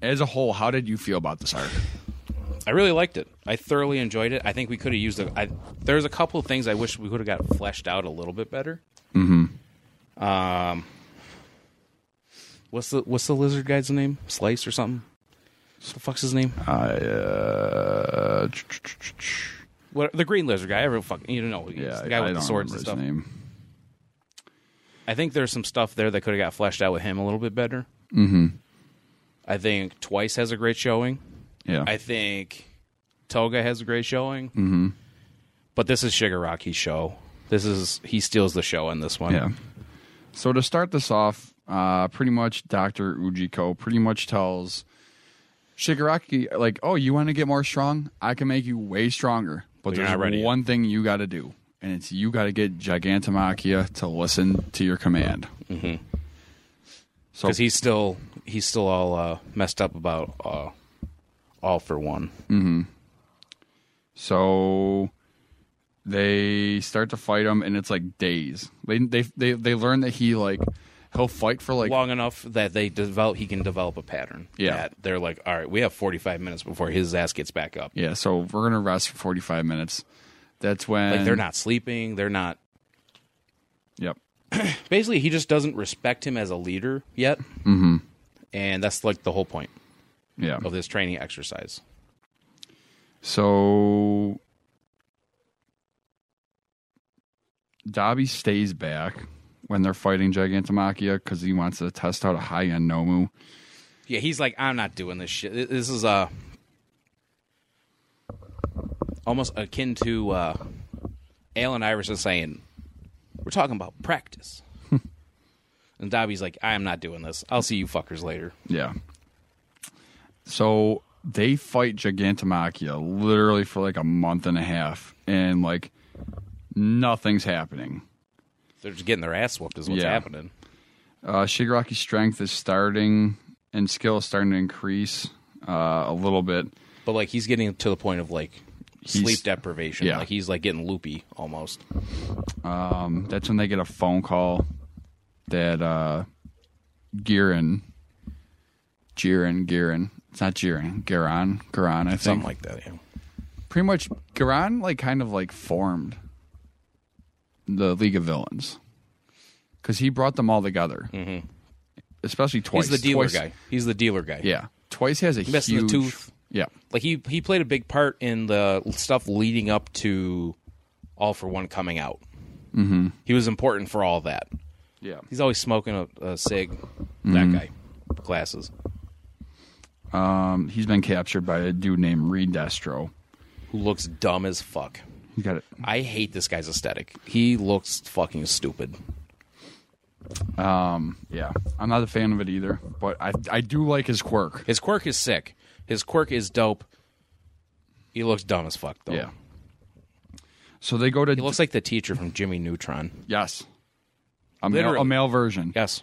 Speaker 1: as a whole, how did you feel about this arc?
Speaker 2: I really liked it. I thoroughly enjoyed it. I think we could have used. A, I, there's a couple of things I wish we could have got fleshed out a little bit better. Mm-hmm.
Speaker 1: Mm-hmm.
Speaker 2: Um, what's the what's the lizard guy's name? Slice or something? What the fuck's his name?
Speaker 1: Uh,
Speaker 2: What, the green lizard guy. Everyone fucking you don't know. who he is.
Speaker 1: yeah,
Speaker 2: the guy
Speaker 1: I
Speaker 2: with the
Speaker 1: don't
Speaker 2: swords and
Speaker 1: remember
Speaker 2: stuff.
Speaker 1: his name.
Speaker 2: I think there's some stuff there that could have got fleshed out with him a little bit better. Mm-hmm. I think twice has a great showing.
Speaker 1: Yeah,
Speaker 2: I think Toga has a great showing. Mm-hmm. But this is Shigaraki's show. This is he steals the show in this one.
Speaker 1: yeah. So to start this off, uh, pretty much Doctor Ujiko pretty much tells Shigaraki like, "Oh, you want to get more strong? I can make you way stronger, but
Speaker 2: you're
Speaker 1: there's
Speaker 2: not ready yet."
Speaker 1: one thing you got to do, and it's you got to get Gigantomachia to listen to your command." Mm-hmm. So
Speaker 2: because he's still he's still all uh, messed up about uh, all for one.
Speaker 1: So they start to fight him, and it's like days. They they they they learn that he like he'll fight for like
Speaker 2: Long enough that they develop he can develop a pattern.
Speaker 1: Yeah.
Speaker 2: that they're like, all right, we have forty five minutes before his ass gets back up.
Speaker 1: yeah. So we're gonna rest for forty five minutes. That's when
Speaker 2: Like they're not sleeping, they're not
Speaker 1: Yep.
Speaker 2: Basically, he just doesn't respect him as a leader yet. Mm-hmm. And that's like the whole point
Speaker 1: Yeah.
Speaker 2: of this training exercise.
Speaker 1: So Dobby stays back when they're fighting Gigantomachia because he wants to test out a high end Nomu.
Speaker 2: Yeah, he's like, I'm not doing this shit. Th- This is uh, almost akin to uh, Allen Iverson saying, "We're talking about practice," and Dobby's like, "I'm not doing this. I'll see you fuckers later."
Speaker 1: Yeah. So they fight Gigantomachia literally for like a month and a half, and like nothing's happening.
Speaker 2: They're just getting their ass whooped, is what's
Speaker 1: Yeah.
Speaker 2: happening.
Speaker 1: Uh, Shigaraki's strength is starting and skill is starting to increase uh, a little bit.
Speaker 2: But like, he's getting to the point of like
Speaker 1: He's-
Speaker 2: sleep deprivation.
Speaker 1: yeah.
Speaker 2: Like he's like getting loopy almost.
Speaker 1: Um, that's when they get a phone call that uh, Giran, Giran, Giran. It's not Giran, Giran, Giran. I think
Speaker 2: Something like that. Yeah.
Speaker 1: pretty much Giran like kind of like formed the League of Villains because he brought them all together, mm-hmm. especially twice.
Speaker 2: He's the dealer
Speaker 1: Twice-
Speaker 2: guy. He's the dealer guy.
Speaker 1: Yeah, twice has a
Speaker 2: Missing the
Speaker 1: huge
Speaker 2: tooth.
Speaker 1: Yeah,
Speaker 2: like he he played a big part in the stuff leading up to All for One coming out. Mm-hmm. He was important for all that.
Speaker 1: yeah.
Speaker 2: He's always smoking a, a cig. That guy, glasses.
Speaker 1: Um, he's been captured by a dude named Reed Destro.
Speaker 2: Who looks dumb as fuck.
Speaker 1: You got it.
Speaker 2: I hate this guy's aesthetic. He looks fucking stupid.
Speaker 1: Yeah, I'm not a fan of it either, but I I do like his quirk.
Speaker 2: His quirk is sick. His quirk is dope. He looks dumb as fuck though.
Speaker 1: Yeah. So they go to
Speaker 2: He looks like the teacher from Jimmy Neutron.
Speaker 1: yes, a male, a
Speaker 2: Literally.
Speaker 1: male version.
Speaker 2: Yes.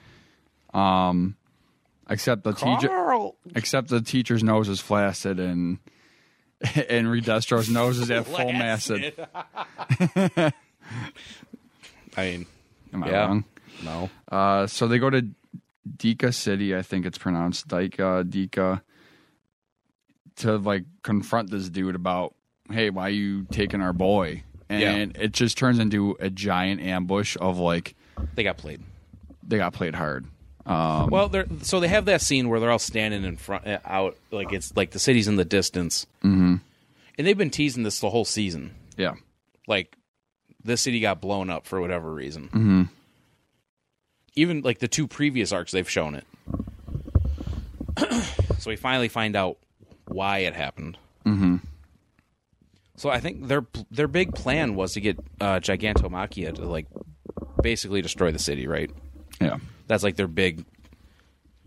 Speaker 1: Except the teacher, except the teacher's nose is flaccid and and Redestro's nose is at full
Speaker 2: Flaccid.
Speaker 1: massive.
Speaker 2: I mean,
Speaker 1: Am I
Speaker 2: Yeah.
Speaker 1: wrong?
Speaker 2: no.
Speaker 1: Uh, so they go to Dika City, I think it's pronounced Dika Dika, to like confront this dude about, hey, why you taking our boy? And it just turns into a giant ambush of like
Speaker 2: They got played.
Speaker 1: they got played hard. Um,
Speaker 2: Well, they're so they have that scene where they're all standing in front, uh, out like it's like the city's in the distance, mm-hmm. and they've been teasing this the whole season.
Speaker 1: yeah.
Speaker 2: Like, this city got blown up for whatever reason. Even like the two previous arcs, they've shown it. so we finally find out why it happened. Mm-hmm. So I think their their big plan was to get uh, Gigantomachia to like basically destroy the city, right?
Speaker 1: Yeah.
Speaker 2: That's like their big.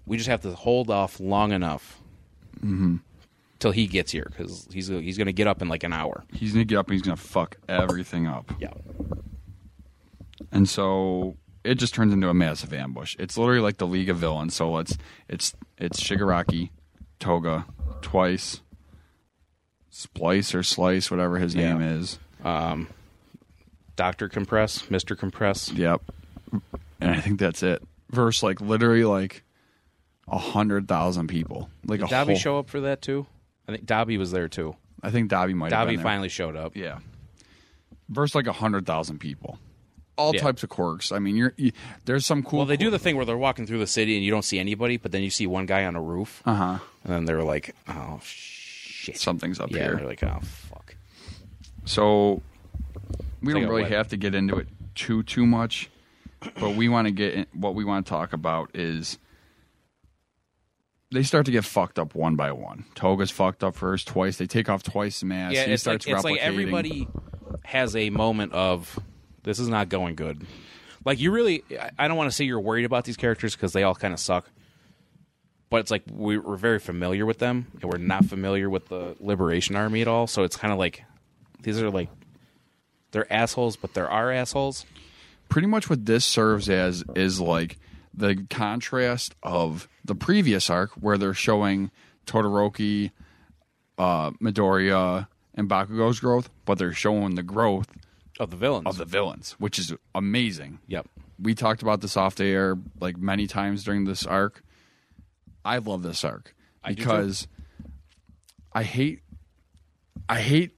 Speaker 2: We just have to hold off long enough
Speaker 1: Mm-hmm.
Speaker 2: till he gets here because he's he's going to get up in like an hour.
Speaker 1: He's gonna get up and he's gonna fuck everything up.
Speaker 2: Yeah,
Speaker 1: And so it just turns into a massive ambush. It's literally like the League of Villains. So it's it's it's Shigaraki, Toga, twice, Splice or Slice, whatever his
Speaker 2: Yeah.
Speaker 1: name is.
Speaker 2: Doctor Compress, Mister Compress.
Speaker 1: Yep. And I think that's it. Verse like literally like a hundred thousand people. Like a
Speaker 2: Did Dobby
Speaker 1: whole,
Speaker 2: show up for that too? I think Dobby was there too.
Speaker 1: I think Dobby might have
Speaker 2: Dobby
Speaker 1: been there.
Speaker 2: finally showed up.
Speaker 1: Yeah. Verse like a hundred thousand people. All
Speaker 2: Yeah.
Speaker 1: types of quirks. I mean, you're you, there's some cool.
Speaker 2: Well, they do the thing where they're walking through the city and you don't see anybody, but then you see one guy on a roof,
Speaker 1: Uh huh.
Speaker 2: and then they're like, "Oh shit!"
Speaker 1: Something's up
Speaker 2: yeah,
Speaker 1: here.
Speaker 2: and they're like, "Oh fuck."
Speaker 1: So we
Speaker 2: Take
Speaker 1: don't
Speaker 2: a
Speaker 1: really
Speaker 2: whip.
Speaker 1: have to get into it too too much, but we want to get in, what we want to talk about is they start to get fucked up one by one. Toga's fucked up first twice. They take off twice the mask.
Speaker 2: Yeah,
Speaker 1: he
Speaker 2: it's like,
Speaker 1: starts
Speaker 2: it's
Speaker 1: replicating.
Speaker 2: like everybody has a moment of this is not going good. Like you really, I- I don't want to say you're worried about these characters because they all kind of suck. But it's like we, we're very familiar with them, and we're not familiar with the Liberation Army at all. So it's kind of like these are like they're assholes, but they're our assholes.
Speaker 1: Pretty much what this serves as is like the contrast of the previous arc where they're showing Todoroki, uh, Midoriya, and Bakugo's growth, but they're showing the growth
Speaker 2: Of the villains.
Speaker 1: of the villains, which is amazing.
Speaker 2: yep.
Speaker 1: we talked about this off the air like many times during this arc. I love this arc
Speaker 2: do too.
Speaker 1: because I hate I hate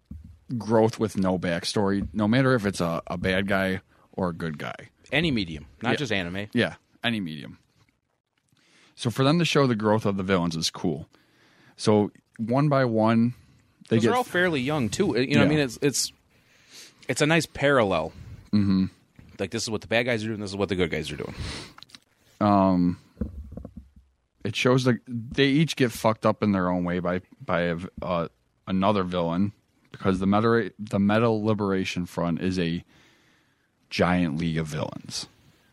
Speaker 1: growth with no backstory, no matter if it's a, a bad guy or a good guy.
Speaker 2: any medium, not
Speaker 1: Yeah.
Speaker 2: just anime.
Speaker 1: Yeah, any medium. So for them to show the growth of the villains is cool. So one by one, they
Speaker 2: Those
Speaker 1: get
Speaker 2: are all fairly young too. Uh, You know, what
Speaker 1: Yeah.
Speaker 2: I mean, it's it's it's a nice parallel. Mm-hmm. Like this is what the bad guys are doing. This is what the good guys are doing.
Speaker 1: it shows that they each get fucked up in their own way by by a v uh, another villain because the meta the metal liberation front is a giant league of villains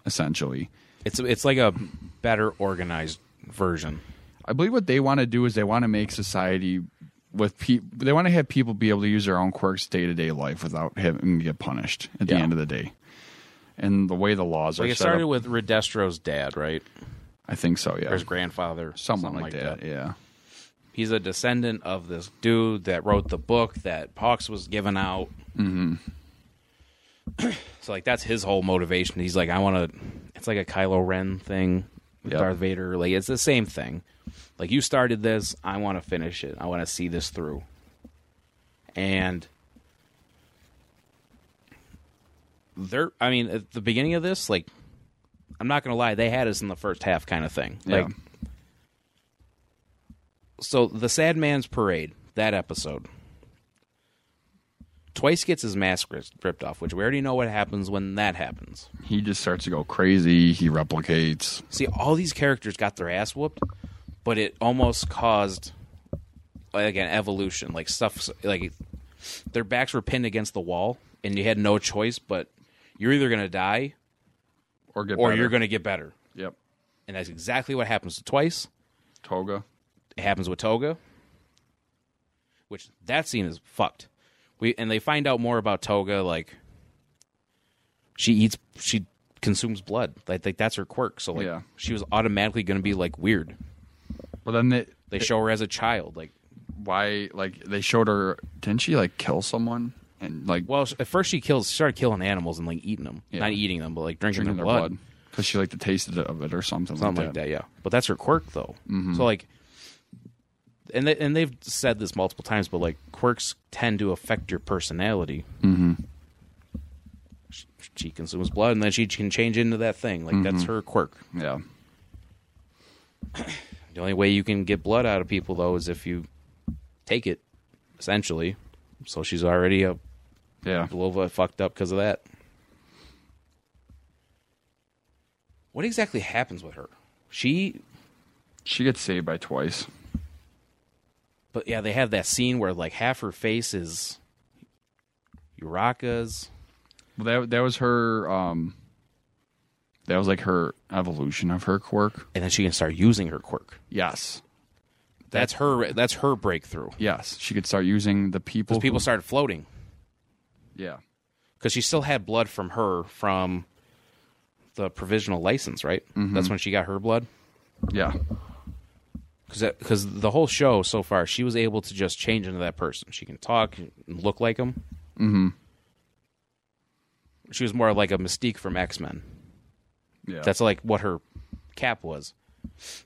Speaker 1: essentially
Speaker 2: It's it's like a better organized version.
Speaker 1: i believe what they want to do is they want to make society with people they want to have people be able to use their own quirks day-to-day life without having to get punished at the
Speaker 2: Yeah.
Speaker 1: end of the day and the way the laws
Speaker 2: Like
Speaker 1: are
Speaker 2: it
Speaker 1: set
Speaker 2: started
Speaker 1: up,
Speaker 2: with Redestro's dad, right?
Speaker 1: i think so yeah
Speaker 2: Or his grandfather,
Speaker 1: something, like, that, yeah
Speaker 2: He's a descendant of this dude that wrote the book that Hawks was giving out. Mm-hmm. so like that's his whole motivation. He's like, I want to. It's like a Kylo Ren thing with
Speaker 1: Yep.
Speaker 2: Darth Vader. Like it's the same thing. Like you started this, I want to finish it. I want to see this through. And they're. I mean, at the beginning of this, like, I'm not gonna lie, they had us in the first half, kind of thing.
Speaker 1: Yeah.
Speaker 2: Like so the sad man's parade that episode twice gets his mask ri- ripped off which we already know what happens when that happens
Speaker 1: he just starts to go crazy he replicates
Speaker 2: see all these characters got their ass whooped but it almost caused like an evolution like stuff like their backs were pinned against the wall and you had no choice but you're either going to die
Speaker 1: or get
Speaker 2: or
Speaker 1: better.
Speaker 2: you're going to get better
Speaker 1: yep
Speaker 2: and that's exactly what happens to twice
Speaker 1: toga
Speaker 2: it happens with Toga, which that scene is fucked. We and they find out more about Toga like she eats she consumes blood. Like, like that's her quirk. So like
Speaker 1: Yeah.
Speaker 2: she was automatically going to be like weird.
Speaker 1: Well, then they,
Speaker 2: They show her as a child like
Speaker 1: why like they showed her didn't she like kill someone and like
Speaker 2: well at first she kills she started killing animals and like eating them.
Speaker 1: Yeah.
Speaker 2: Not eating them but like drinking,
Speaker 1: drinking
Speaker 2: their blood.
Speaker 1: because she like the taste of it or something,
Speaker 2: something like that. Yeah, but that's her quirk though. So like, and they, and they've said this multiple times, but like quirks tend to affect your personality. Mm-hmm. She, she consumes blood, and then she can change into that thing. Like that's her quirk.
Speaker 1: Yeah,
Speaker 2: The only way you can get blood out of people though is if you take it, essentially. So she's already a
Speaker 1: yeah.
Speaker 2: Belova fucked up because of that. What exactly happens with her? She
Speaker 1: She gets saved by twice.
Speaker 2: But yeah, they have that scene where like half her face is Uraka's.
Speaker 1: Well, that that was her. um That was like her evolution of her quirk.
Speaker 2: And then she can start using her quirk.
Speaker 1: Yes,
Speaker 2: That's her that's her breakthrough.
Speaker 1: yes. She could start using the people.
Speaker 2: Because people
Speaker 1: who-
Speaker 2: started floating.
Speaker 1: yeah,
Speaker 2: Because she still had blood from her from the provisional license, right? That's when she got her blood.
Speaker 1: yeah,
Speaker 2: Because the whole show so far, she was able to just change into that person. She can talk and look like him. Mm-hmm. She was more like a Mystique from X Men.
Speaker 1: yeah.
Speaker 2: That's like what her cap was.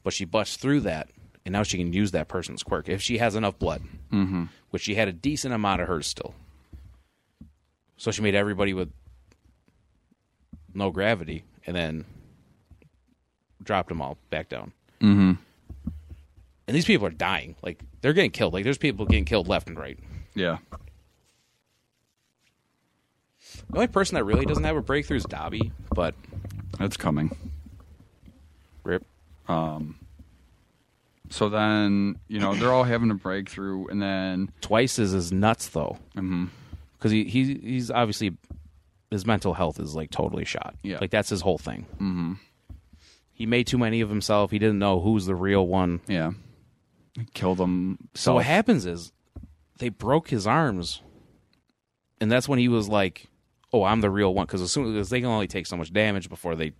Speaker 2: But she bust through that, and now she can use that person's quirk if she has enough blood, mm-hmm. which she had a decent amount of hers still. So she made everybody with no gravity, and then dropped them all back down. Mm-hmm. And these people are dying; like they're getting killed. Like there's people getting killed left and right.
Speaker 1: yeah.
Speaker 2: The only person that really doesn't have a breakthrough is Dobby, but
Speaker 1: That's coming.
Speaker 2: rip.
Speaker 1: So then you know they're all having a breakthrough, and then
Speaker 2: twice is as nuts though, because he, he he's obviously his mental health is like totally shot.
Speaker 1: Yeah.
Speaker 2: like that's his whole thing. Mm-hmm. He made too many of himself. He didn't know who's the real one.
Speaker 1: yeah, kill them.
Speaker 2: So what happens is they broke his arms, and that's when he was like, "Oh, I'm the real one." Because as soon as they can only take so much damage before they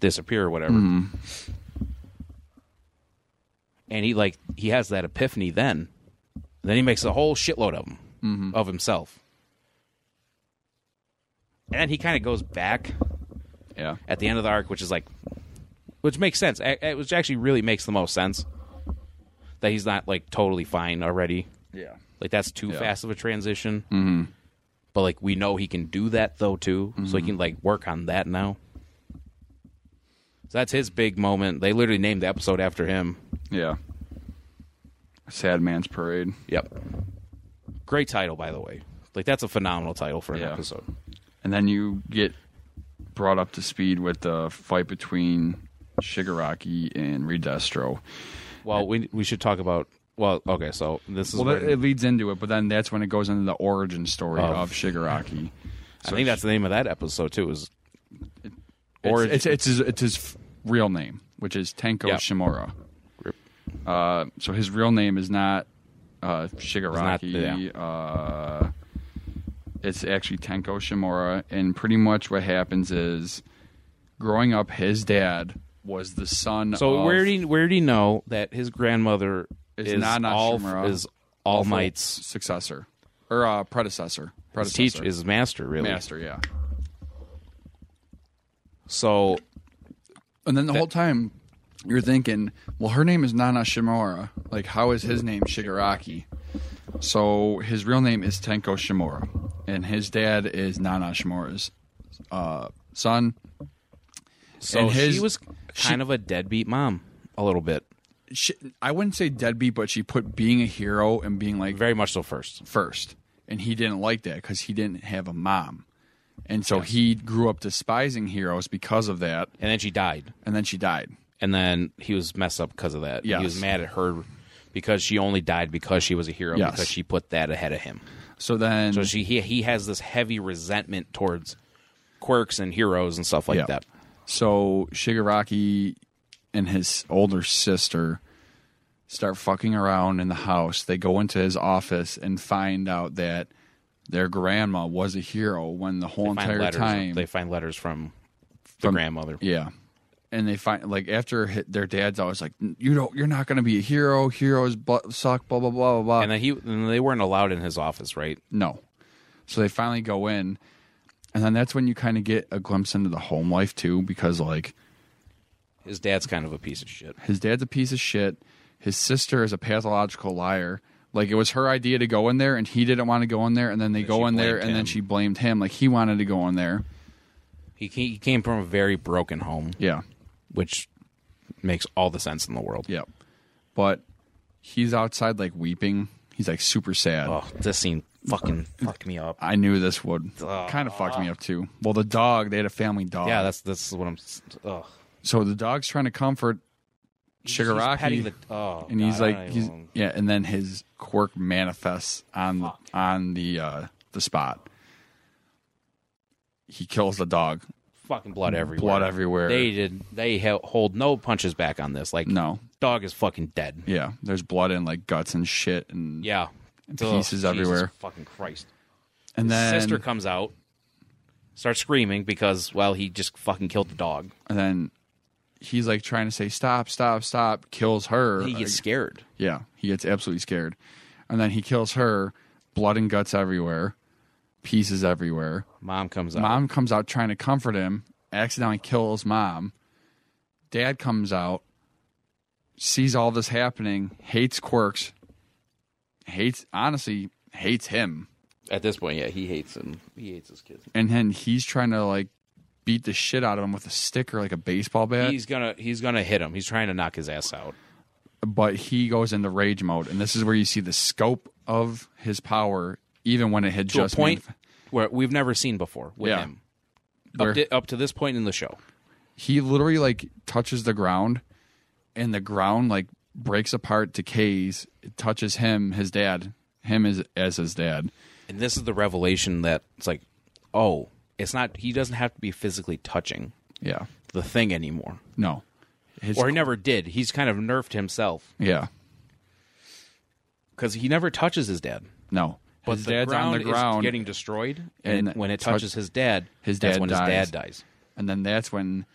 Speaker 2: disappear or whatever. And he like he has that epiphany then. Then he makes a whole shitload of them of himself. And then he kind of goes back
Speaker 1: yeah,
Speaker 2: at the end of the arc, which is like, which makes sense. A- a- Which actually really makes the most sense that he's not like totally fine already.
Speaker 1: yeah. Mm-hmm.
Speaker 2: Like that's too
Speaker 1: Yeah.
Speaker 2: fast of a transition. But like we know he can do that though too, so
Speaker 1: Mm-hmm.
Speaker 2: he can like work on that now. So that's his big moment. They literally named the episode after him.
Speaker 1: Yeah. Sad Man's Parade.
Speaker 2: Yep. Great title, by the way. Like that's a phenomenal title for an
Speaker 1: Yeah.
Speaker 2: episode.
Speaker 1: And then you get brought up to speed with the fight between Shigaraki and Redestro.
Speaker 2: Well, we we should talk about. Well, okay, so this is.
Speaker 1: Well,
Speaker 2: where-
Speaker 1: that, it leads into it, but then that's when it goes into the origin story
Speaker 2: Oh.
Speaker 1: of Shigaraki.
Speaker 2: I think that's the name of that episode too. Is
Speaker 1: Or
Speaker 2: Origin.
Speaker 1: it's, it's, his, it's his f- real name, which is Tenko
Speaker 2: Yeah.
Speaker 1: Shimura. Uh, so his real name is not uh, Shigaraki.
Speaker 2: It's
Speaker 1: uh, it's actually Tenko Shimura, and pretty much what happens is, growing up, his dad was the son.
Speaker 2: so
Speaker 1: of,
Speaker 2: where do you, where do you know that his grandmother
Speaker 1: It's
Speaker 2: is
Speaker 1: not- not
Speaker 2: all
Speaker 1: Shimura.
Speaker 2: is All
Speaker 1: Awful
Speaker 2: Might's
Speaker 1: successor or uh, predecessor? Predecessor
Speaker 2: teach is master really?
Speaker 1: master, yeah.
Speaker 2: So
Speaker 1: And then the whole time you're thinking, well, her name is Nana Shimura. Like, how is his name Shigaraki? So his real name is Tenko Shimura, and his dad is Nana Shimura's uh, son.
Speaker 2: so
Speaker 1: And his-
Speaker 2: she was
Speaker 1: she-
Speaker 2: kind of a deadbeat mom a little bit,
Speaker 1: She, I wouldn't say deadbeat, but she put being a hero and being like
Speaker 2: very much so first.
Speaker 1: first, and he didn't like that because he didn't have a mom, and so he grew up despising heroes because of that.
Speaker 2: And then she died,
Speaker 1: And then she died.
Speaker 2: and then he was messed up because of that.
Speaker 1: Yes.
Speaker 2: He was mad at her because she only died because she was a hero
Speaker 1: Yes.
Speaker 2: because she put that ahead of him.
Speaker 1: So then,
Speaker 2: So she he, he has this heavy resentment towards quirks and heroes and stuff like
Speaker 1: Yeah.
Speaker 2: that.
Speaker 1: So Shigaraki and his older sister start fucking around in the house. They go into his office and find out that their grandma was a hero when the whole
Speaker 2: Find
Speaker 1: entire
Speaker 2: letters,
Speaker 1: time
Speaker 2: they find letters from the grandmother.
Speaker 1: yeah. And they find like after hi- their dad's always like you don't you're not going to be a hero. Heroes bu- suck blah blah blah blah blah.
Speaker 2: And then he and they weren't allowed in his office, right?
Speaker 1: No. So they finally go in, and then that's when you kind of get a glimpse into the home life too, because like
Speaker 2: His dad's kind of a piece of shit.
Speaker 1: His dad's a piece of shit. His sister is a pathological liar. Like it was her idea to go in there, and he didn't want to go in there. And then they go
Speaker 2: she
Speaker 1: in there,
Speaker 2: blamed
Speaker 1: and then
Speaker 2: him.
Speaker 1: she blamed him. Like he wanted to go in there.
Speaker 2: He ca- he came from a very broken home,
Speaker 1: Yeah,
Speaker 2: which makes all the sense in the world.
Speaker 1: yeah. But he's outside like weeping. He's like super sad.
Speaker 2: Oh, this scene fucking fucked me up.
Speaker 1: I knew this would kind of fucked me up too. Well, the dog. They had a family dog.
Speaker 2: Yeah, that's this is what I'm. Oh,
Speaker 1: so the dog's trying to comfort Shigaraki.
Speaker 2: oh,
Speaker 1: and he's
Speaker 2: God, I
Speaker 1: like
Speaker 2: don't
Speaker 1: he's
Speaker 2: even-
Speaker 1: yeah and then his quirk manifests on the on the uh the spot he kills the dog
Speaker 2: fucking blood everywhere.
Speaker 1: blood everywhere
Speaker 2: They did. They held, hold no punches back on this. Like
Speaker 1: no
Speaker 2: dog is fucking dead.
Speaker 1: yeah there's blood and like guts and shit and
Speaker 2: Yeah.
Speaker 1: pieces
Speaker 2: Jesus
Speaker 1: everywhere.
Speaker 2: Fucking Christ.
Speaker 1: and
Speaker 2: His
Speaker 1: then
Speaker 2: sister comes out, starts screaming because, well, he just fucking killed the dog.
Speaker 1: and then he's like trying to say stop stop stop kills her
Speaker 2: He gets scared.
Speaker 1: yeah he gets absolutely scared and then he kills her blood and guts everywhere pieces everywhere
Speaker 2: Mom comes out.
Speaker 1: Mom comes out trying to comfort him, accidentally kills mom. Dad comes out, sees all this happening, hates quirks, hates honestly, hates him.
Speaker 2: At this point, yeah, he hates him. He hates his kids.
Speaker 1: And then he's trying to like beat the shit out of him with a stick or like a baseball bat.
Speaker 2: He's gonna he's gonna hit him. He's trying to knock his ass out.
Speaker 1: but he goes into rage mode. And this is where you see the scope of his power, even when it had
Speaker 2: To
Speaker 1: just
Speaker 2: a point
Speaker 1: manif-
Speaker 2: where we've never seen before with
Speaker 1: Yeah.
Speaker 2: him.
Speaker 1: Where-
Speaker 2: Up to, up to this point in the show.
Speaker 1: he literally like touches the ground and the ground like breaks apart decays it touches him his dad him as, as his dad
Speaker 2: And this is the revelation that it's like, oh, it's not he doesn't have to be physically touching
Speaker 1: yeah
Speaker 2: the thing anymore.
Speaker 1: no his,
Speaker 2: Or he never did. He's kind of nerfed himself.
Speaker 1: yeah
Speaker 2: because he never touches his dad.
Speaker 1: no
Speaker 2: But
Speaker 1: his
Speaker 2: the
Speaker 1: dad's
Speaker 2: ground
Speaker 1: on the ground
Speaker 2: is getting destroyed,
Speaker 1: and
Speaker 2: and, when it
Speaker 1: touch-
Speaker 2: touches his dad,
Speaker 1: his
Speaker 2: that's
Speaker 1: dad
Speaker 2: when
Speaker 1: dies.
Speaker 2: his dad dies.
Speaker 1: and then that's when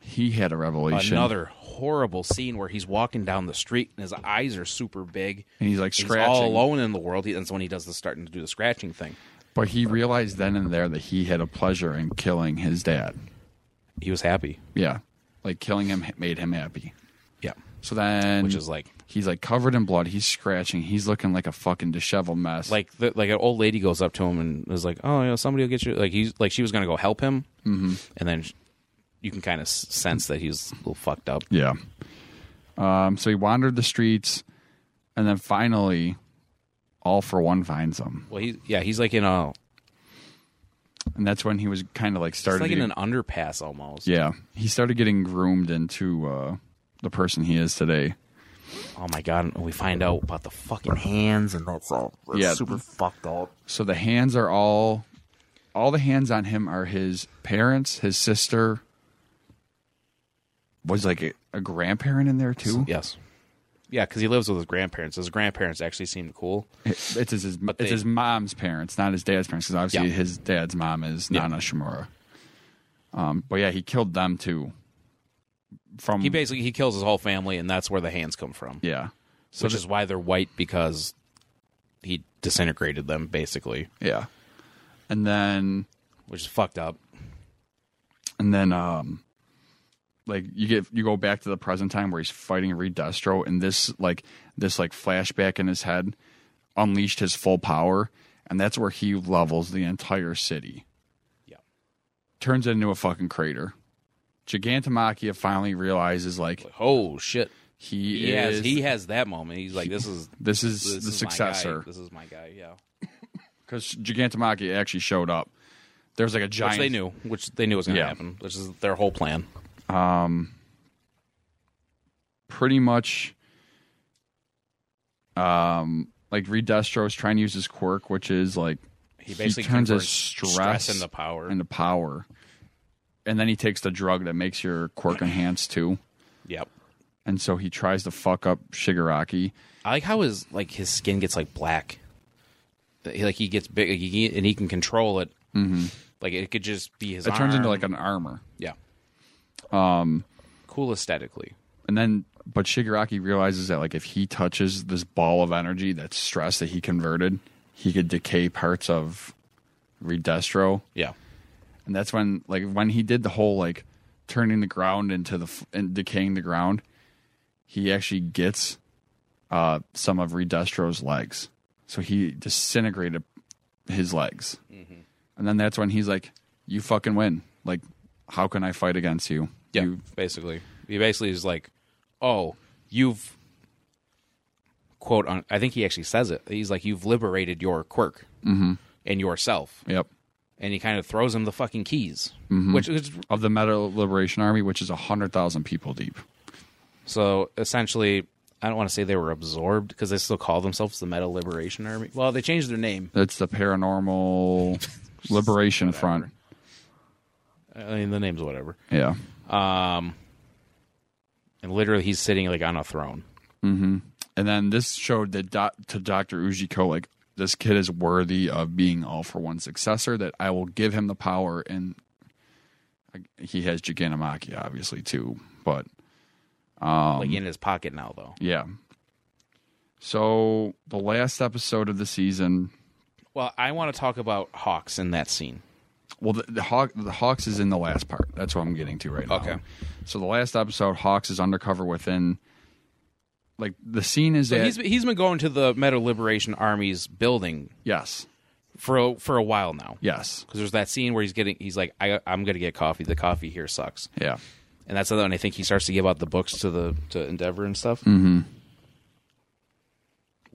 Speaker 1: he had a revelation
Speaker 2: Another horrible scene where he's walking down the street and his eyes are super big,
Speaker 1: and he's like
Speaker 2: he's
Speaker 1: scratching
Speaker 2: all alone in the world. He, that's when he does the starting to do the scratching thing.
Speaker 1: but he realized then and there that he had a pleasure in killing his dad
Speaker 2: He was happy.
Speaker 1: yeah like killing him made him happy
Speaker 2: Yeah,
Speaker 1: So then,
Speaker 2: which is like
Speaker 1: he's like covered in blood. He's scratching. He's looking like a fucking disheveled mess.
Speaker 2: like the, like an old lady goes up to him and is like, "Oh, you know, somebody will get you." Like he's like she was gonna go help him, mm-hmm. and then sh- you can kind of sense that he's a little fucked up.
Speaker 1: Yeah. Um, so he wandered the streets, and then finally, all for one finds him,
Speaker 2: Well, he's yeah, he's like in a
Speaker 1: and that's when he was kind of like
Speaker 2: it's
Speaker 1: started.
Speaker 2: like
Speaker 1: to-
Speaker 2: in an underpass almost.
Speaker 1: yeah, he started getting groomed into uh, the person he is today.
Speaker 2: Oh my god, and we find out about the fucking hands and that's all. That's
Speaker 1: Yeah.
Speaker 2: super fucked up.
Speaker 1: So the hands are all, all the hands on him are his parents, his sister. Was like a, a grandparent in there too.
Speaker 2: Yes. Yeah, because he lives with his grandparents. His grandparents actually seemed cool.
Speaker 1: It- It's his, it's
Speaker 2: they-
Speaker 1: his mom's parents, not his dad's parents, because obviously
Speaker 2: Yeah.
Speaker 1: his dad's mom is Nana Shimura. Um, but yeah, he killed them too. From
Speaker 2: He basically he kills his whole family, and that's where the hands come from.
Speaker 1: Mm-hmm. yeah,
Speaker 2: which is why they're white because he disintegrated them basically,
Speaker 1: yeah, and then
Speaker 2: which is fucked up.
Speaker 1: and then um, like you get you go back to the present time where he's fighting Reed Destro, and this like this like flashback in his head unleashed his full power, and that's where he levels the entire city.
Speaker 2: Yeah.
Speaker 1: turns it into a fucking crater. Gigantomachia finally realizes like
Speaker 2: Oh shit!
Speaker 1: he,
Speaker 2: He has
Speaker 1: is
Speaker 2: he has that moment. He's like, this is
Speaker 1: this is
Speaker 2: this
Speaker 1: the
Speaker 2: is my guy.
Speaker 1: successor
Speaker 2: This is my guy. Yeah,
Speaker 1: because Gigantomachia actually showed up. There's like a giant.
Speaker 2: which they knew, which they knew was going to
Speaker 1: Yeah.
Speaker 2: happen, which is their whole plan.
Speaker 1: pretty much um like Reed Destro's trying to use his quirk, which is like
Speaker 2: He basically
Speaker 1: turns his
Speaker 2: converts
Speaker 1: stress,
Speaker 2: into power.
Speaker 1: into power. And then he takes the drug that makes your quirk enhanced too.
Speaker 2: yep.
Speaker 1: And so he tries to fuck up Shigaraki.
Speaker 2: I like how his like his skin gets like black. That he- Like he gets big, like, he, and he can control it. Mm-hmm. Like it could just be his.
Speaker 1: It turns into
Speaker 2: arm.
Speaker 1: like um, an armor.
Speaker 2: yeah. Um, cool aesthetically.
Speaker 1: And then but Shigaraki realizes that like if he touches this ball of energy that's stress that he converted, he could decay parts of Reed Destro.
Speaker 2: Yeah.
Speaker 1: and that's when like when he did the whole like turning the ground into the f- and decaying the ground he actually gets uh some of redestro's legs so he disintegrated his legs and then that's when he's like you fucking win like how can i fight against you
Speaker 2: Yeah,
Speaker 1: You-
Speaker 2: basically. He basically is like, "Oh, you've quote on." I think he actually says it. He's like, "You've liberated your quirk
Speaker 1: Mm-hmm.
Speaker 2: and yourself,"
Speaker 1: yep
Speaker 2: and he kind of throws him the fucking keys,
Speaker 1: Mm-hmm.
Speaker 2: which is
Speaker 1: of the meta liberation army which is 100000 people deep
Speaker 2: so essentially. I don't want to say they were absorbed because they still call themselves the Metal Liberation Army. Well, they changed their name.
Speaker 1: that's the paranormal liberation front
Speaker 2: I mean, the name's whatever.
Speaker 1: yeah
Speaker 2: And literally, he's sitting like on a throne.
Speaker 1: And then this showed that doc, to Dr. Ujiko, like, this kid is worthy of being all for one successor, that I will give him the power. And like, he has Gigantomachia, obviously, too. But
Speaker 2: like in his pocket now, though.
Speaker 1: yeah. So the last episode of the season,
Speaker 2: Well, I want to talk about Hawks in that scene.
Speaker 1: well, the, the, Hawk, the Hawks is in the last part. That's what I'm getting to right now.
Speaker 2: Okay.
Speaker 1: So the last episode, Hawks is undercover within. Like the scene is
Speaker 2: So
Speaker 1: at,
Speaker 2: he's he's been going to the Metal Liberation Army's building
Speaker 1: yes,
Speaker 2: for a, for a while now.
Speaker 1: yes,
Speaker 2: Because there's that scene where he's getting, he's like, I, I'm gonna get coffee. The coffee here sucks,
Speaker 1: yeah,
Speaker 2: and that's another. And I think he starts to give out the books to the to Endeavor and stuff. Mm-hmm.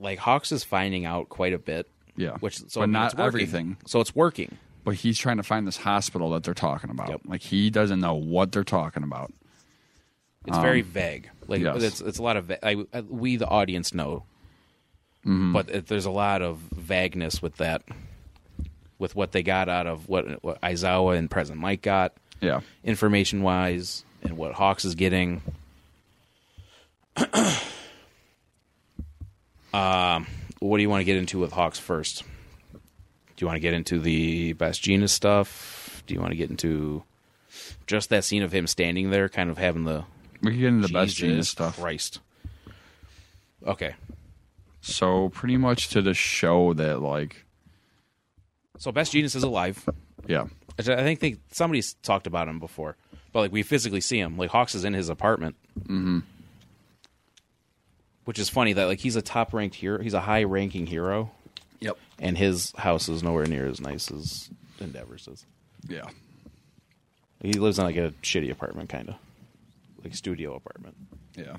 Speaker 2: Like Hawks is finding out quite a bit.
Speaker 1: Yeah.
Speaker 2: which
Speaker 1: But
Speaker 2: so I mean,
Speaker 1: not
Speaker 2: it's working.
Speaker 1: everything.
Speaker 2: So it's working.
Speaker 1: but he's trying to find this hospital that they're talking about.
Speaker 2: Yep.
Speaker 1: Like he doesn't know what they're talking about.
Speaker 2: It's very vague. Like
Speaker 1: Um, yes.
Speaker 2: it's it's a lot of va- I, I- we the audience know,
Speaker 1: Mm-hmm.
Speaker 2: but it, there's a lot of vagueness with that, with what they got out of what, what Izawa and President Mike got.
Speaker 1: Yeah.
Speaker 2: information wise and what Hawks is getting. um, Um, what do you want to get into with Hawks first? Do you want to get into the Bastina stuff? Do you want to get into just that scene of him standing there, kind of having the
Speaker 1: We can get into the best genius
Speaker 2: Jesus
Speaker 1: stuff.
Speaker 2: Christ. Okay,
Speaker 1: So pretty much to the show that like
Speaker 2: so Best Genius is alive.
Speaker 1: yeah.
Speaker 2: I think think somebody's talked about him before, but like we physically see him. Like Hawks is in his apartment, which is funny that like he's a top ranked hero. He's a high ranking hero,
Speaker 1: Yep.
Speaker 2: and his house is nowhere near as nice as Endeavor's is.
Speaker 1: Yeah.
Speaker 2: He lives in like a shitty apartment, kind of like studio apartment.
Speaker 1: Yeah.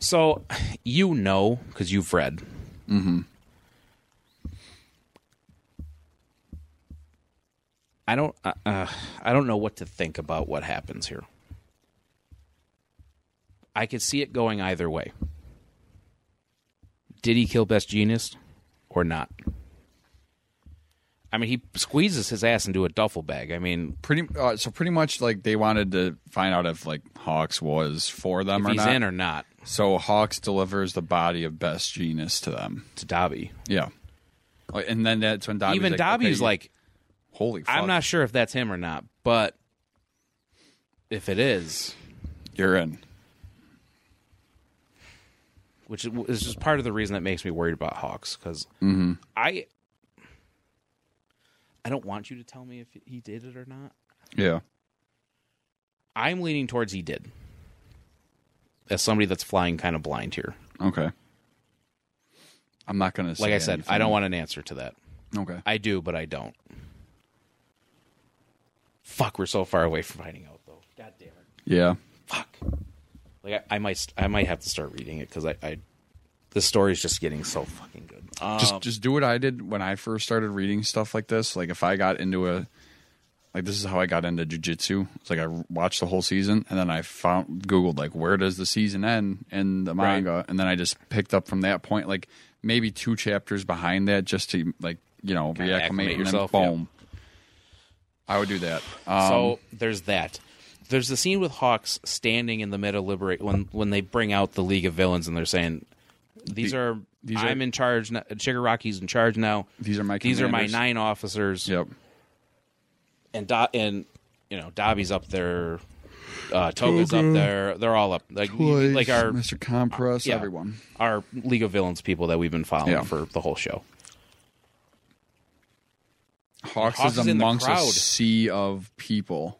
Speaker 2: So you know because you've read.
Speaker 1: Mm-hmm.
Speaker 2: I don't. Uh, uh, I don't know what to think about what happens here. I could see it going either way. Did he kill Best Genius or not? I mean, he squeezes his ass into a duffel bag. I mean,
Speaker 1: Pretty uh, so pretty much like they wanted to find out if like Hawks was for them
Speaker 2: if
Speaker 1: or
Speaker 2: he's
Speaker 1: not.
Speaker 2: in or not,
Speaker 1: so Hawks delivers the body of Best Genius to them.
Speaker 2: to Dobby.
Speaker 1: Yeah. Like, And then that's when Dobby's
Speaker 2: Even
Speaker 1: like,
Speaker 2: Dobby's
Speaker 1: okay,
Speaker 2: like,
Speaker 1: holy fuck,
Speaker 2: I'm not sure if that's him or not, but if it is,
Speaker 1: you're in.
Speaker 2: which is just part of the reason that makes me worried about Hawks, because I I don't want you to tell me if he did it or not.
Speaker 1: Yeah.
Speaker 2: I'm leaning towards he did. As somebody that's flying kind of blind here,
Speaker 1: Okay. I'm not gonna say
Speaker 2: like I said,
Speaker 1: anything.
Speaker 2: I don't want an answer to that.
Speaker 1: Okay.
Speaker 2: I do, but I don't. Fuck, we're so far away from finding out, though. God damn it.
Speaker 1: Yeah.
Speaker 2: fuck. Like I, I might, st- I might have to start reading it because I, I, the story's just getting so fucking good. Um,
Speaker 1: just just do what I did when I first started reading stuff like this. Like if I got into a like this is how I got into jujitsu. It's like I watched the whole season and then I found googled like where does the season end in the
Speaker 2: Right.
Speaker 1: manga, and then I just picked up from that point, like maybe two chapters behind that, just to like you know
Speaker 2: Kinda
Speaker 1: reacclimate
Speaker 2: acclimate
Speaker 1: and then
Speaker 2: yourself,
Speaker 1: Boom. I would do that. Um,
Speaker 2: so there's that. There's the scene with Hawks standing in the middle liberate when when they bring out the League of Villains and they're saying, "These are
Speaker 1: these
Speaker 2: I'm
Speaker 1: are-
Speaker 2: in charge. n- Chigaraki's in charge now.
Speaker 1: These are my
Speaker 2: these are my
Speaker 1: commanders."
Speaker 2: nine officers."
Speaker 1: yep.
Speaker 2: And Do- and you know Dobby's up there, uh, Toga's up there. They're all up like like our
Speaker 1: Mr. Compress,
Speaker 2: yeah,
Speaker 1: everyone.
Speaker 2: our League of Villains people that we've been following
Speaker 1: Yeah.
Speaker 2: for the whole show.
Speaker 1: Hawks,
Speaker 2: Hawks
Speaker 1: is
Speaker 2: is in the
Speaker 1: amongst a
Speaker 2: crowd.
Speaker 1: sea of people.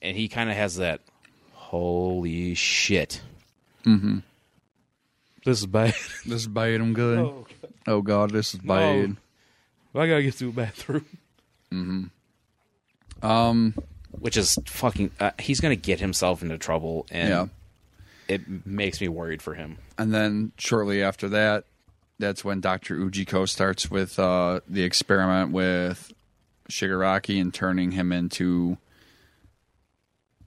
Speaker 2: and he kind of has that holy shit mm-hmm. this is bad
Speaker 1: This is bad. I'm good. Oh god, this is bad.
Speaker 2: i gotta get to the bathroom mm-hmm. um which is fucking uh, he's gonna get himself into trouble and
Speaker 1: Yeah.
Speaker 2: it makes me worried for him
Speaker 1: And then shortly after that, that's when Doctor Ujiko starts with uh, the experiment with Shigaraki and turning him into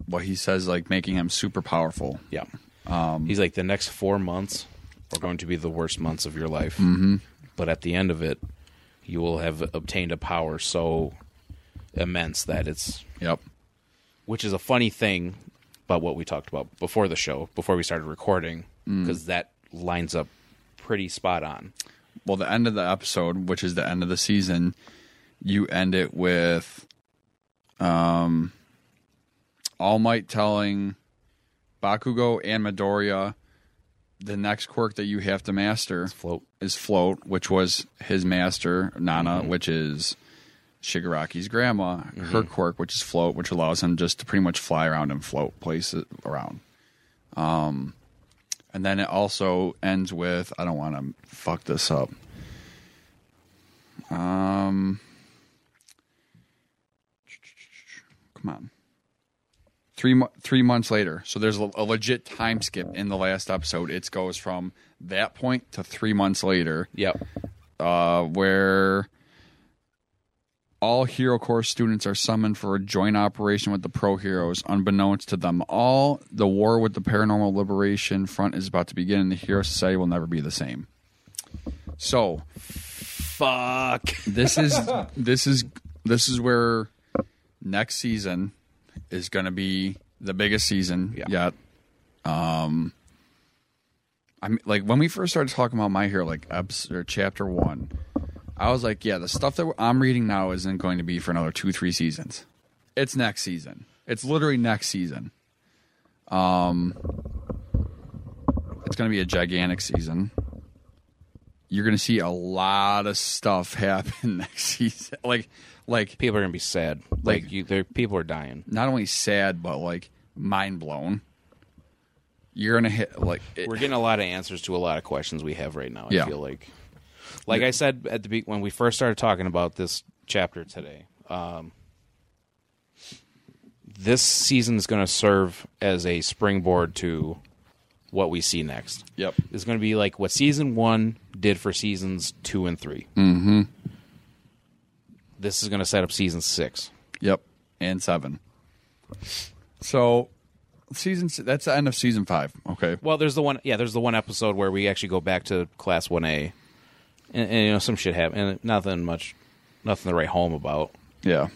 Speaker 1: what he says, like making him super powerful.
Speaker 2: yeah um, he's like the next four months are going to be the worst months of your life mm-hmm. but at the end of it you will have obtained a power so immense that it's
Speaker 1: Yep.
Speaker 2: which is a funny thing about what we talked about before the show, before we started recording, because that lines up pretty spot on.
Speaker 1: Well, the end of the episode, which is the end of the season, you end it with um, All Might telling Bakugo and Midoriya the next quirk that you have to master.
Speaker 2: Float.
Speaker 1: is float, which was his master Nana, which is Shigaraki's grandma. Her quirk, which is float, which allows him just to pretty much fly around and float places around. Um, and then it also ends with I don't want to fuck this up. Um, come on. Three, mo- three months later, so there's a, a legit time skip in the last episode. It goes from that point to three months later,
Speaker 2: Yep.
Speaker 1: uh, where all Hero Corps students are summoned for a joint operation with the Pro Heroes. Unbeknownst to them all, the war with the Paranormal Liberation Front is about to begin, and the Hero Society will never be the same. So
Speaker 2: Fuck.
Speaker 1: this is this is this is where next season is going to be the biggest season
Speaker 2: Yeah.
Speaker 1: yet. Um, I'm like when we first started talking about my hero, like eps or chapter one, I was like, yeah, the stuff that I'm reading now isn't going to be for another two, three seasons. It's next season. It's literally next season. Um, it's going to be a gigantic season you're going to see a lot of stuff happen next season. Like, like
Speaker 2: People are gonna be sad. Like, you, there, people are dying.
Speaker 1: not only sad, but like mind blown. You're gonna hit like it-
Speaker 2: We're getting a lot of answers to a lot of questions we have right now. I
Speaker 1: Yeah.
Speaker 2: feel like, like I said at the be- when we first started talking about this chapter today, um, this season is going to serve as a springboard to what we see next.
Speaker 1: Yep.
Speaker 2: It's going to be like what season one did for seasons two and three. This is going to set up season six.
Speaker 1: Yep, and seven. So, season s- that's the end of season five. Okay,
Speaker 2: Well, there's the one. Yeah, there's the one episode where we actually go back to class one A, and, and, you know some shit happened. And nothing much, nothing to write home about.
Speaker 1: yeah,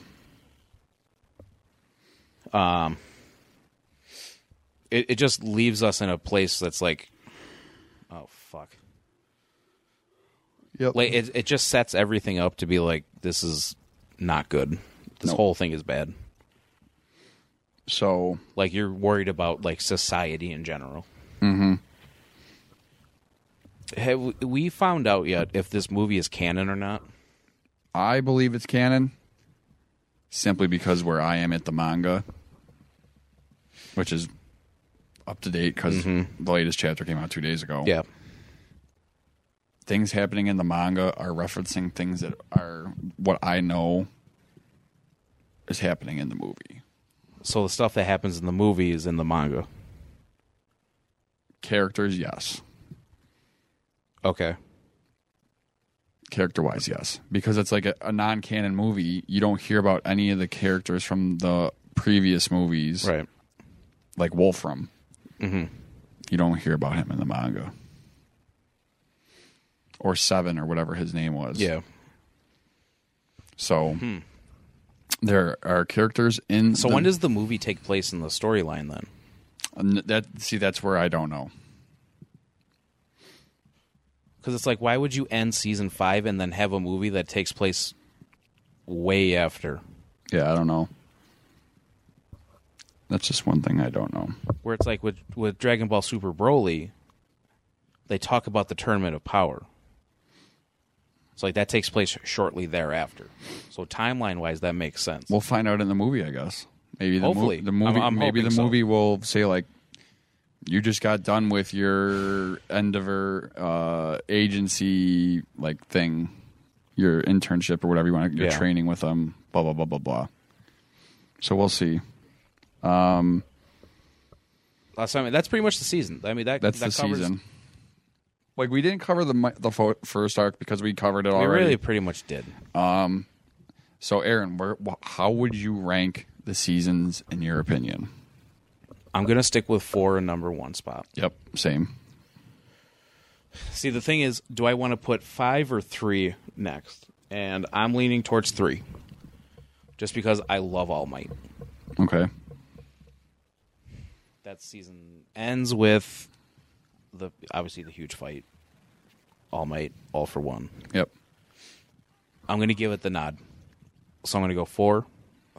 Speaker 2: It, it just leaves us in a place that's like, oh fuck.
Speaker 1: yep,
Speaker 2: Like it, it just sets everything up to be like this is not good. This
Speaker 1: Nope.
Speaker 2: whole thing is bad.
Speaker 1: so
Speaker 2: Like you're worried about like society in general. Mm-hmm. Have we- we found out yet if this movie is canon or not?
Speaker 1: I believe it's canon, simply because where I am at the manga, which is up to date because the latest chapter came out two days ago.
Speaker 2: Yeah.
Speaker 1: things happening in the manga are referencing things that are what I know is happening in the movie.
Speaker 2: So the stuff that happens in the movie is in the manga.
Speaker 1: Characters, yes.
Speaker 2: Okay.
Speaker 1: character wise, yes, because it's like a, a non canon movie. You don't hear about any of the characters from the previous movies,
Speaker 2: Right.
Speaker 1: Like Wolfram, mm-hmm. you don't hear about him in the manga or Seven or whatever his name was.
Speaker 2: Yeah. Hmm.
Speaker 1: So there are characters in.
Speaker 2: So
Speaker 1: the-
Speaker 2: when does the movie take place in the storyline then?
Speaker 1: n- that? See, that's where I don't know.
Speaker 2: Because it's like, why would you end season five and then have a movie that takes place way after,
Speaker 1: Yeah, I don't know. That's just one thing I don't know.
Speaker 2: where it's like with with Dragon Ball Super Broly, they talk about the Tournament of Power. So like that takes place shortly thereafter. So timeline wise, that makes sense.
Speaker 1: We'll find out in the movie, I guess. Maybe the,
Speaker 2: Hopefully.
Speaker 1: mo- the movie,
Speaker 2: I'm- I'm
Speaker 1: maybe the
Speaker 2: hoping so.
Speaker 1: movie will say like, you just got done with your Endeavor uh, agency like thing, your internship or whatever you want, your
Speaker 2: Yeah.
Speaker 1: training with them, blah blah blah blah blah. So we'll see.
Speaker 2: That's, Uh, I mean, that's pretty much the season. I mean, that
Speaker 1: That's
Speaker 2: that
Speaker 1: the
Speaker 2: covers,
Speaker 1: season. Like we didn't cover the mi- the fo- first arc because we covered it
Speaker 2: We
Speaker 1: already.
Speaker 2: really pretty much did.
Speaker 1: So Aaron, where, wh- how would you rank the seasons in your opinion?
Speaker 2: I'm gonna stick with four in number one spot.
Speaker 1: Yep, same.
Speaker 2: See, the thing is, do I want to put five or three next? And I'm leaning towards three, just because I love All Might.
Speaker 1: Okay.
Speaker 2: That season ends with the obviously the huge fight, All Might, all for one.
Speaker 1: Yep.
Speaker 2: I'm gonna give it the nod, so I'm gonna go four,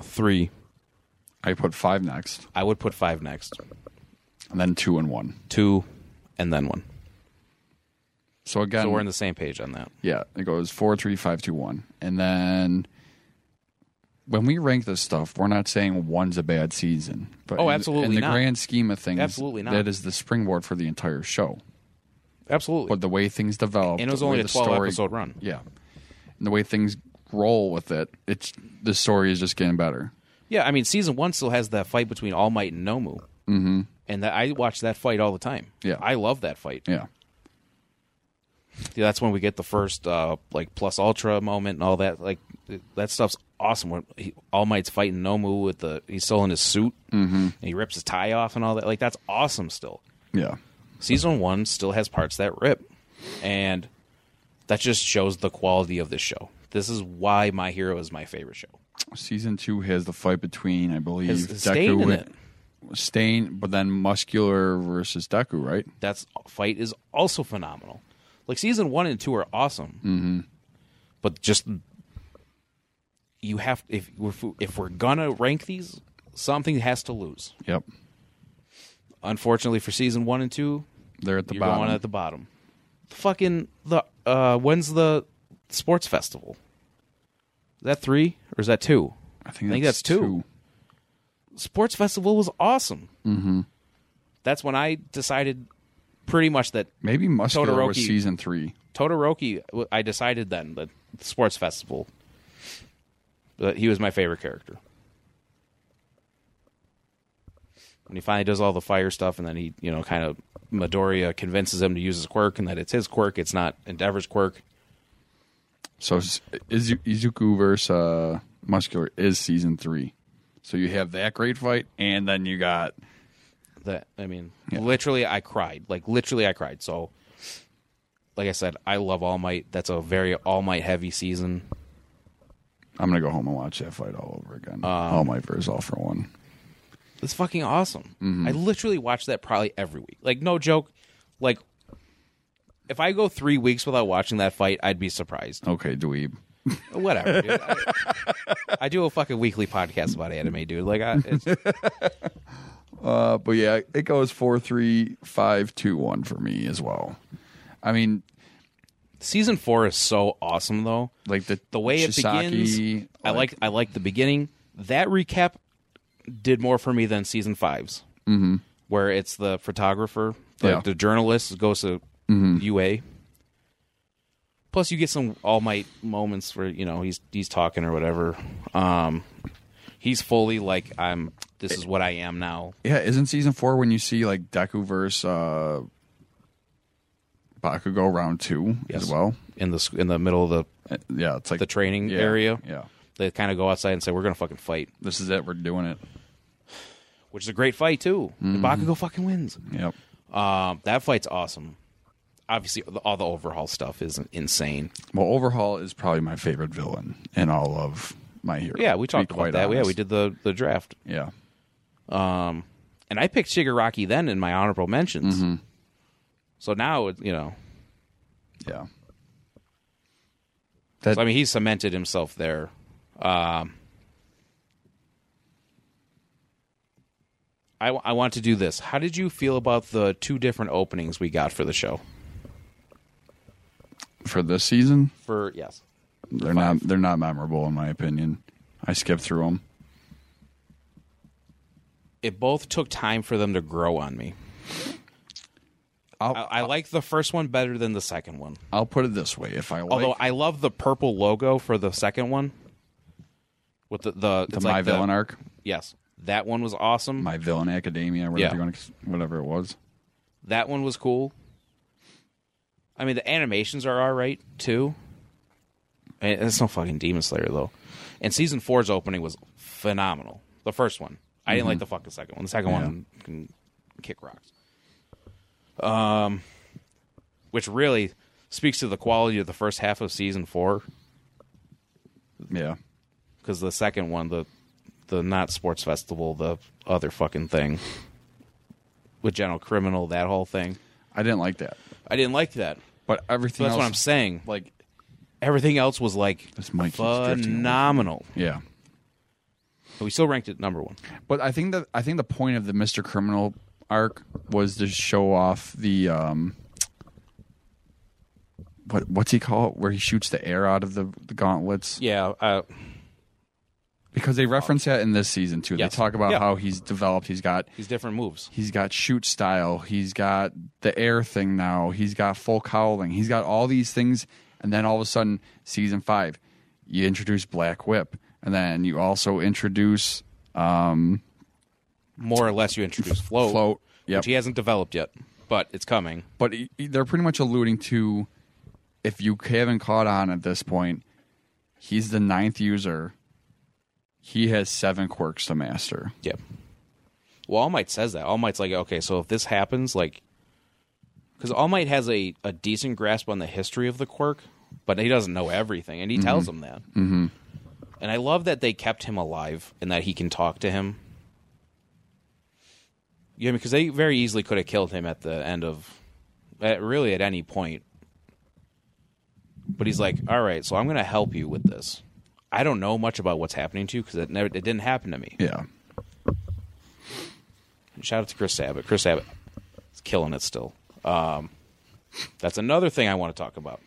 Speaker 2: three.
Speaker 1: I put five next,
Speaker 2: I would put five next,
Speaker 1: and then two and one.
Speaker 2: two, and then one.
Speaker 1: So again,
Speaker 2: So we're in the same page on that.
Speaker 1: yeah, it goes four, three, five, two, one, and then when we rank this stuff, we're not saying one's a bad season. But
Speaker 2: Oh,
Speaker 1: in-
Speaker 2: absolutely
Speaker 1: In the
Speaker 2: not.
Speaker 1: grand scheme of things,
Speaker 2: Absolutely not.
Speaker 1: That is the springboard for the entire show.
Speaker 2: Absolutely.
Speaker 1: But the way things develop,
Speaker 2: And it was
Speaker 1: the way
Speaker 2: only a
Speaker 1: the
Speaker 2: 12
Speaker 1: story-
Speaker 2: episode run.
Speaker 1: Yeah, and the way things roll with it, it's the story is just getting better.
Speaker 2: Yeah, I mean, season one still has that fight between All Might and Nomu, mm-hmm. and that I watch that fight all the time.
Speaker 1: Yeah.
Speaker 2: I love that fight.
Speaker 1: Yeah,
Speaker 2: Yeah, that's when we get the first uh, like plus ultra moment and all that. Like th- that stuff's awesome. When he, All Might's fighting Nomu with the he's still in his suit and he rips his tie off and all that. Like that's awesome. Still,
Speaker 1: yeah,
Speaker 2: season one still has parts that rip, and that just shows the quality of this show. This is why My Hero is my favorite show.
Speaker 1: season two has the fight between, I believe,
Speaker 2: Has- has Stain in it.
Speaker 1: Stain, but then Muscular versus Deku, right?
Speaker 2: That fight is also phenomenal. Like season one and two are awesome, mm-hmm. but just you have if if, if we're gonna rank these, something has to lose.
Speaker 1: Yep,
Speaker 2: Unfortunately for season one and two,
Speaker 1: they're at the
Speaker 2: you're
Speaker 1: bottom.
Speaker 2: going at the bottom. Fucking the uh, when's the sports festival? Is that three or is that two?
Speaker 1: I think that's,
Speaker 2: that's two. sports festival was awesome. Mm-hmm. That's when I decided pretty much that
Speaker 1: Maybe Muscular was
Speaker 2: Todoroki.
Speaker 1: season three.
Speaker 2: Todoroki. w- I decided then that the sports festival that he was my favorite character. When he finally does all the fire stuff, and then he, you know, kind of Midoriya convinces him to use his quirk, and that it's his quirk, it's not Endeavor's quirk.
Speaker 1: So s- Izu- Izuku versus uh, Muscular is season three. So you have that great fight, and then you got
Speaker 2: That I mean, literally, I cried. Like literally, I cried. So, like I said, I love All Might. That's a very All Might heavy season.
Speaker 1: I'm gonna go home and watch that fight all over
Speaker 2: Um,
Speaker 1: again. all my verse, all for one.
Speaker 2: It's fucking awesome. I literally watch that probably every week. Like no joke. Like if I go three weeks without watching that fight, I'd be surprised.
Speaker 1: Okay, dweeb.
Speaker 2: Whatever, dude. I, I do a fucking weekly podcast about anime, dude. Like, I, it's,
Speaker 1: Uh, but yeah, it goes four, three, five, two, one for me as well. I mean,
Speaker 2: season four is so awesome, though.
Speaker 1: like the
Speaker 2: The way it
Speaker 1: Shisaki,
Speaker 2: begins, I like. I like the beginning. That recap did more for me than season five's, mm-hmm. where it's the photographer, the,
Speaker 1: Yeah. Mm-hmm.
Speaker 2: the journalist goes to UA. Plus, you get some All Might moments where you know he's he's talking or whatever. Um, he's fully like, "I'm. This is what I am now."
Speaker 1: Yeah, isn't season four when you see like Deku versus uh, Bakugo round two as
Speaker 2: Yes.
Speaker 1: well?
Speaker 2: In the s- in the middle of the
Speaker 1: Uh, Yeah, it's like
Speaker 2: the training
Speaker 1: yeah,
Speaker 2: area,
Speaker 1: Yeah,
Speaker 2: they kind of go outside and say, "We're gonna fucking fight,"
Speaker 1: this is it. We're doing it.
Speaker 2: which is a great fight too.
Speaker 1: Mm-hmm.
Speaker 2: And Bakugo fucking wins.
Speaker 1: Yep.
Speaker 2: Um, that fight's awesome. Obviously, the- all the overhaul stuff is insane.
Speaker 1: Well, Overhaul is probably my favorite villain in all of my hero.
Speaker 2: Yeah, we
Speaker 1: to be
Speaker 2: talked about
Speaker 1: quite
Speaker 2: that. Yeah, we
Speaker 1: honest.
Speaker 2: did the the draft,
Speaker 1: Yeah,
Speaker 2: and I picked Shigaraki then in my honorable mentions.
Speaker 1: Mm-hmm.
Speaker 2: So now it- you know,
Speaker 1: yeah.
Speaker 2: so, I mean, he cemented himself there. Um, I w- I want to do this. How did you feel about the two different openings we got for the show?
Speaker 1: For this season,
Speaker 2: For yes,
Speaker 1: they're not they're not memorable in my opinion. I skipped through them.
Speaker 2: it both took time for them to grow on me.
Speaker 1: I'll-
Speaker 2: I, I like the first one better than the second one.
Speaker 1: I'll put it this way: if I like,
Speaker 2: Although I love the purple logo for the second one. With the the,
Speaker 1: the
Speaker 2: it's
Speaker 1: my
Speaker 2: like the-
Speaker 1: villain arc,
Speaker 2: Yes. That one was awesome.
Speaker 1: my villain academia, whatever,
Speaker 2: Yeah.
Speaker 1: you wanna, whatever it was.
Speaker 2: that one was cool. I mean the animations are alright too. And it's no fucking Demon Slayer though. And season four's opening was phenomenal. The first one. I didn't
Speaker 1: Mm-hmm.
Speaker 2: like the fucking second one. The second one can kick rocks. Um which really speaks to the quality of the first half of season four.
Speaker 1: Yeah,
Speaker 2: because the second one, the the not sports festival, the other fucking thing with General Criminal, that whole thing.
Speaker 1: I didn't like that,
Speaker 2: I didn't like that.
Speaker 1: but everything.
Speaker 2: So that's
Speaker 1: else,
Speaker 2: what I'm saying. Like
Speaker 1: Like,
Speaker 2: everything else was like
Speaker 1: This mic keeps drifting away.
Speaker 2: phenomenal.
Speaker 1: yeah,
Speaker 2: But we still ranked it number one.
Speaker 1: But I think that I think the point of the Mr. Criminal arc was to show off the um what what's he call it where he shoots the air out of the, the gauntlets
Speaker 2: Yeah, uh,
Speaker 1: because they reference that in this season too.
Speaker 2: Yes.
Speaker 1: They talk about
Speaker 2: Yeah.
Speaker 1: how he's developed. He's got
Speaker 2: these different moves.
Speaker 1: he's got shoot style. He's got the air thing now. He's got full cowling. He's got all these things. And then all of a sudden, season five, you introduce Black Whip, and then you also introduce
Speaker 2: More or less, you introduce float,
Speaker 1: Float, yep.
Speaker 2: which he hasn't developed yet, but it's coming.
Speaker 1: but e- e- they're pretty much alluding to if you haven't caught on at this point, he's the ninth user. He has seven quirks to master.
Speaker 2: Yep. Well, All Might says that. All Might's like, okay, so if this happens, like, because All Might has a, a decent grasp on the history of the quirk, but he doesn't know everything, and he tells him that. Mm-hmm. And I love that they kept him alive and that he can talk to him. Yeah, because they very easily could have killed him at the end of, at, really at any point. But he's like, all right, so I'm going to help you with this. I don't know much about what's happening to you because it never it didn't happen to me.
Speaker 1: Yeah,
Speaker 2: Shout out to Chris Abbott. Chris Abbott is killing it still. Um, that's another thing I want to talk about.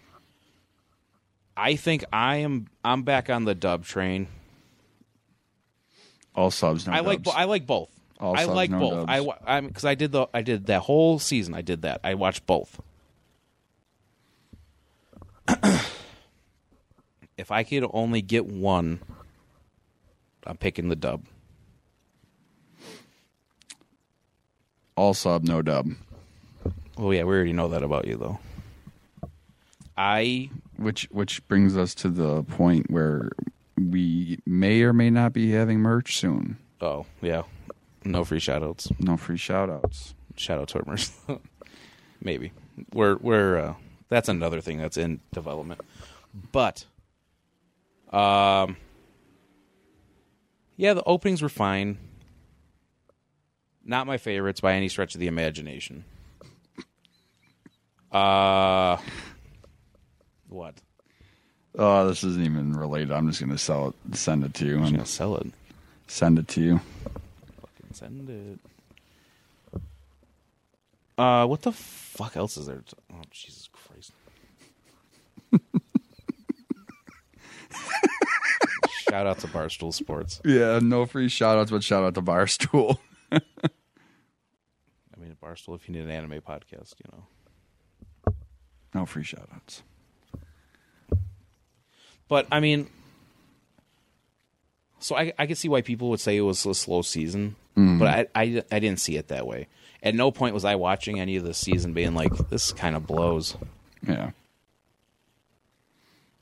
Speaker 2: I think I am I'm back on the dub train.
Speaker 1: all subs. No
Speaker 2: I like bo-
Speaker 1: dubs.
Speaker 2: I like both.
Speaker 1: All
Speaker 2: I
Speaker 1: subs,
Speaker 2: like
Speaker 1: no
Speaker 2: both.
Speaker 1: dubs.
Speaker 2: I wa- I'm because I did the I did that whole season. I did that. I watched both. if I could only get one, I'm picking the dub.
Speaker 1: all sub, no dub.
Speaker 2: Oh yeah, we already know that about you though. I
Speaker 1: Which which brings us to the point where we may or may not be having merch soon.
Speaker 2: oh yeah, no free shoutouts.
Speaker 1: No free shout outs.
Speaker 2: Shadow Tormers. Maybe. We're we're uh, that's another thing that's in development. But um Yeah, the openings were fine. Not my favorites by any stretch of the imagination. Uh what?
Speaker 1: Oh, this isn't even related. I'm just gonna sell it, send it to you,
Speaker 2: I'm
Speaker 1: and
Speaker 2: gonna sell it.
Speaker 1: send it to you.
Speaker 2: Send it. Uh, what the fuck else is there? Oh, Jesus Christ. Shout out to Barstool Sports.
Speaker 1: Yeah, no free shout outs, but shout out to Barstool.
Speaker 2: I mean, Barstool, if you need an anime podcast, you know.
Speaker 1: no free shout outs.
Speaker 2: But, I mean, so I, I could see why people would say it was a slow season, but I, I, I didn't see it that way. At no point was I watching any of the season being like, this kind of blows.
Speaker 1: Yeah.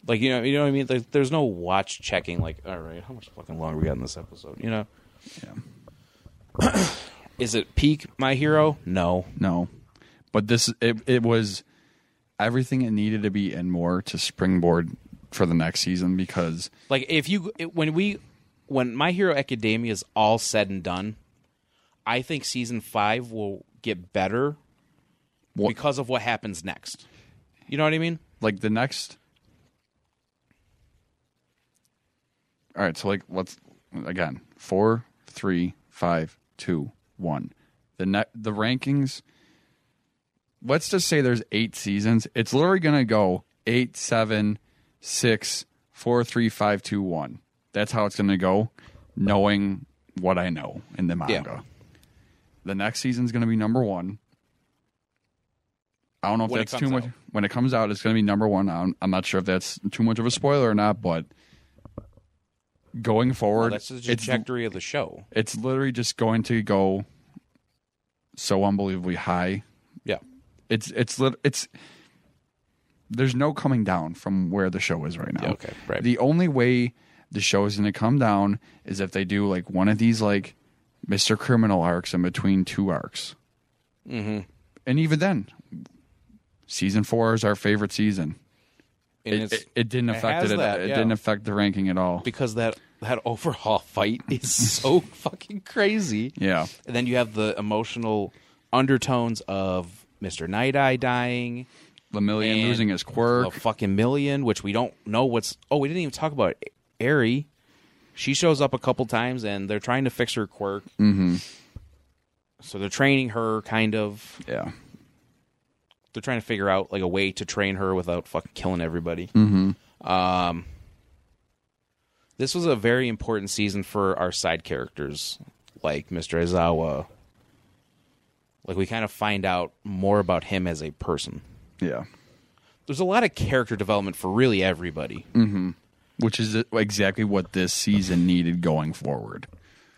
Speaker 2: Like you know, you know what I mean. There's, there's no watch checking. Like, all right, how much fucking longer we got in this episode? You know,
Speaker 1: Yeah.
Speaker 2: is it peak My Hero? No,
Speaker 1: No. But this it it was everything it needed to be and more to springboard for the next season because
Speaker 2: like if you it- when we when My Hero Academia is all said and done, I think season five will get better
Speaker 1: What-
Speaker 2: because of what happens next. You know what I mean?
Speaker 1: like the next all right so like let's again four three five two one the net the rankings let's just say there's eight seasons it's literally gonna go eight seven six four three five two one that's how it's gonna go knowing what i know in the manga the next season's gonna be number one I don't know if
Speaker 2: When it
Speaker 1: that's too
Speaker 2: comes
Speaker 1: much.
Speaker 2: out.
Speaker 1: When it comes out, it's going to be number one. I'm, I'm not sure if that's too much of a spoiler or not, but going forward,
Speaker 2: That's the
Speaker 1: it's
Speaker 2: trajectory of the show.
Speaker 1: it's literally just going to go so unbelievably high.
Speaker 2: Yeah,
Speaker 1: It's it's lit- it's there's no coming down from where the show is right now.
Speaker 2: Yeah, okay, right.
Speaker 1: The only way the show is going to come down is if they do like one of these like Mr. Criminal arcs in between two arcs. Mm-hmm. And even then, season four is our favorite season.
Speaker 2: and
Speaker 1: It, it, it didn't
Speaker 2: it
Speaker 1: affect
Speaker 2: has
Speaker 1: it. at-
Speaker 2: that,
Speaker 1: it
Speaker 2: yeah.
Speaker 1: didn't affect the ranking at all.
Speaker 2: because that that overhaul fight is so fucking crazy.
Speaker 1: Yeah.
Speaker 2: And then you have the emotional undertones of Mr. Night Eye dying,
Speaker 1: Lemillion
Speaker 2: And-
Speaker 1: losing his
Speaker 2: a
Speaker 1: quirk.
Speaker 2: fucking million, which we don't know what's. Oh, we didn't even talk about Airy. She shows up a couple times, and they're trying to fix her quirk. Mm-hmm. So they're training her, kind of.
Speaker 1: yeah.
Speaker 2: They're trying to figure out like a way to train her without fucking killing everybody. Mm-hmm. Um, this was a very important season for our side characters, like Mr. Izawa. Like we kind of find out more about him as a person.
Speaker 1: Yeah.
Speaker 2: There's a lot of character development for really everybody.
Speaker 1: Which is exactly what this season needed going forward.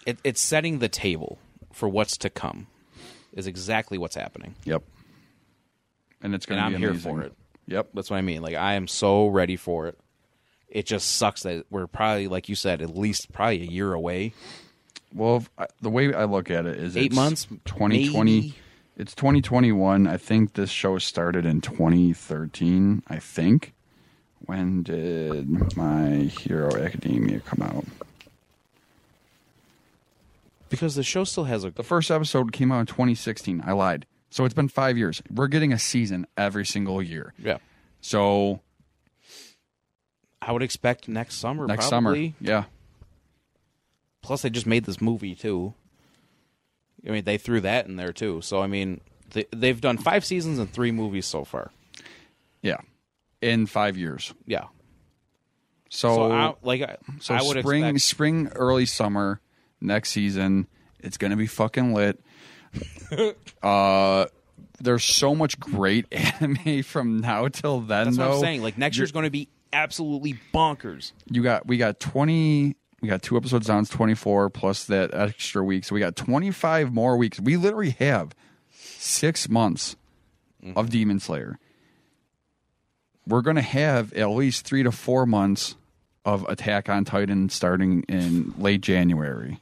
Speaker 2: It, it's setting the table for what's to come. Is exactly what's happening.
Speaker 1: Yep. And it's going
Speaker 2: And
Speaker 1: to
Speaker 2: I'm
Speaker 1: be
Speaker 2: here
Speaker 1: amazing.
Speaker 2: for it.
Speaker 1: Yep.
Speaker 2: That's what I mean. Like I am so ready for it. It just sucks that we're probably, like you said, at least probably a year away.
Speaker 1: Well, if I- the way I look at it is
Speaker 2: Eight
Speaker 1: it's
Speaker 2: months,
Speaker 1: 2020.
Speaker 2: maybe?
Speaker 1: It's 2021. I think this show started in 2013. I think. When did My Hero Academia come out?
Speaker 2: Because the show still has a
Speaker 1: The first episode came out in 2016. I lied. So it's been five years. We're getting a season every single year.
Speaker 2: yeah.
Speaker 1: So
Speaker 2: I would expect next summer.
Speaker 1: next
Speaker 2: probably.
Speaker 1: summer, yeah,
Speaker 2: Plus, they just made this movie too. I mean, they threw that in there too. So I mean, they, they've done five seasons and three movies so far.
Speaker 1: yeah, in five years.
Speaker 2: Yeah.
Speaker 1: So,
Speaker 2: So I, like, I,
Speaker 1: So
Speaker 2: I would
Speaker 1: spring,
Speaker 2: expect
Speaker 1: spring, early summer next season. It's gonna be fucking lit. uh, there's so much great anime from now till then.
Speaker 2: That's what
Speaker 1: though.
Speaker 2: I'm saying. Like next year's going to be absolutely bonkers.
Speaker 1: you got we got 20 we got two episodes down it's 24 plus that extra week so we got 25 more weeks we literally have six months of demon slayer we're going to have at least three to four months of attack on titan starting in late january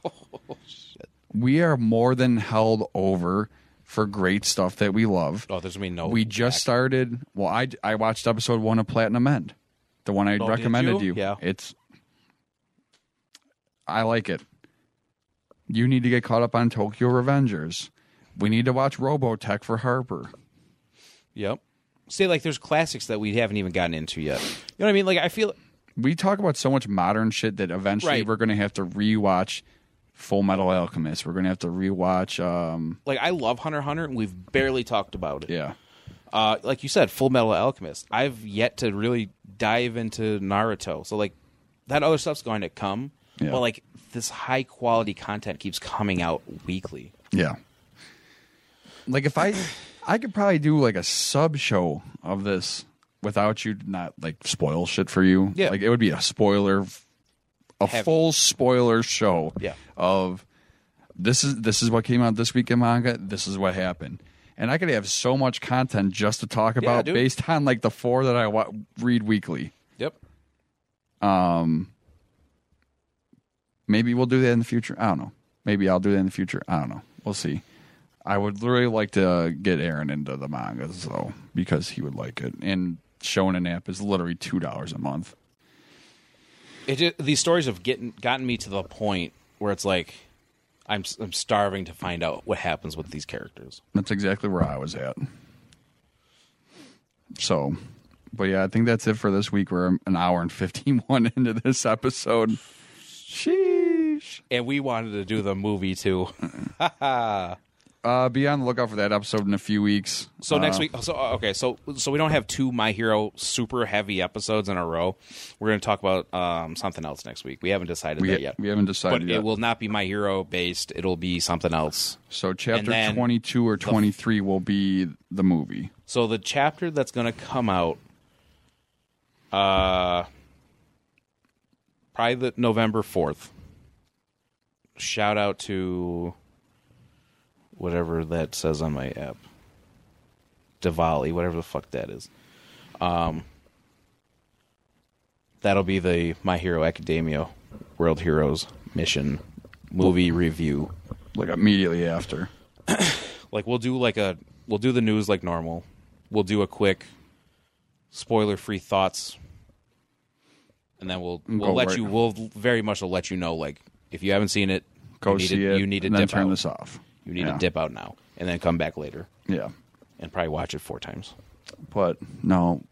Speaker 1: we are more than held over for great stuff that we love
Speaker 2: Oh, there's gonna be no.
Speaker 1: we just started. Well, I I watched episode one of Platinum End, the one I
Speaker 2: Oh, did
Speaker 1: recommended you?
Speaker 2: you? Yeah.
Speaker 1: it's. I like it. You need to get caught up on Tokyo Revengers. We need to watch Robotech for Harper.
Speaker 2: Yep. Say like there's classics that we haven't even gotten into yet. You know what I mean? Like I feel
Speaker 1: We talk about so much modern shit that eventually
Speaker 2: Right.
Speaker 1: we're going to have to rewatch Full Metal Alchemist. We're going to have to rewatch. Um,
Speaker 2: like I love Hunter x Hunter, and we've barely talked about it.
Speaker 1: yeah,
Speaker 2: Uh, like you said, Full Metal Alchemist. I've yet to really dive into Naruto. So like that other stuff's going to come.
Speaker 1: Yeah.
Speaker 2: But like this high quality content keeps coming out weekly.
Speaker 1: yeah. Like if I, I could probably do like a sub show of this without you not like spoil shit for you.
Speaker 2: Yeah.
Speaker 1: like it would be a spoiler, a
Speaker 2: Heavy.
Speaker 1: full spoiler show.
Speaker 2: Yeah.
Speaker 1: of this is this is what came out this week in manga. This is what happened, and I could have so much content just to talk about
Speaker 2: dude.
Speaker 1: based on like the four that I wa- read weekly.
Speaker 2: Yep.
Speaker 1: Maybe we'll do that in the future. I don't know. Maybe I'll do that in the future. I don't know. We'll see. I would really like to get Aaron into the mangas though, because he would like it. And Shonen app is literally two dollars a month.
Speaker 2: It ju- these stories have getting gotten me to the point where it's like I'm s- I'm starving to find out what happens with these characters.
Speaker 1: That's exactly where I was at. So, but yeah, I think that's it for this week. We're an hour and fifty-one into this episode. Sheesh.
Speaker 2: And we wanted to do the movie too.
Speaker 1: Uh, be on the lookout for that episode in a few weeks.
Speaker 2: So next week, so uh, okay, so so we don't have two My Hero super heavy episodes in a row. We're going to talk about um, something else next week. We haven't decided
Speaker 1: we,
Speaker 2: that yet,
Speaker 1: we haven't
Speaker 2: but
Speaker 1: decided
Speaker 2: it
Speaker 1: yet.
Speaker 2: will not be My Hero based. It'll be something else.
Speaker 1: so chapter
Speaker 2: then
Speaker 1: twenty-two or twenty-three will be the movie.
Speaker 2: So the chapter that's going to come out, uh, probably the November fourth. Shout out to whatever that says on my app, Diwali, whatever the fuck that is. Um, that'll be the My Hero Academia World Heroes Mission movie review
Speaker 1: Like immediately after.
Speaker 2: like we'll do like a we'll do the news like normal. We'll do a quick spoiler free thoughts. And then we'll we'll
Speaker 1: Go
Speaker 2: let
Speaker 1: right-
Speaker 2: you we'll very much will let you know like if you haven't seen it,
Speaker 1: Go
Speaker 2: you need
Speaker 1: see
Speaker 2: to,
Speaker 1: it.
Speaker 2: You need to
Speaker 1: and then
Speaker 2: dip
Speaker 1: turn
Speaker 2: out.
Speaker 1: this off.
Speaker 2: You need
Speaker 1: yeah.
Speaker 2: to dip out now and then come back later
Speaker 1: Yeah,
Speaker 2: and probably watch it four times.
Speaker 1: but no.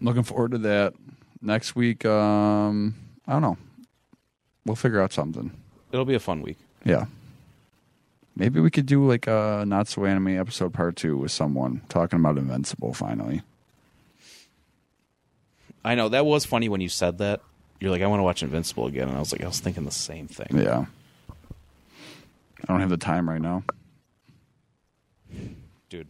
Speaker 1: Looking forward to that next week. Um, I don't know. We'll figure out something.
Speaker 2: It'll be a fun week.
Speaker 1: Yeah. Maybe we could do like a not so anime episode part two with someone talking about Invincible finally.
Speaker 2: I know that was funny when you said that. You're like, I want to watch Invincible again, and I was like, I was thinking the same thing.
Speaker 1: Yeah. I don't have the time right now.
Speaker 2: dude.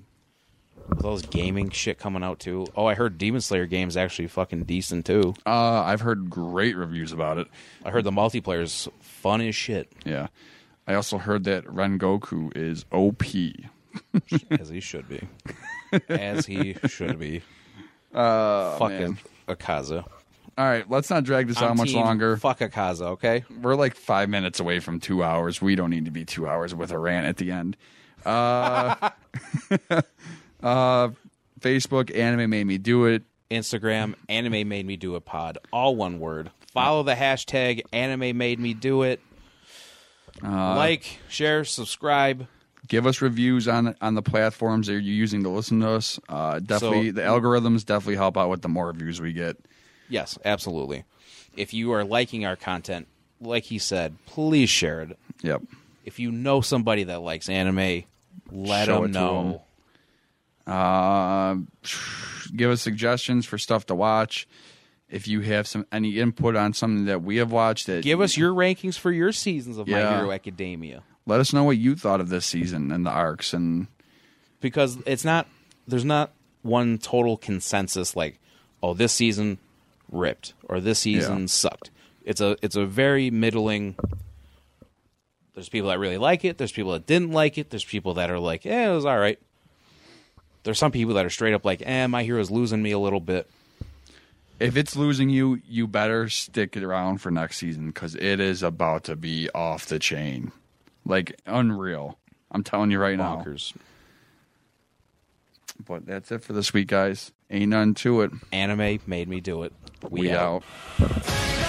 Speaker 2: With all this gaming shit coming out too. Oh, I heard Demon Slayer game's actually fucking decent too.
Speaker 1: Uh, I've heard great reviews about it.
Speaker 2: I heard the multiplayer's fun as shit.
Speaker 1: Yeah. I also heard that Rengoku is OP.
Speaker 2: As he should be. As he should be. Uh,
Speaker 1: Oh, man.
Speaker 2: Fucking Akaza.
Speaker 1: All right, let's not drag this out
Speaker 2: I'm
Speaker 1: much
Speaker 2: team
Speaker 1: longer.
Speaker 2: Fuck Akaza, okay?
Speaker 1: We're like five minutes away from two hours. We don't need to be two hours with a rant at the end. Uh, uh, Facebook, anime made me do it.
Speaker 2: Instagram, anime made me do a pod. All one word. Follow the hashtag anime made me do it.
Speaker 1: Uh,
Speaker 2: like, share, subscribe.
Speaker 1: give us reviews on on the platforms that you're using to listen to us. Uh, definitely,
Speaker 2: So-
Speaker 1: the algorithms definitely help out with the more reviews we get.
Speaker 2: Yes, absolutely. If you are liking our content, like he said, please share it.
Speaker 1: Yep.
Speaker 2: If you know somebody that likes anime, let
Speaker 1: Show it
Speaker 2: them
Speaker 1: to
Speaker 2: know.
Speaker 1: 'em. Uh, give us suggestions for stuff to watch. If you have some any input on something that we have watched, that
Speaker 2: Give us your rankings for your seasons of My
Speaker 1: Yeah.
Speaker 2: Hero Academia
Speaker 1: let us know what you thought of this season and the arcs and
Speaker 2: because it's not there's not one total consensus like oh this season ripped or this season
Speaker 1: Yeah.
Speaker 2: sucked. It's a it's a very middling. There's people that really like it. There's people that didn't like it. There's people that are like, eh, it was all right. There's some people that are straight up like, eh, my hero's losing me a little bit.
Speaker 1: if it's losing you, you better stick it around for next season because it is about to be off the chain, like unreal. I'm telling you right now.
Speaker 2: Bonkers.
Speaker 1: But that's it for this week, guys. Ain't none to it.
Speaker 2: Anime made me do it. We,
Speaker 1: We
Speaker 2: out.
Speaker 1: out.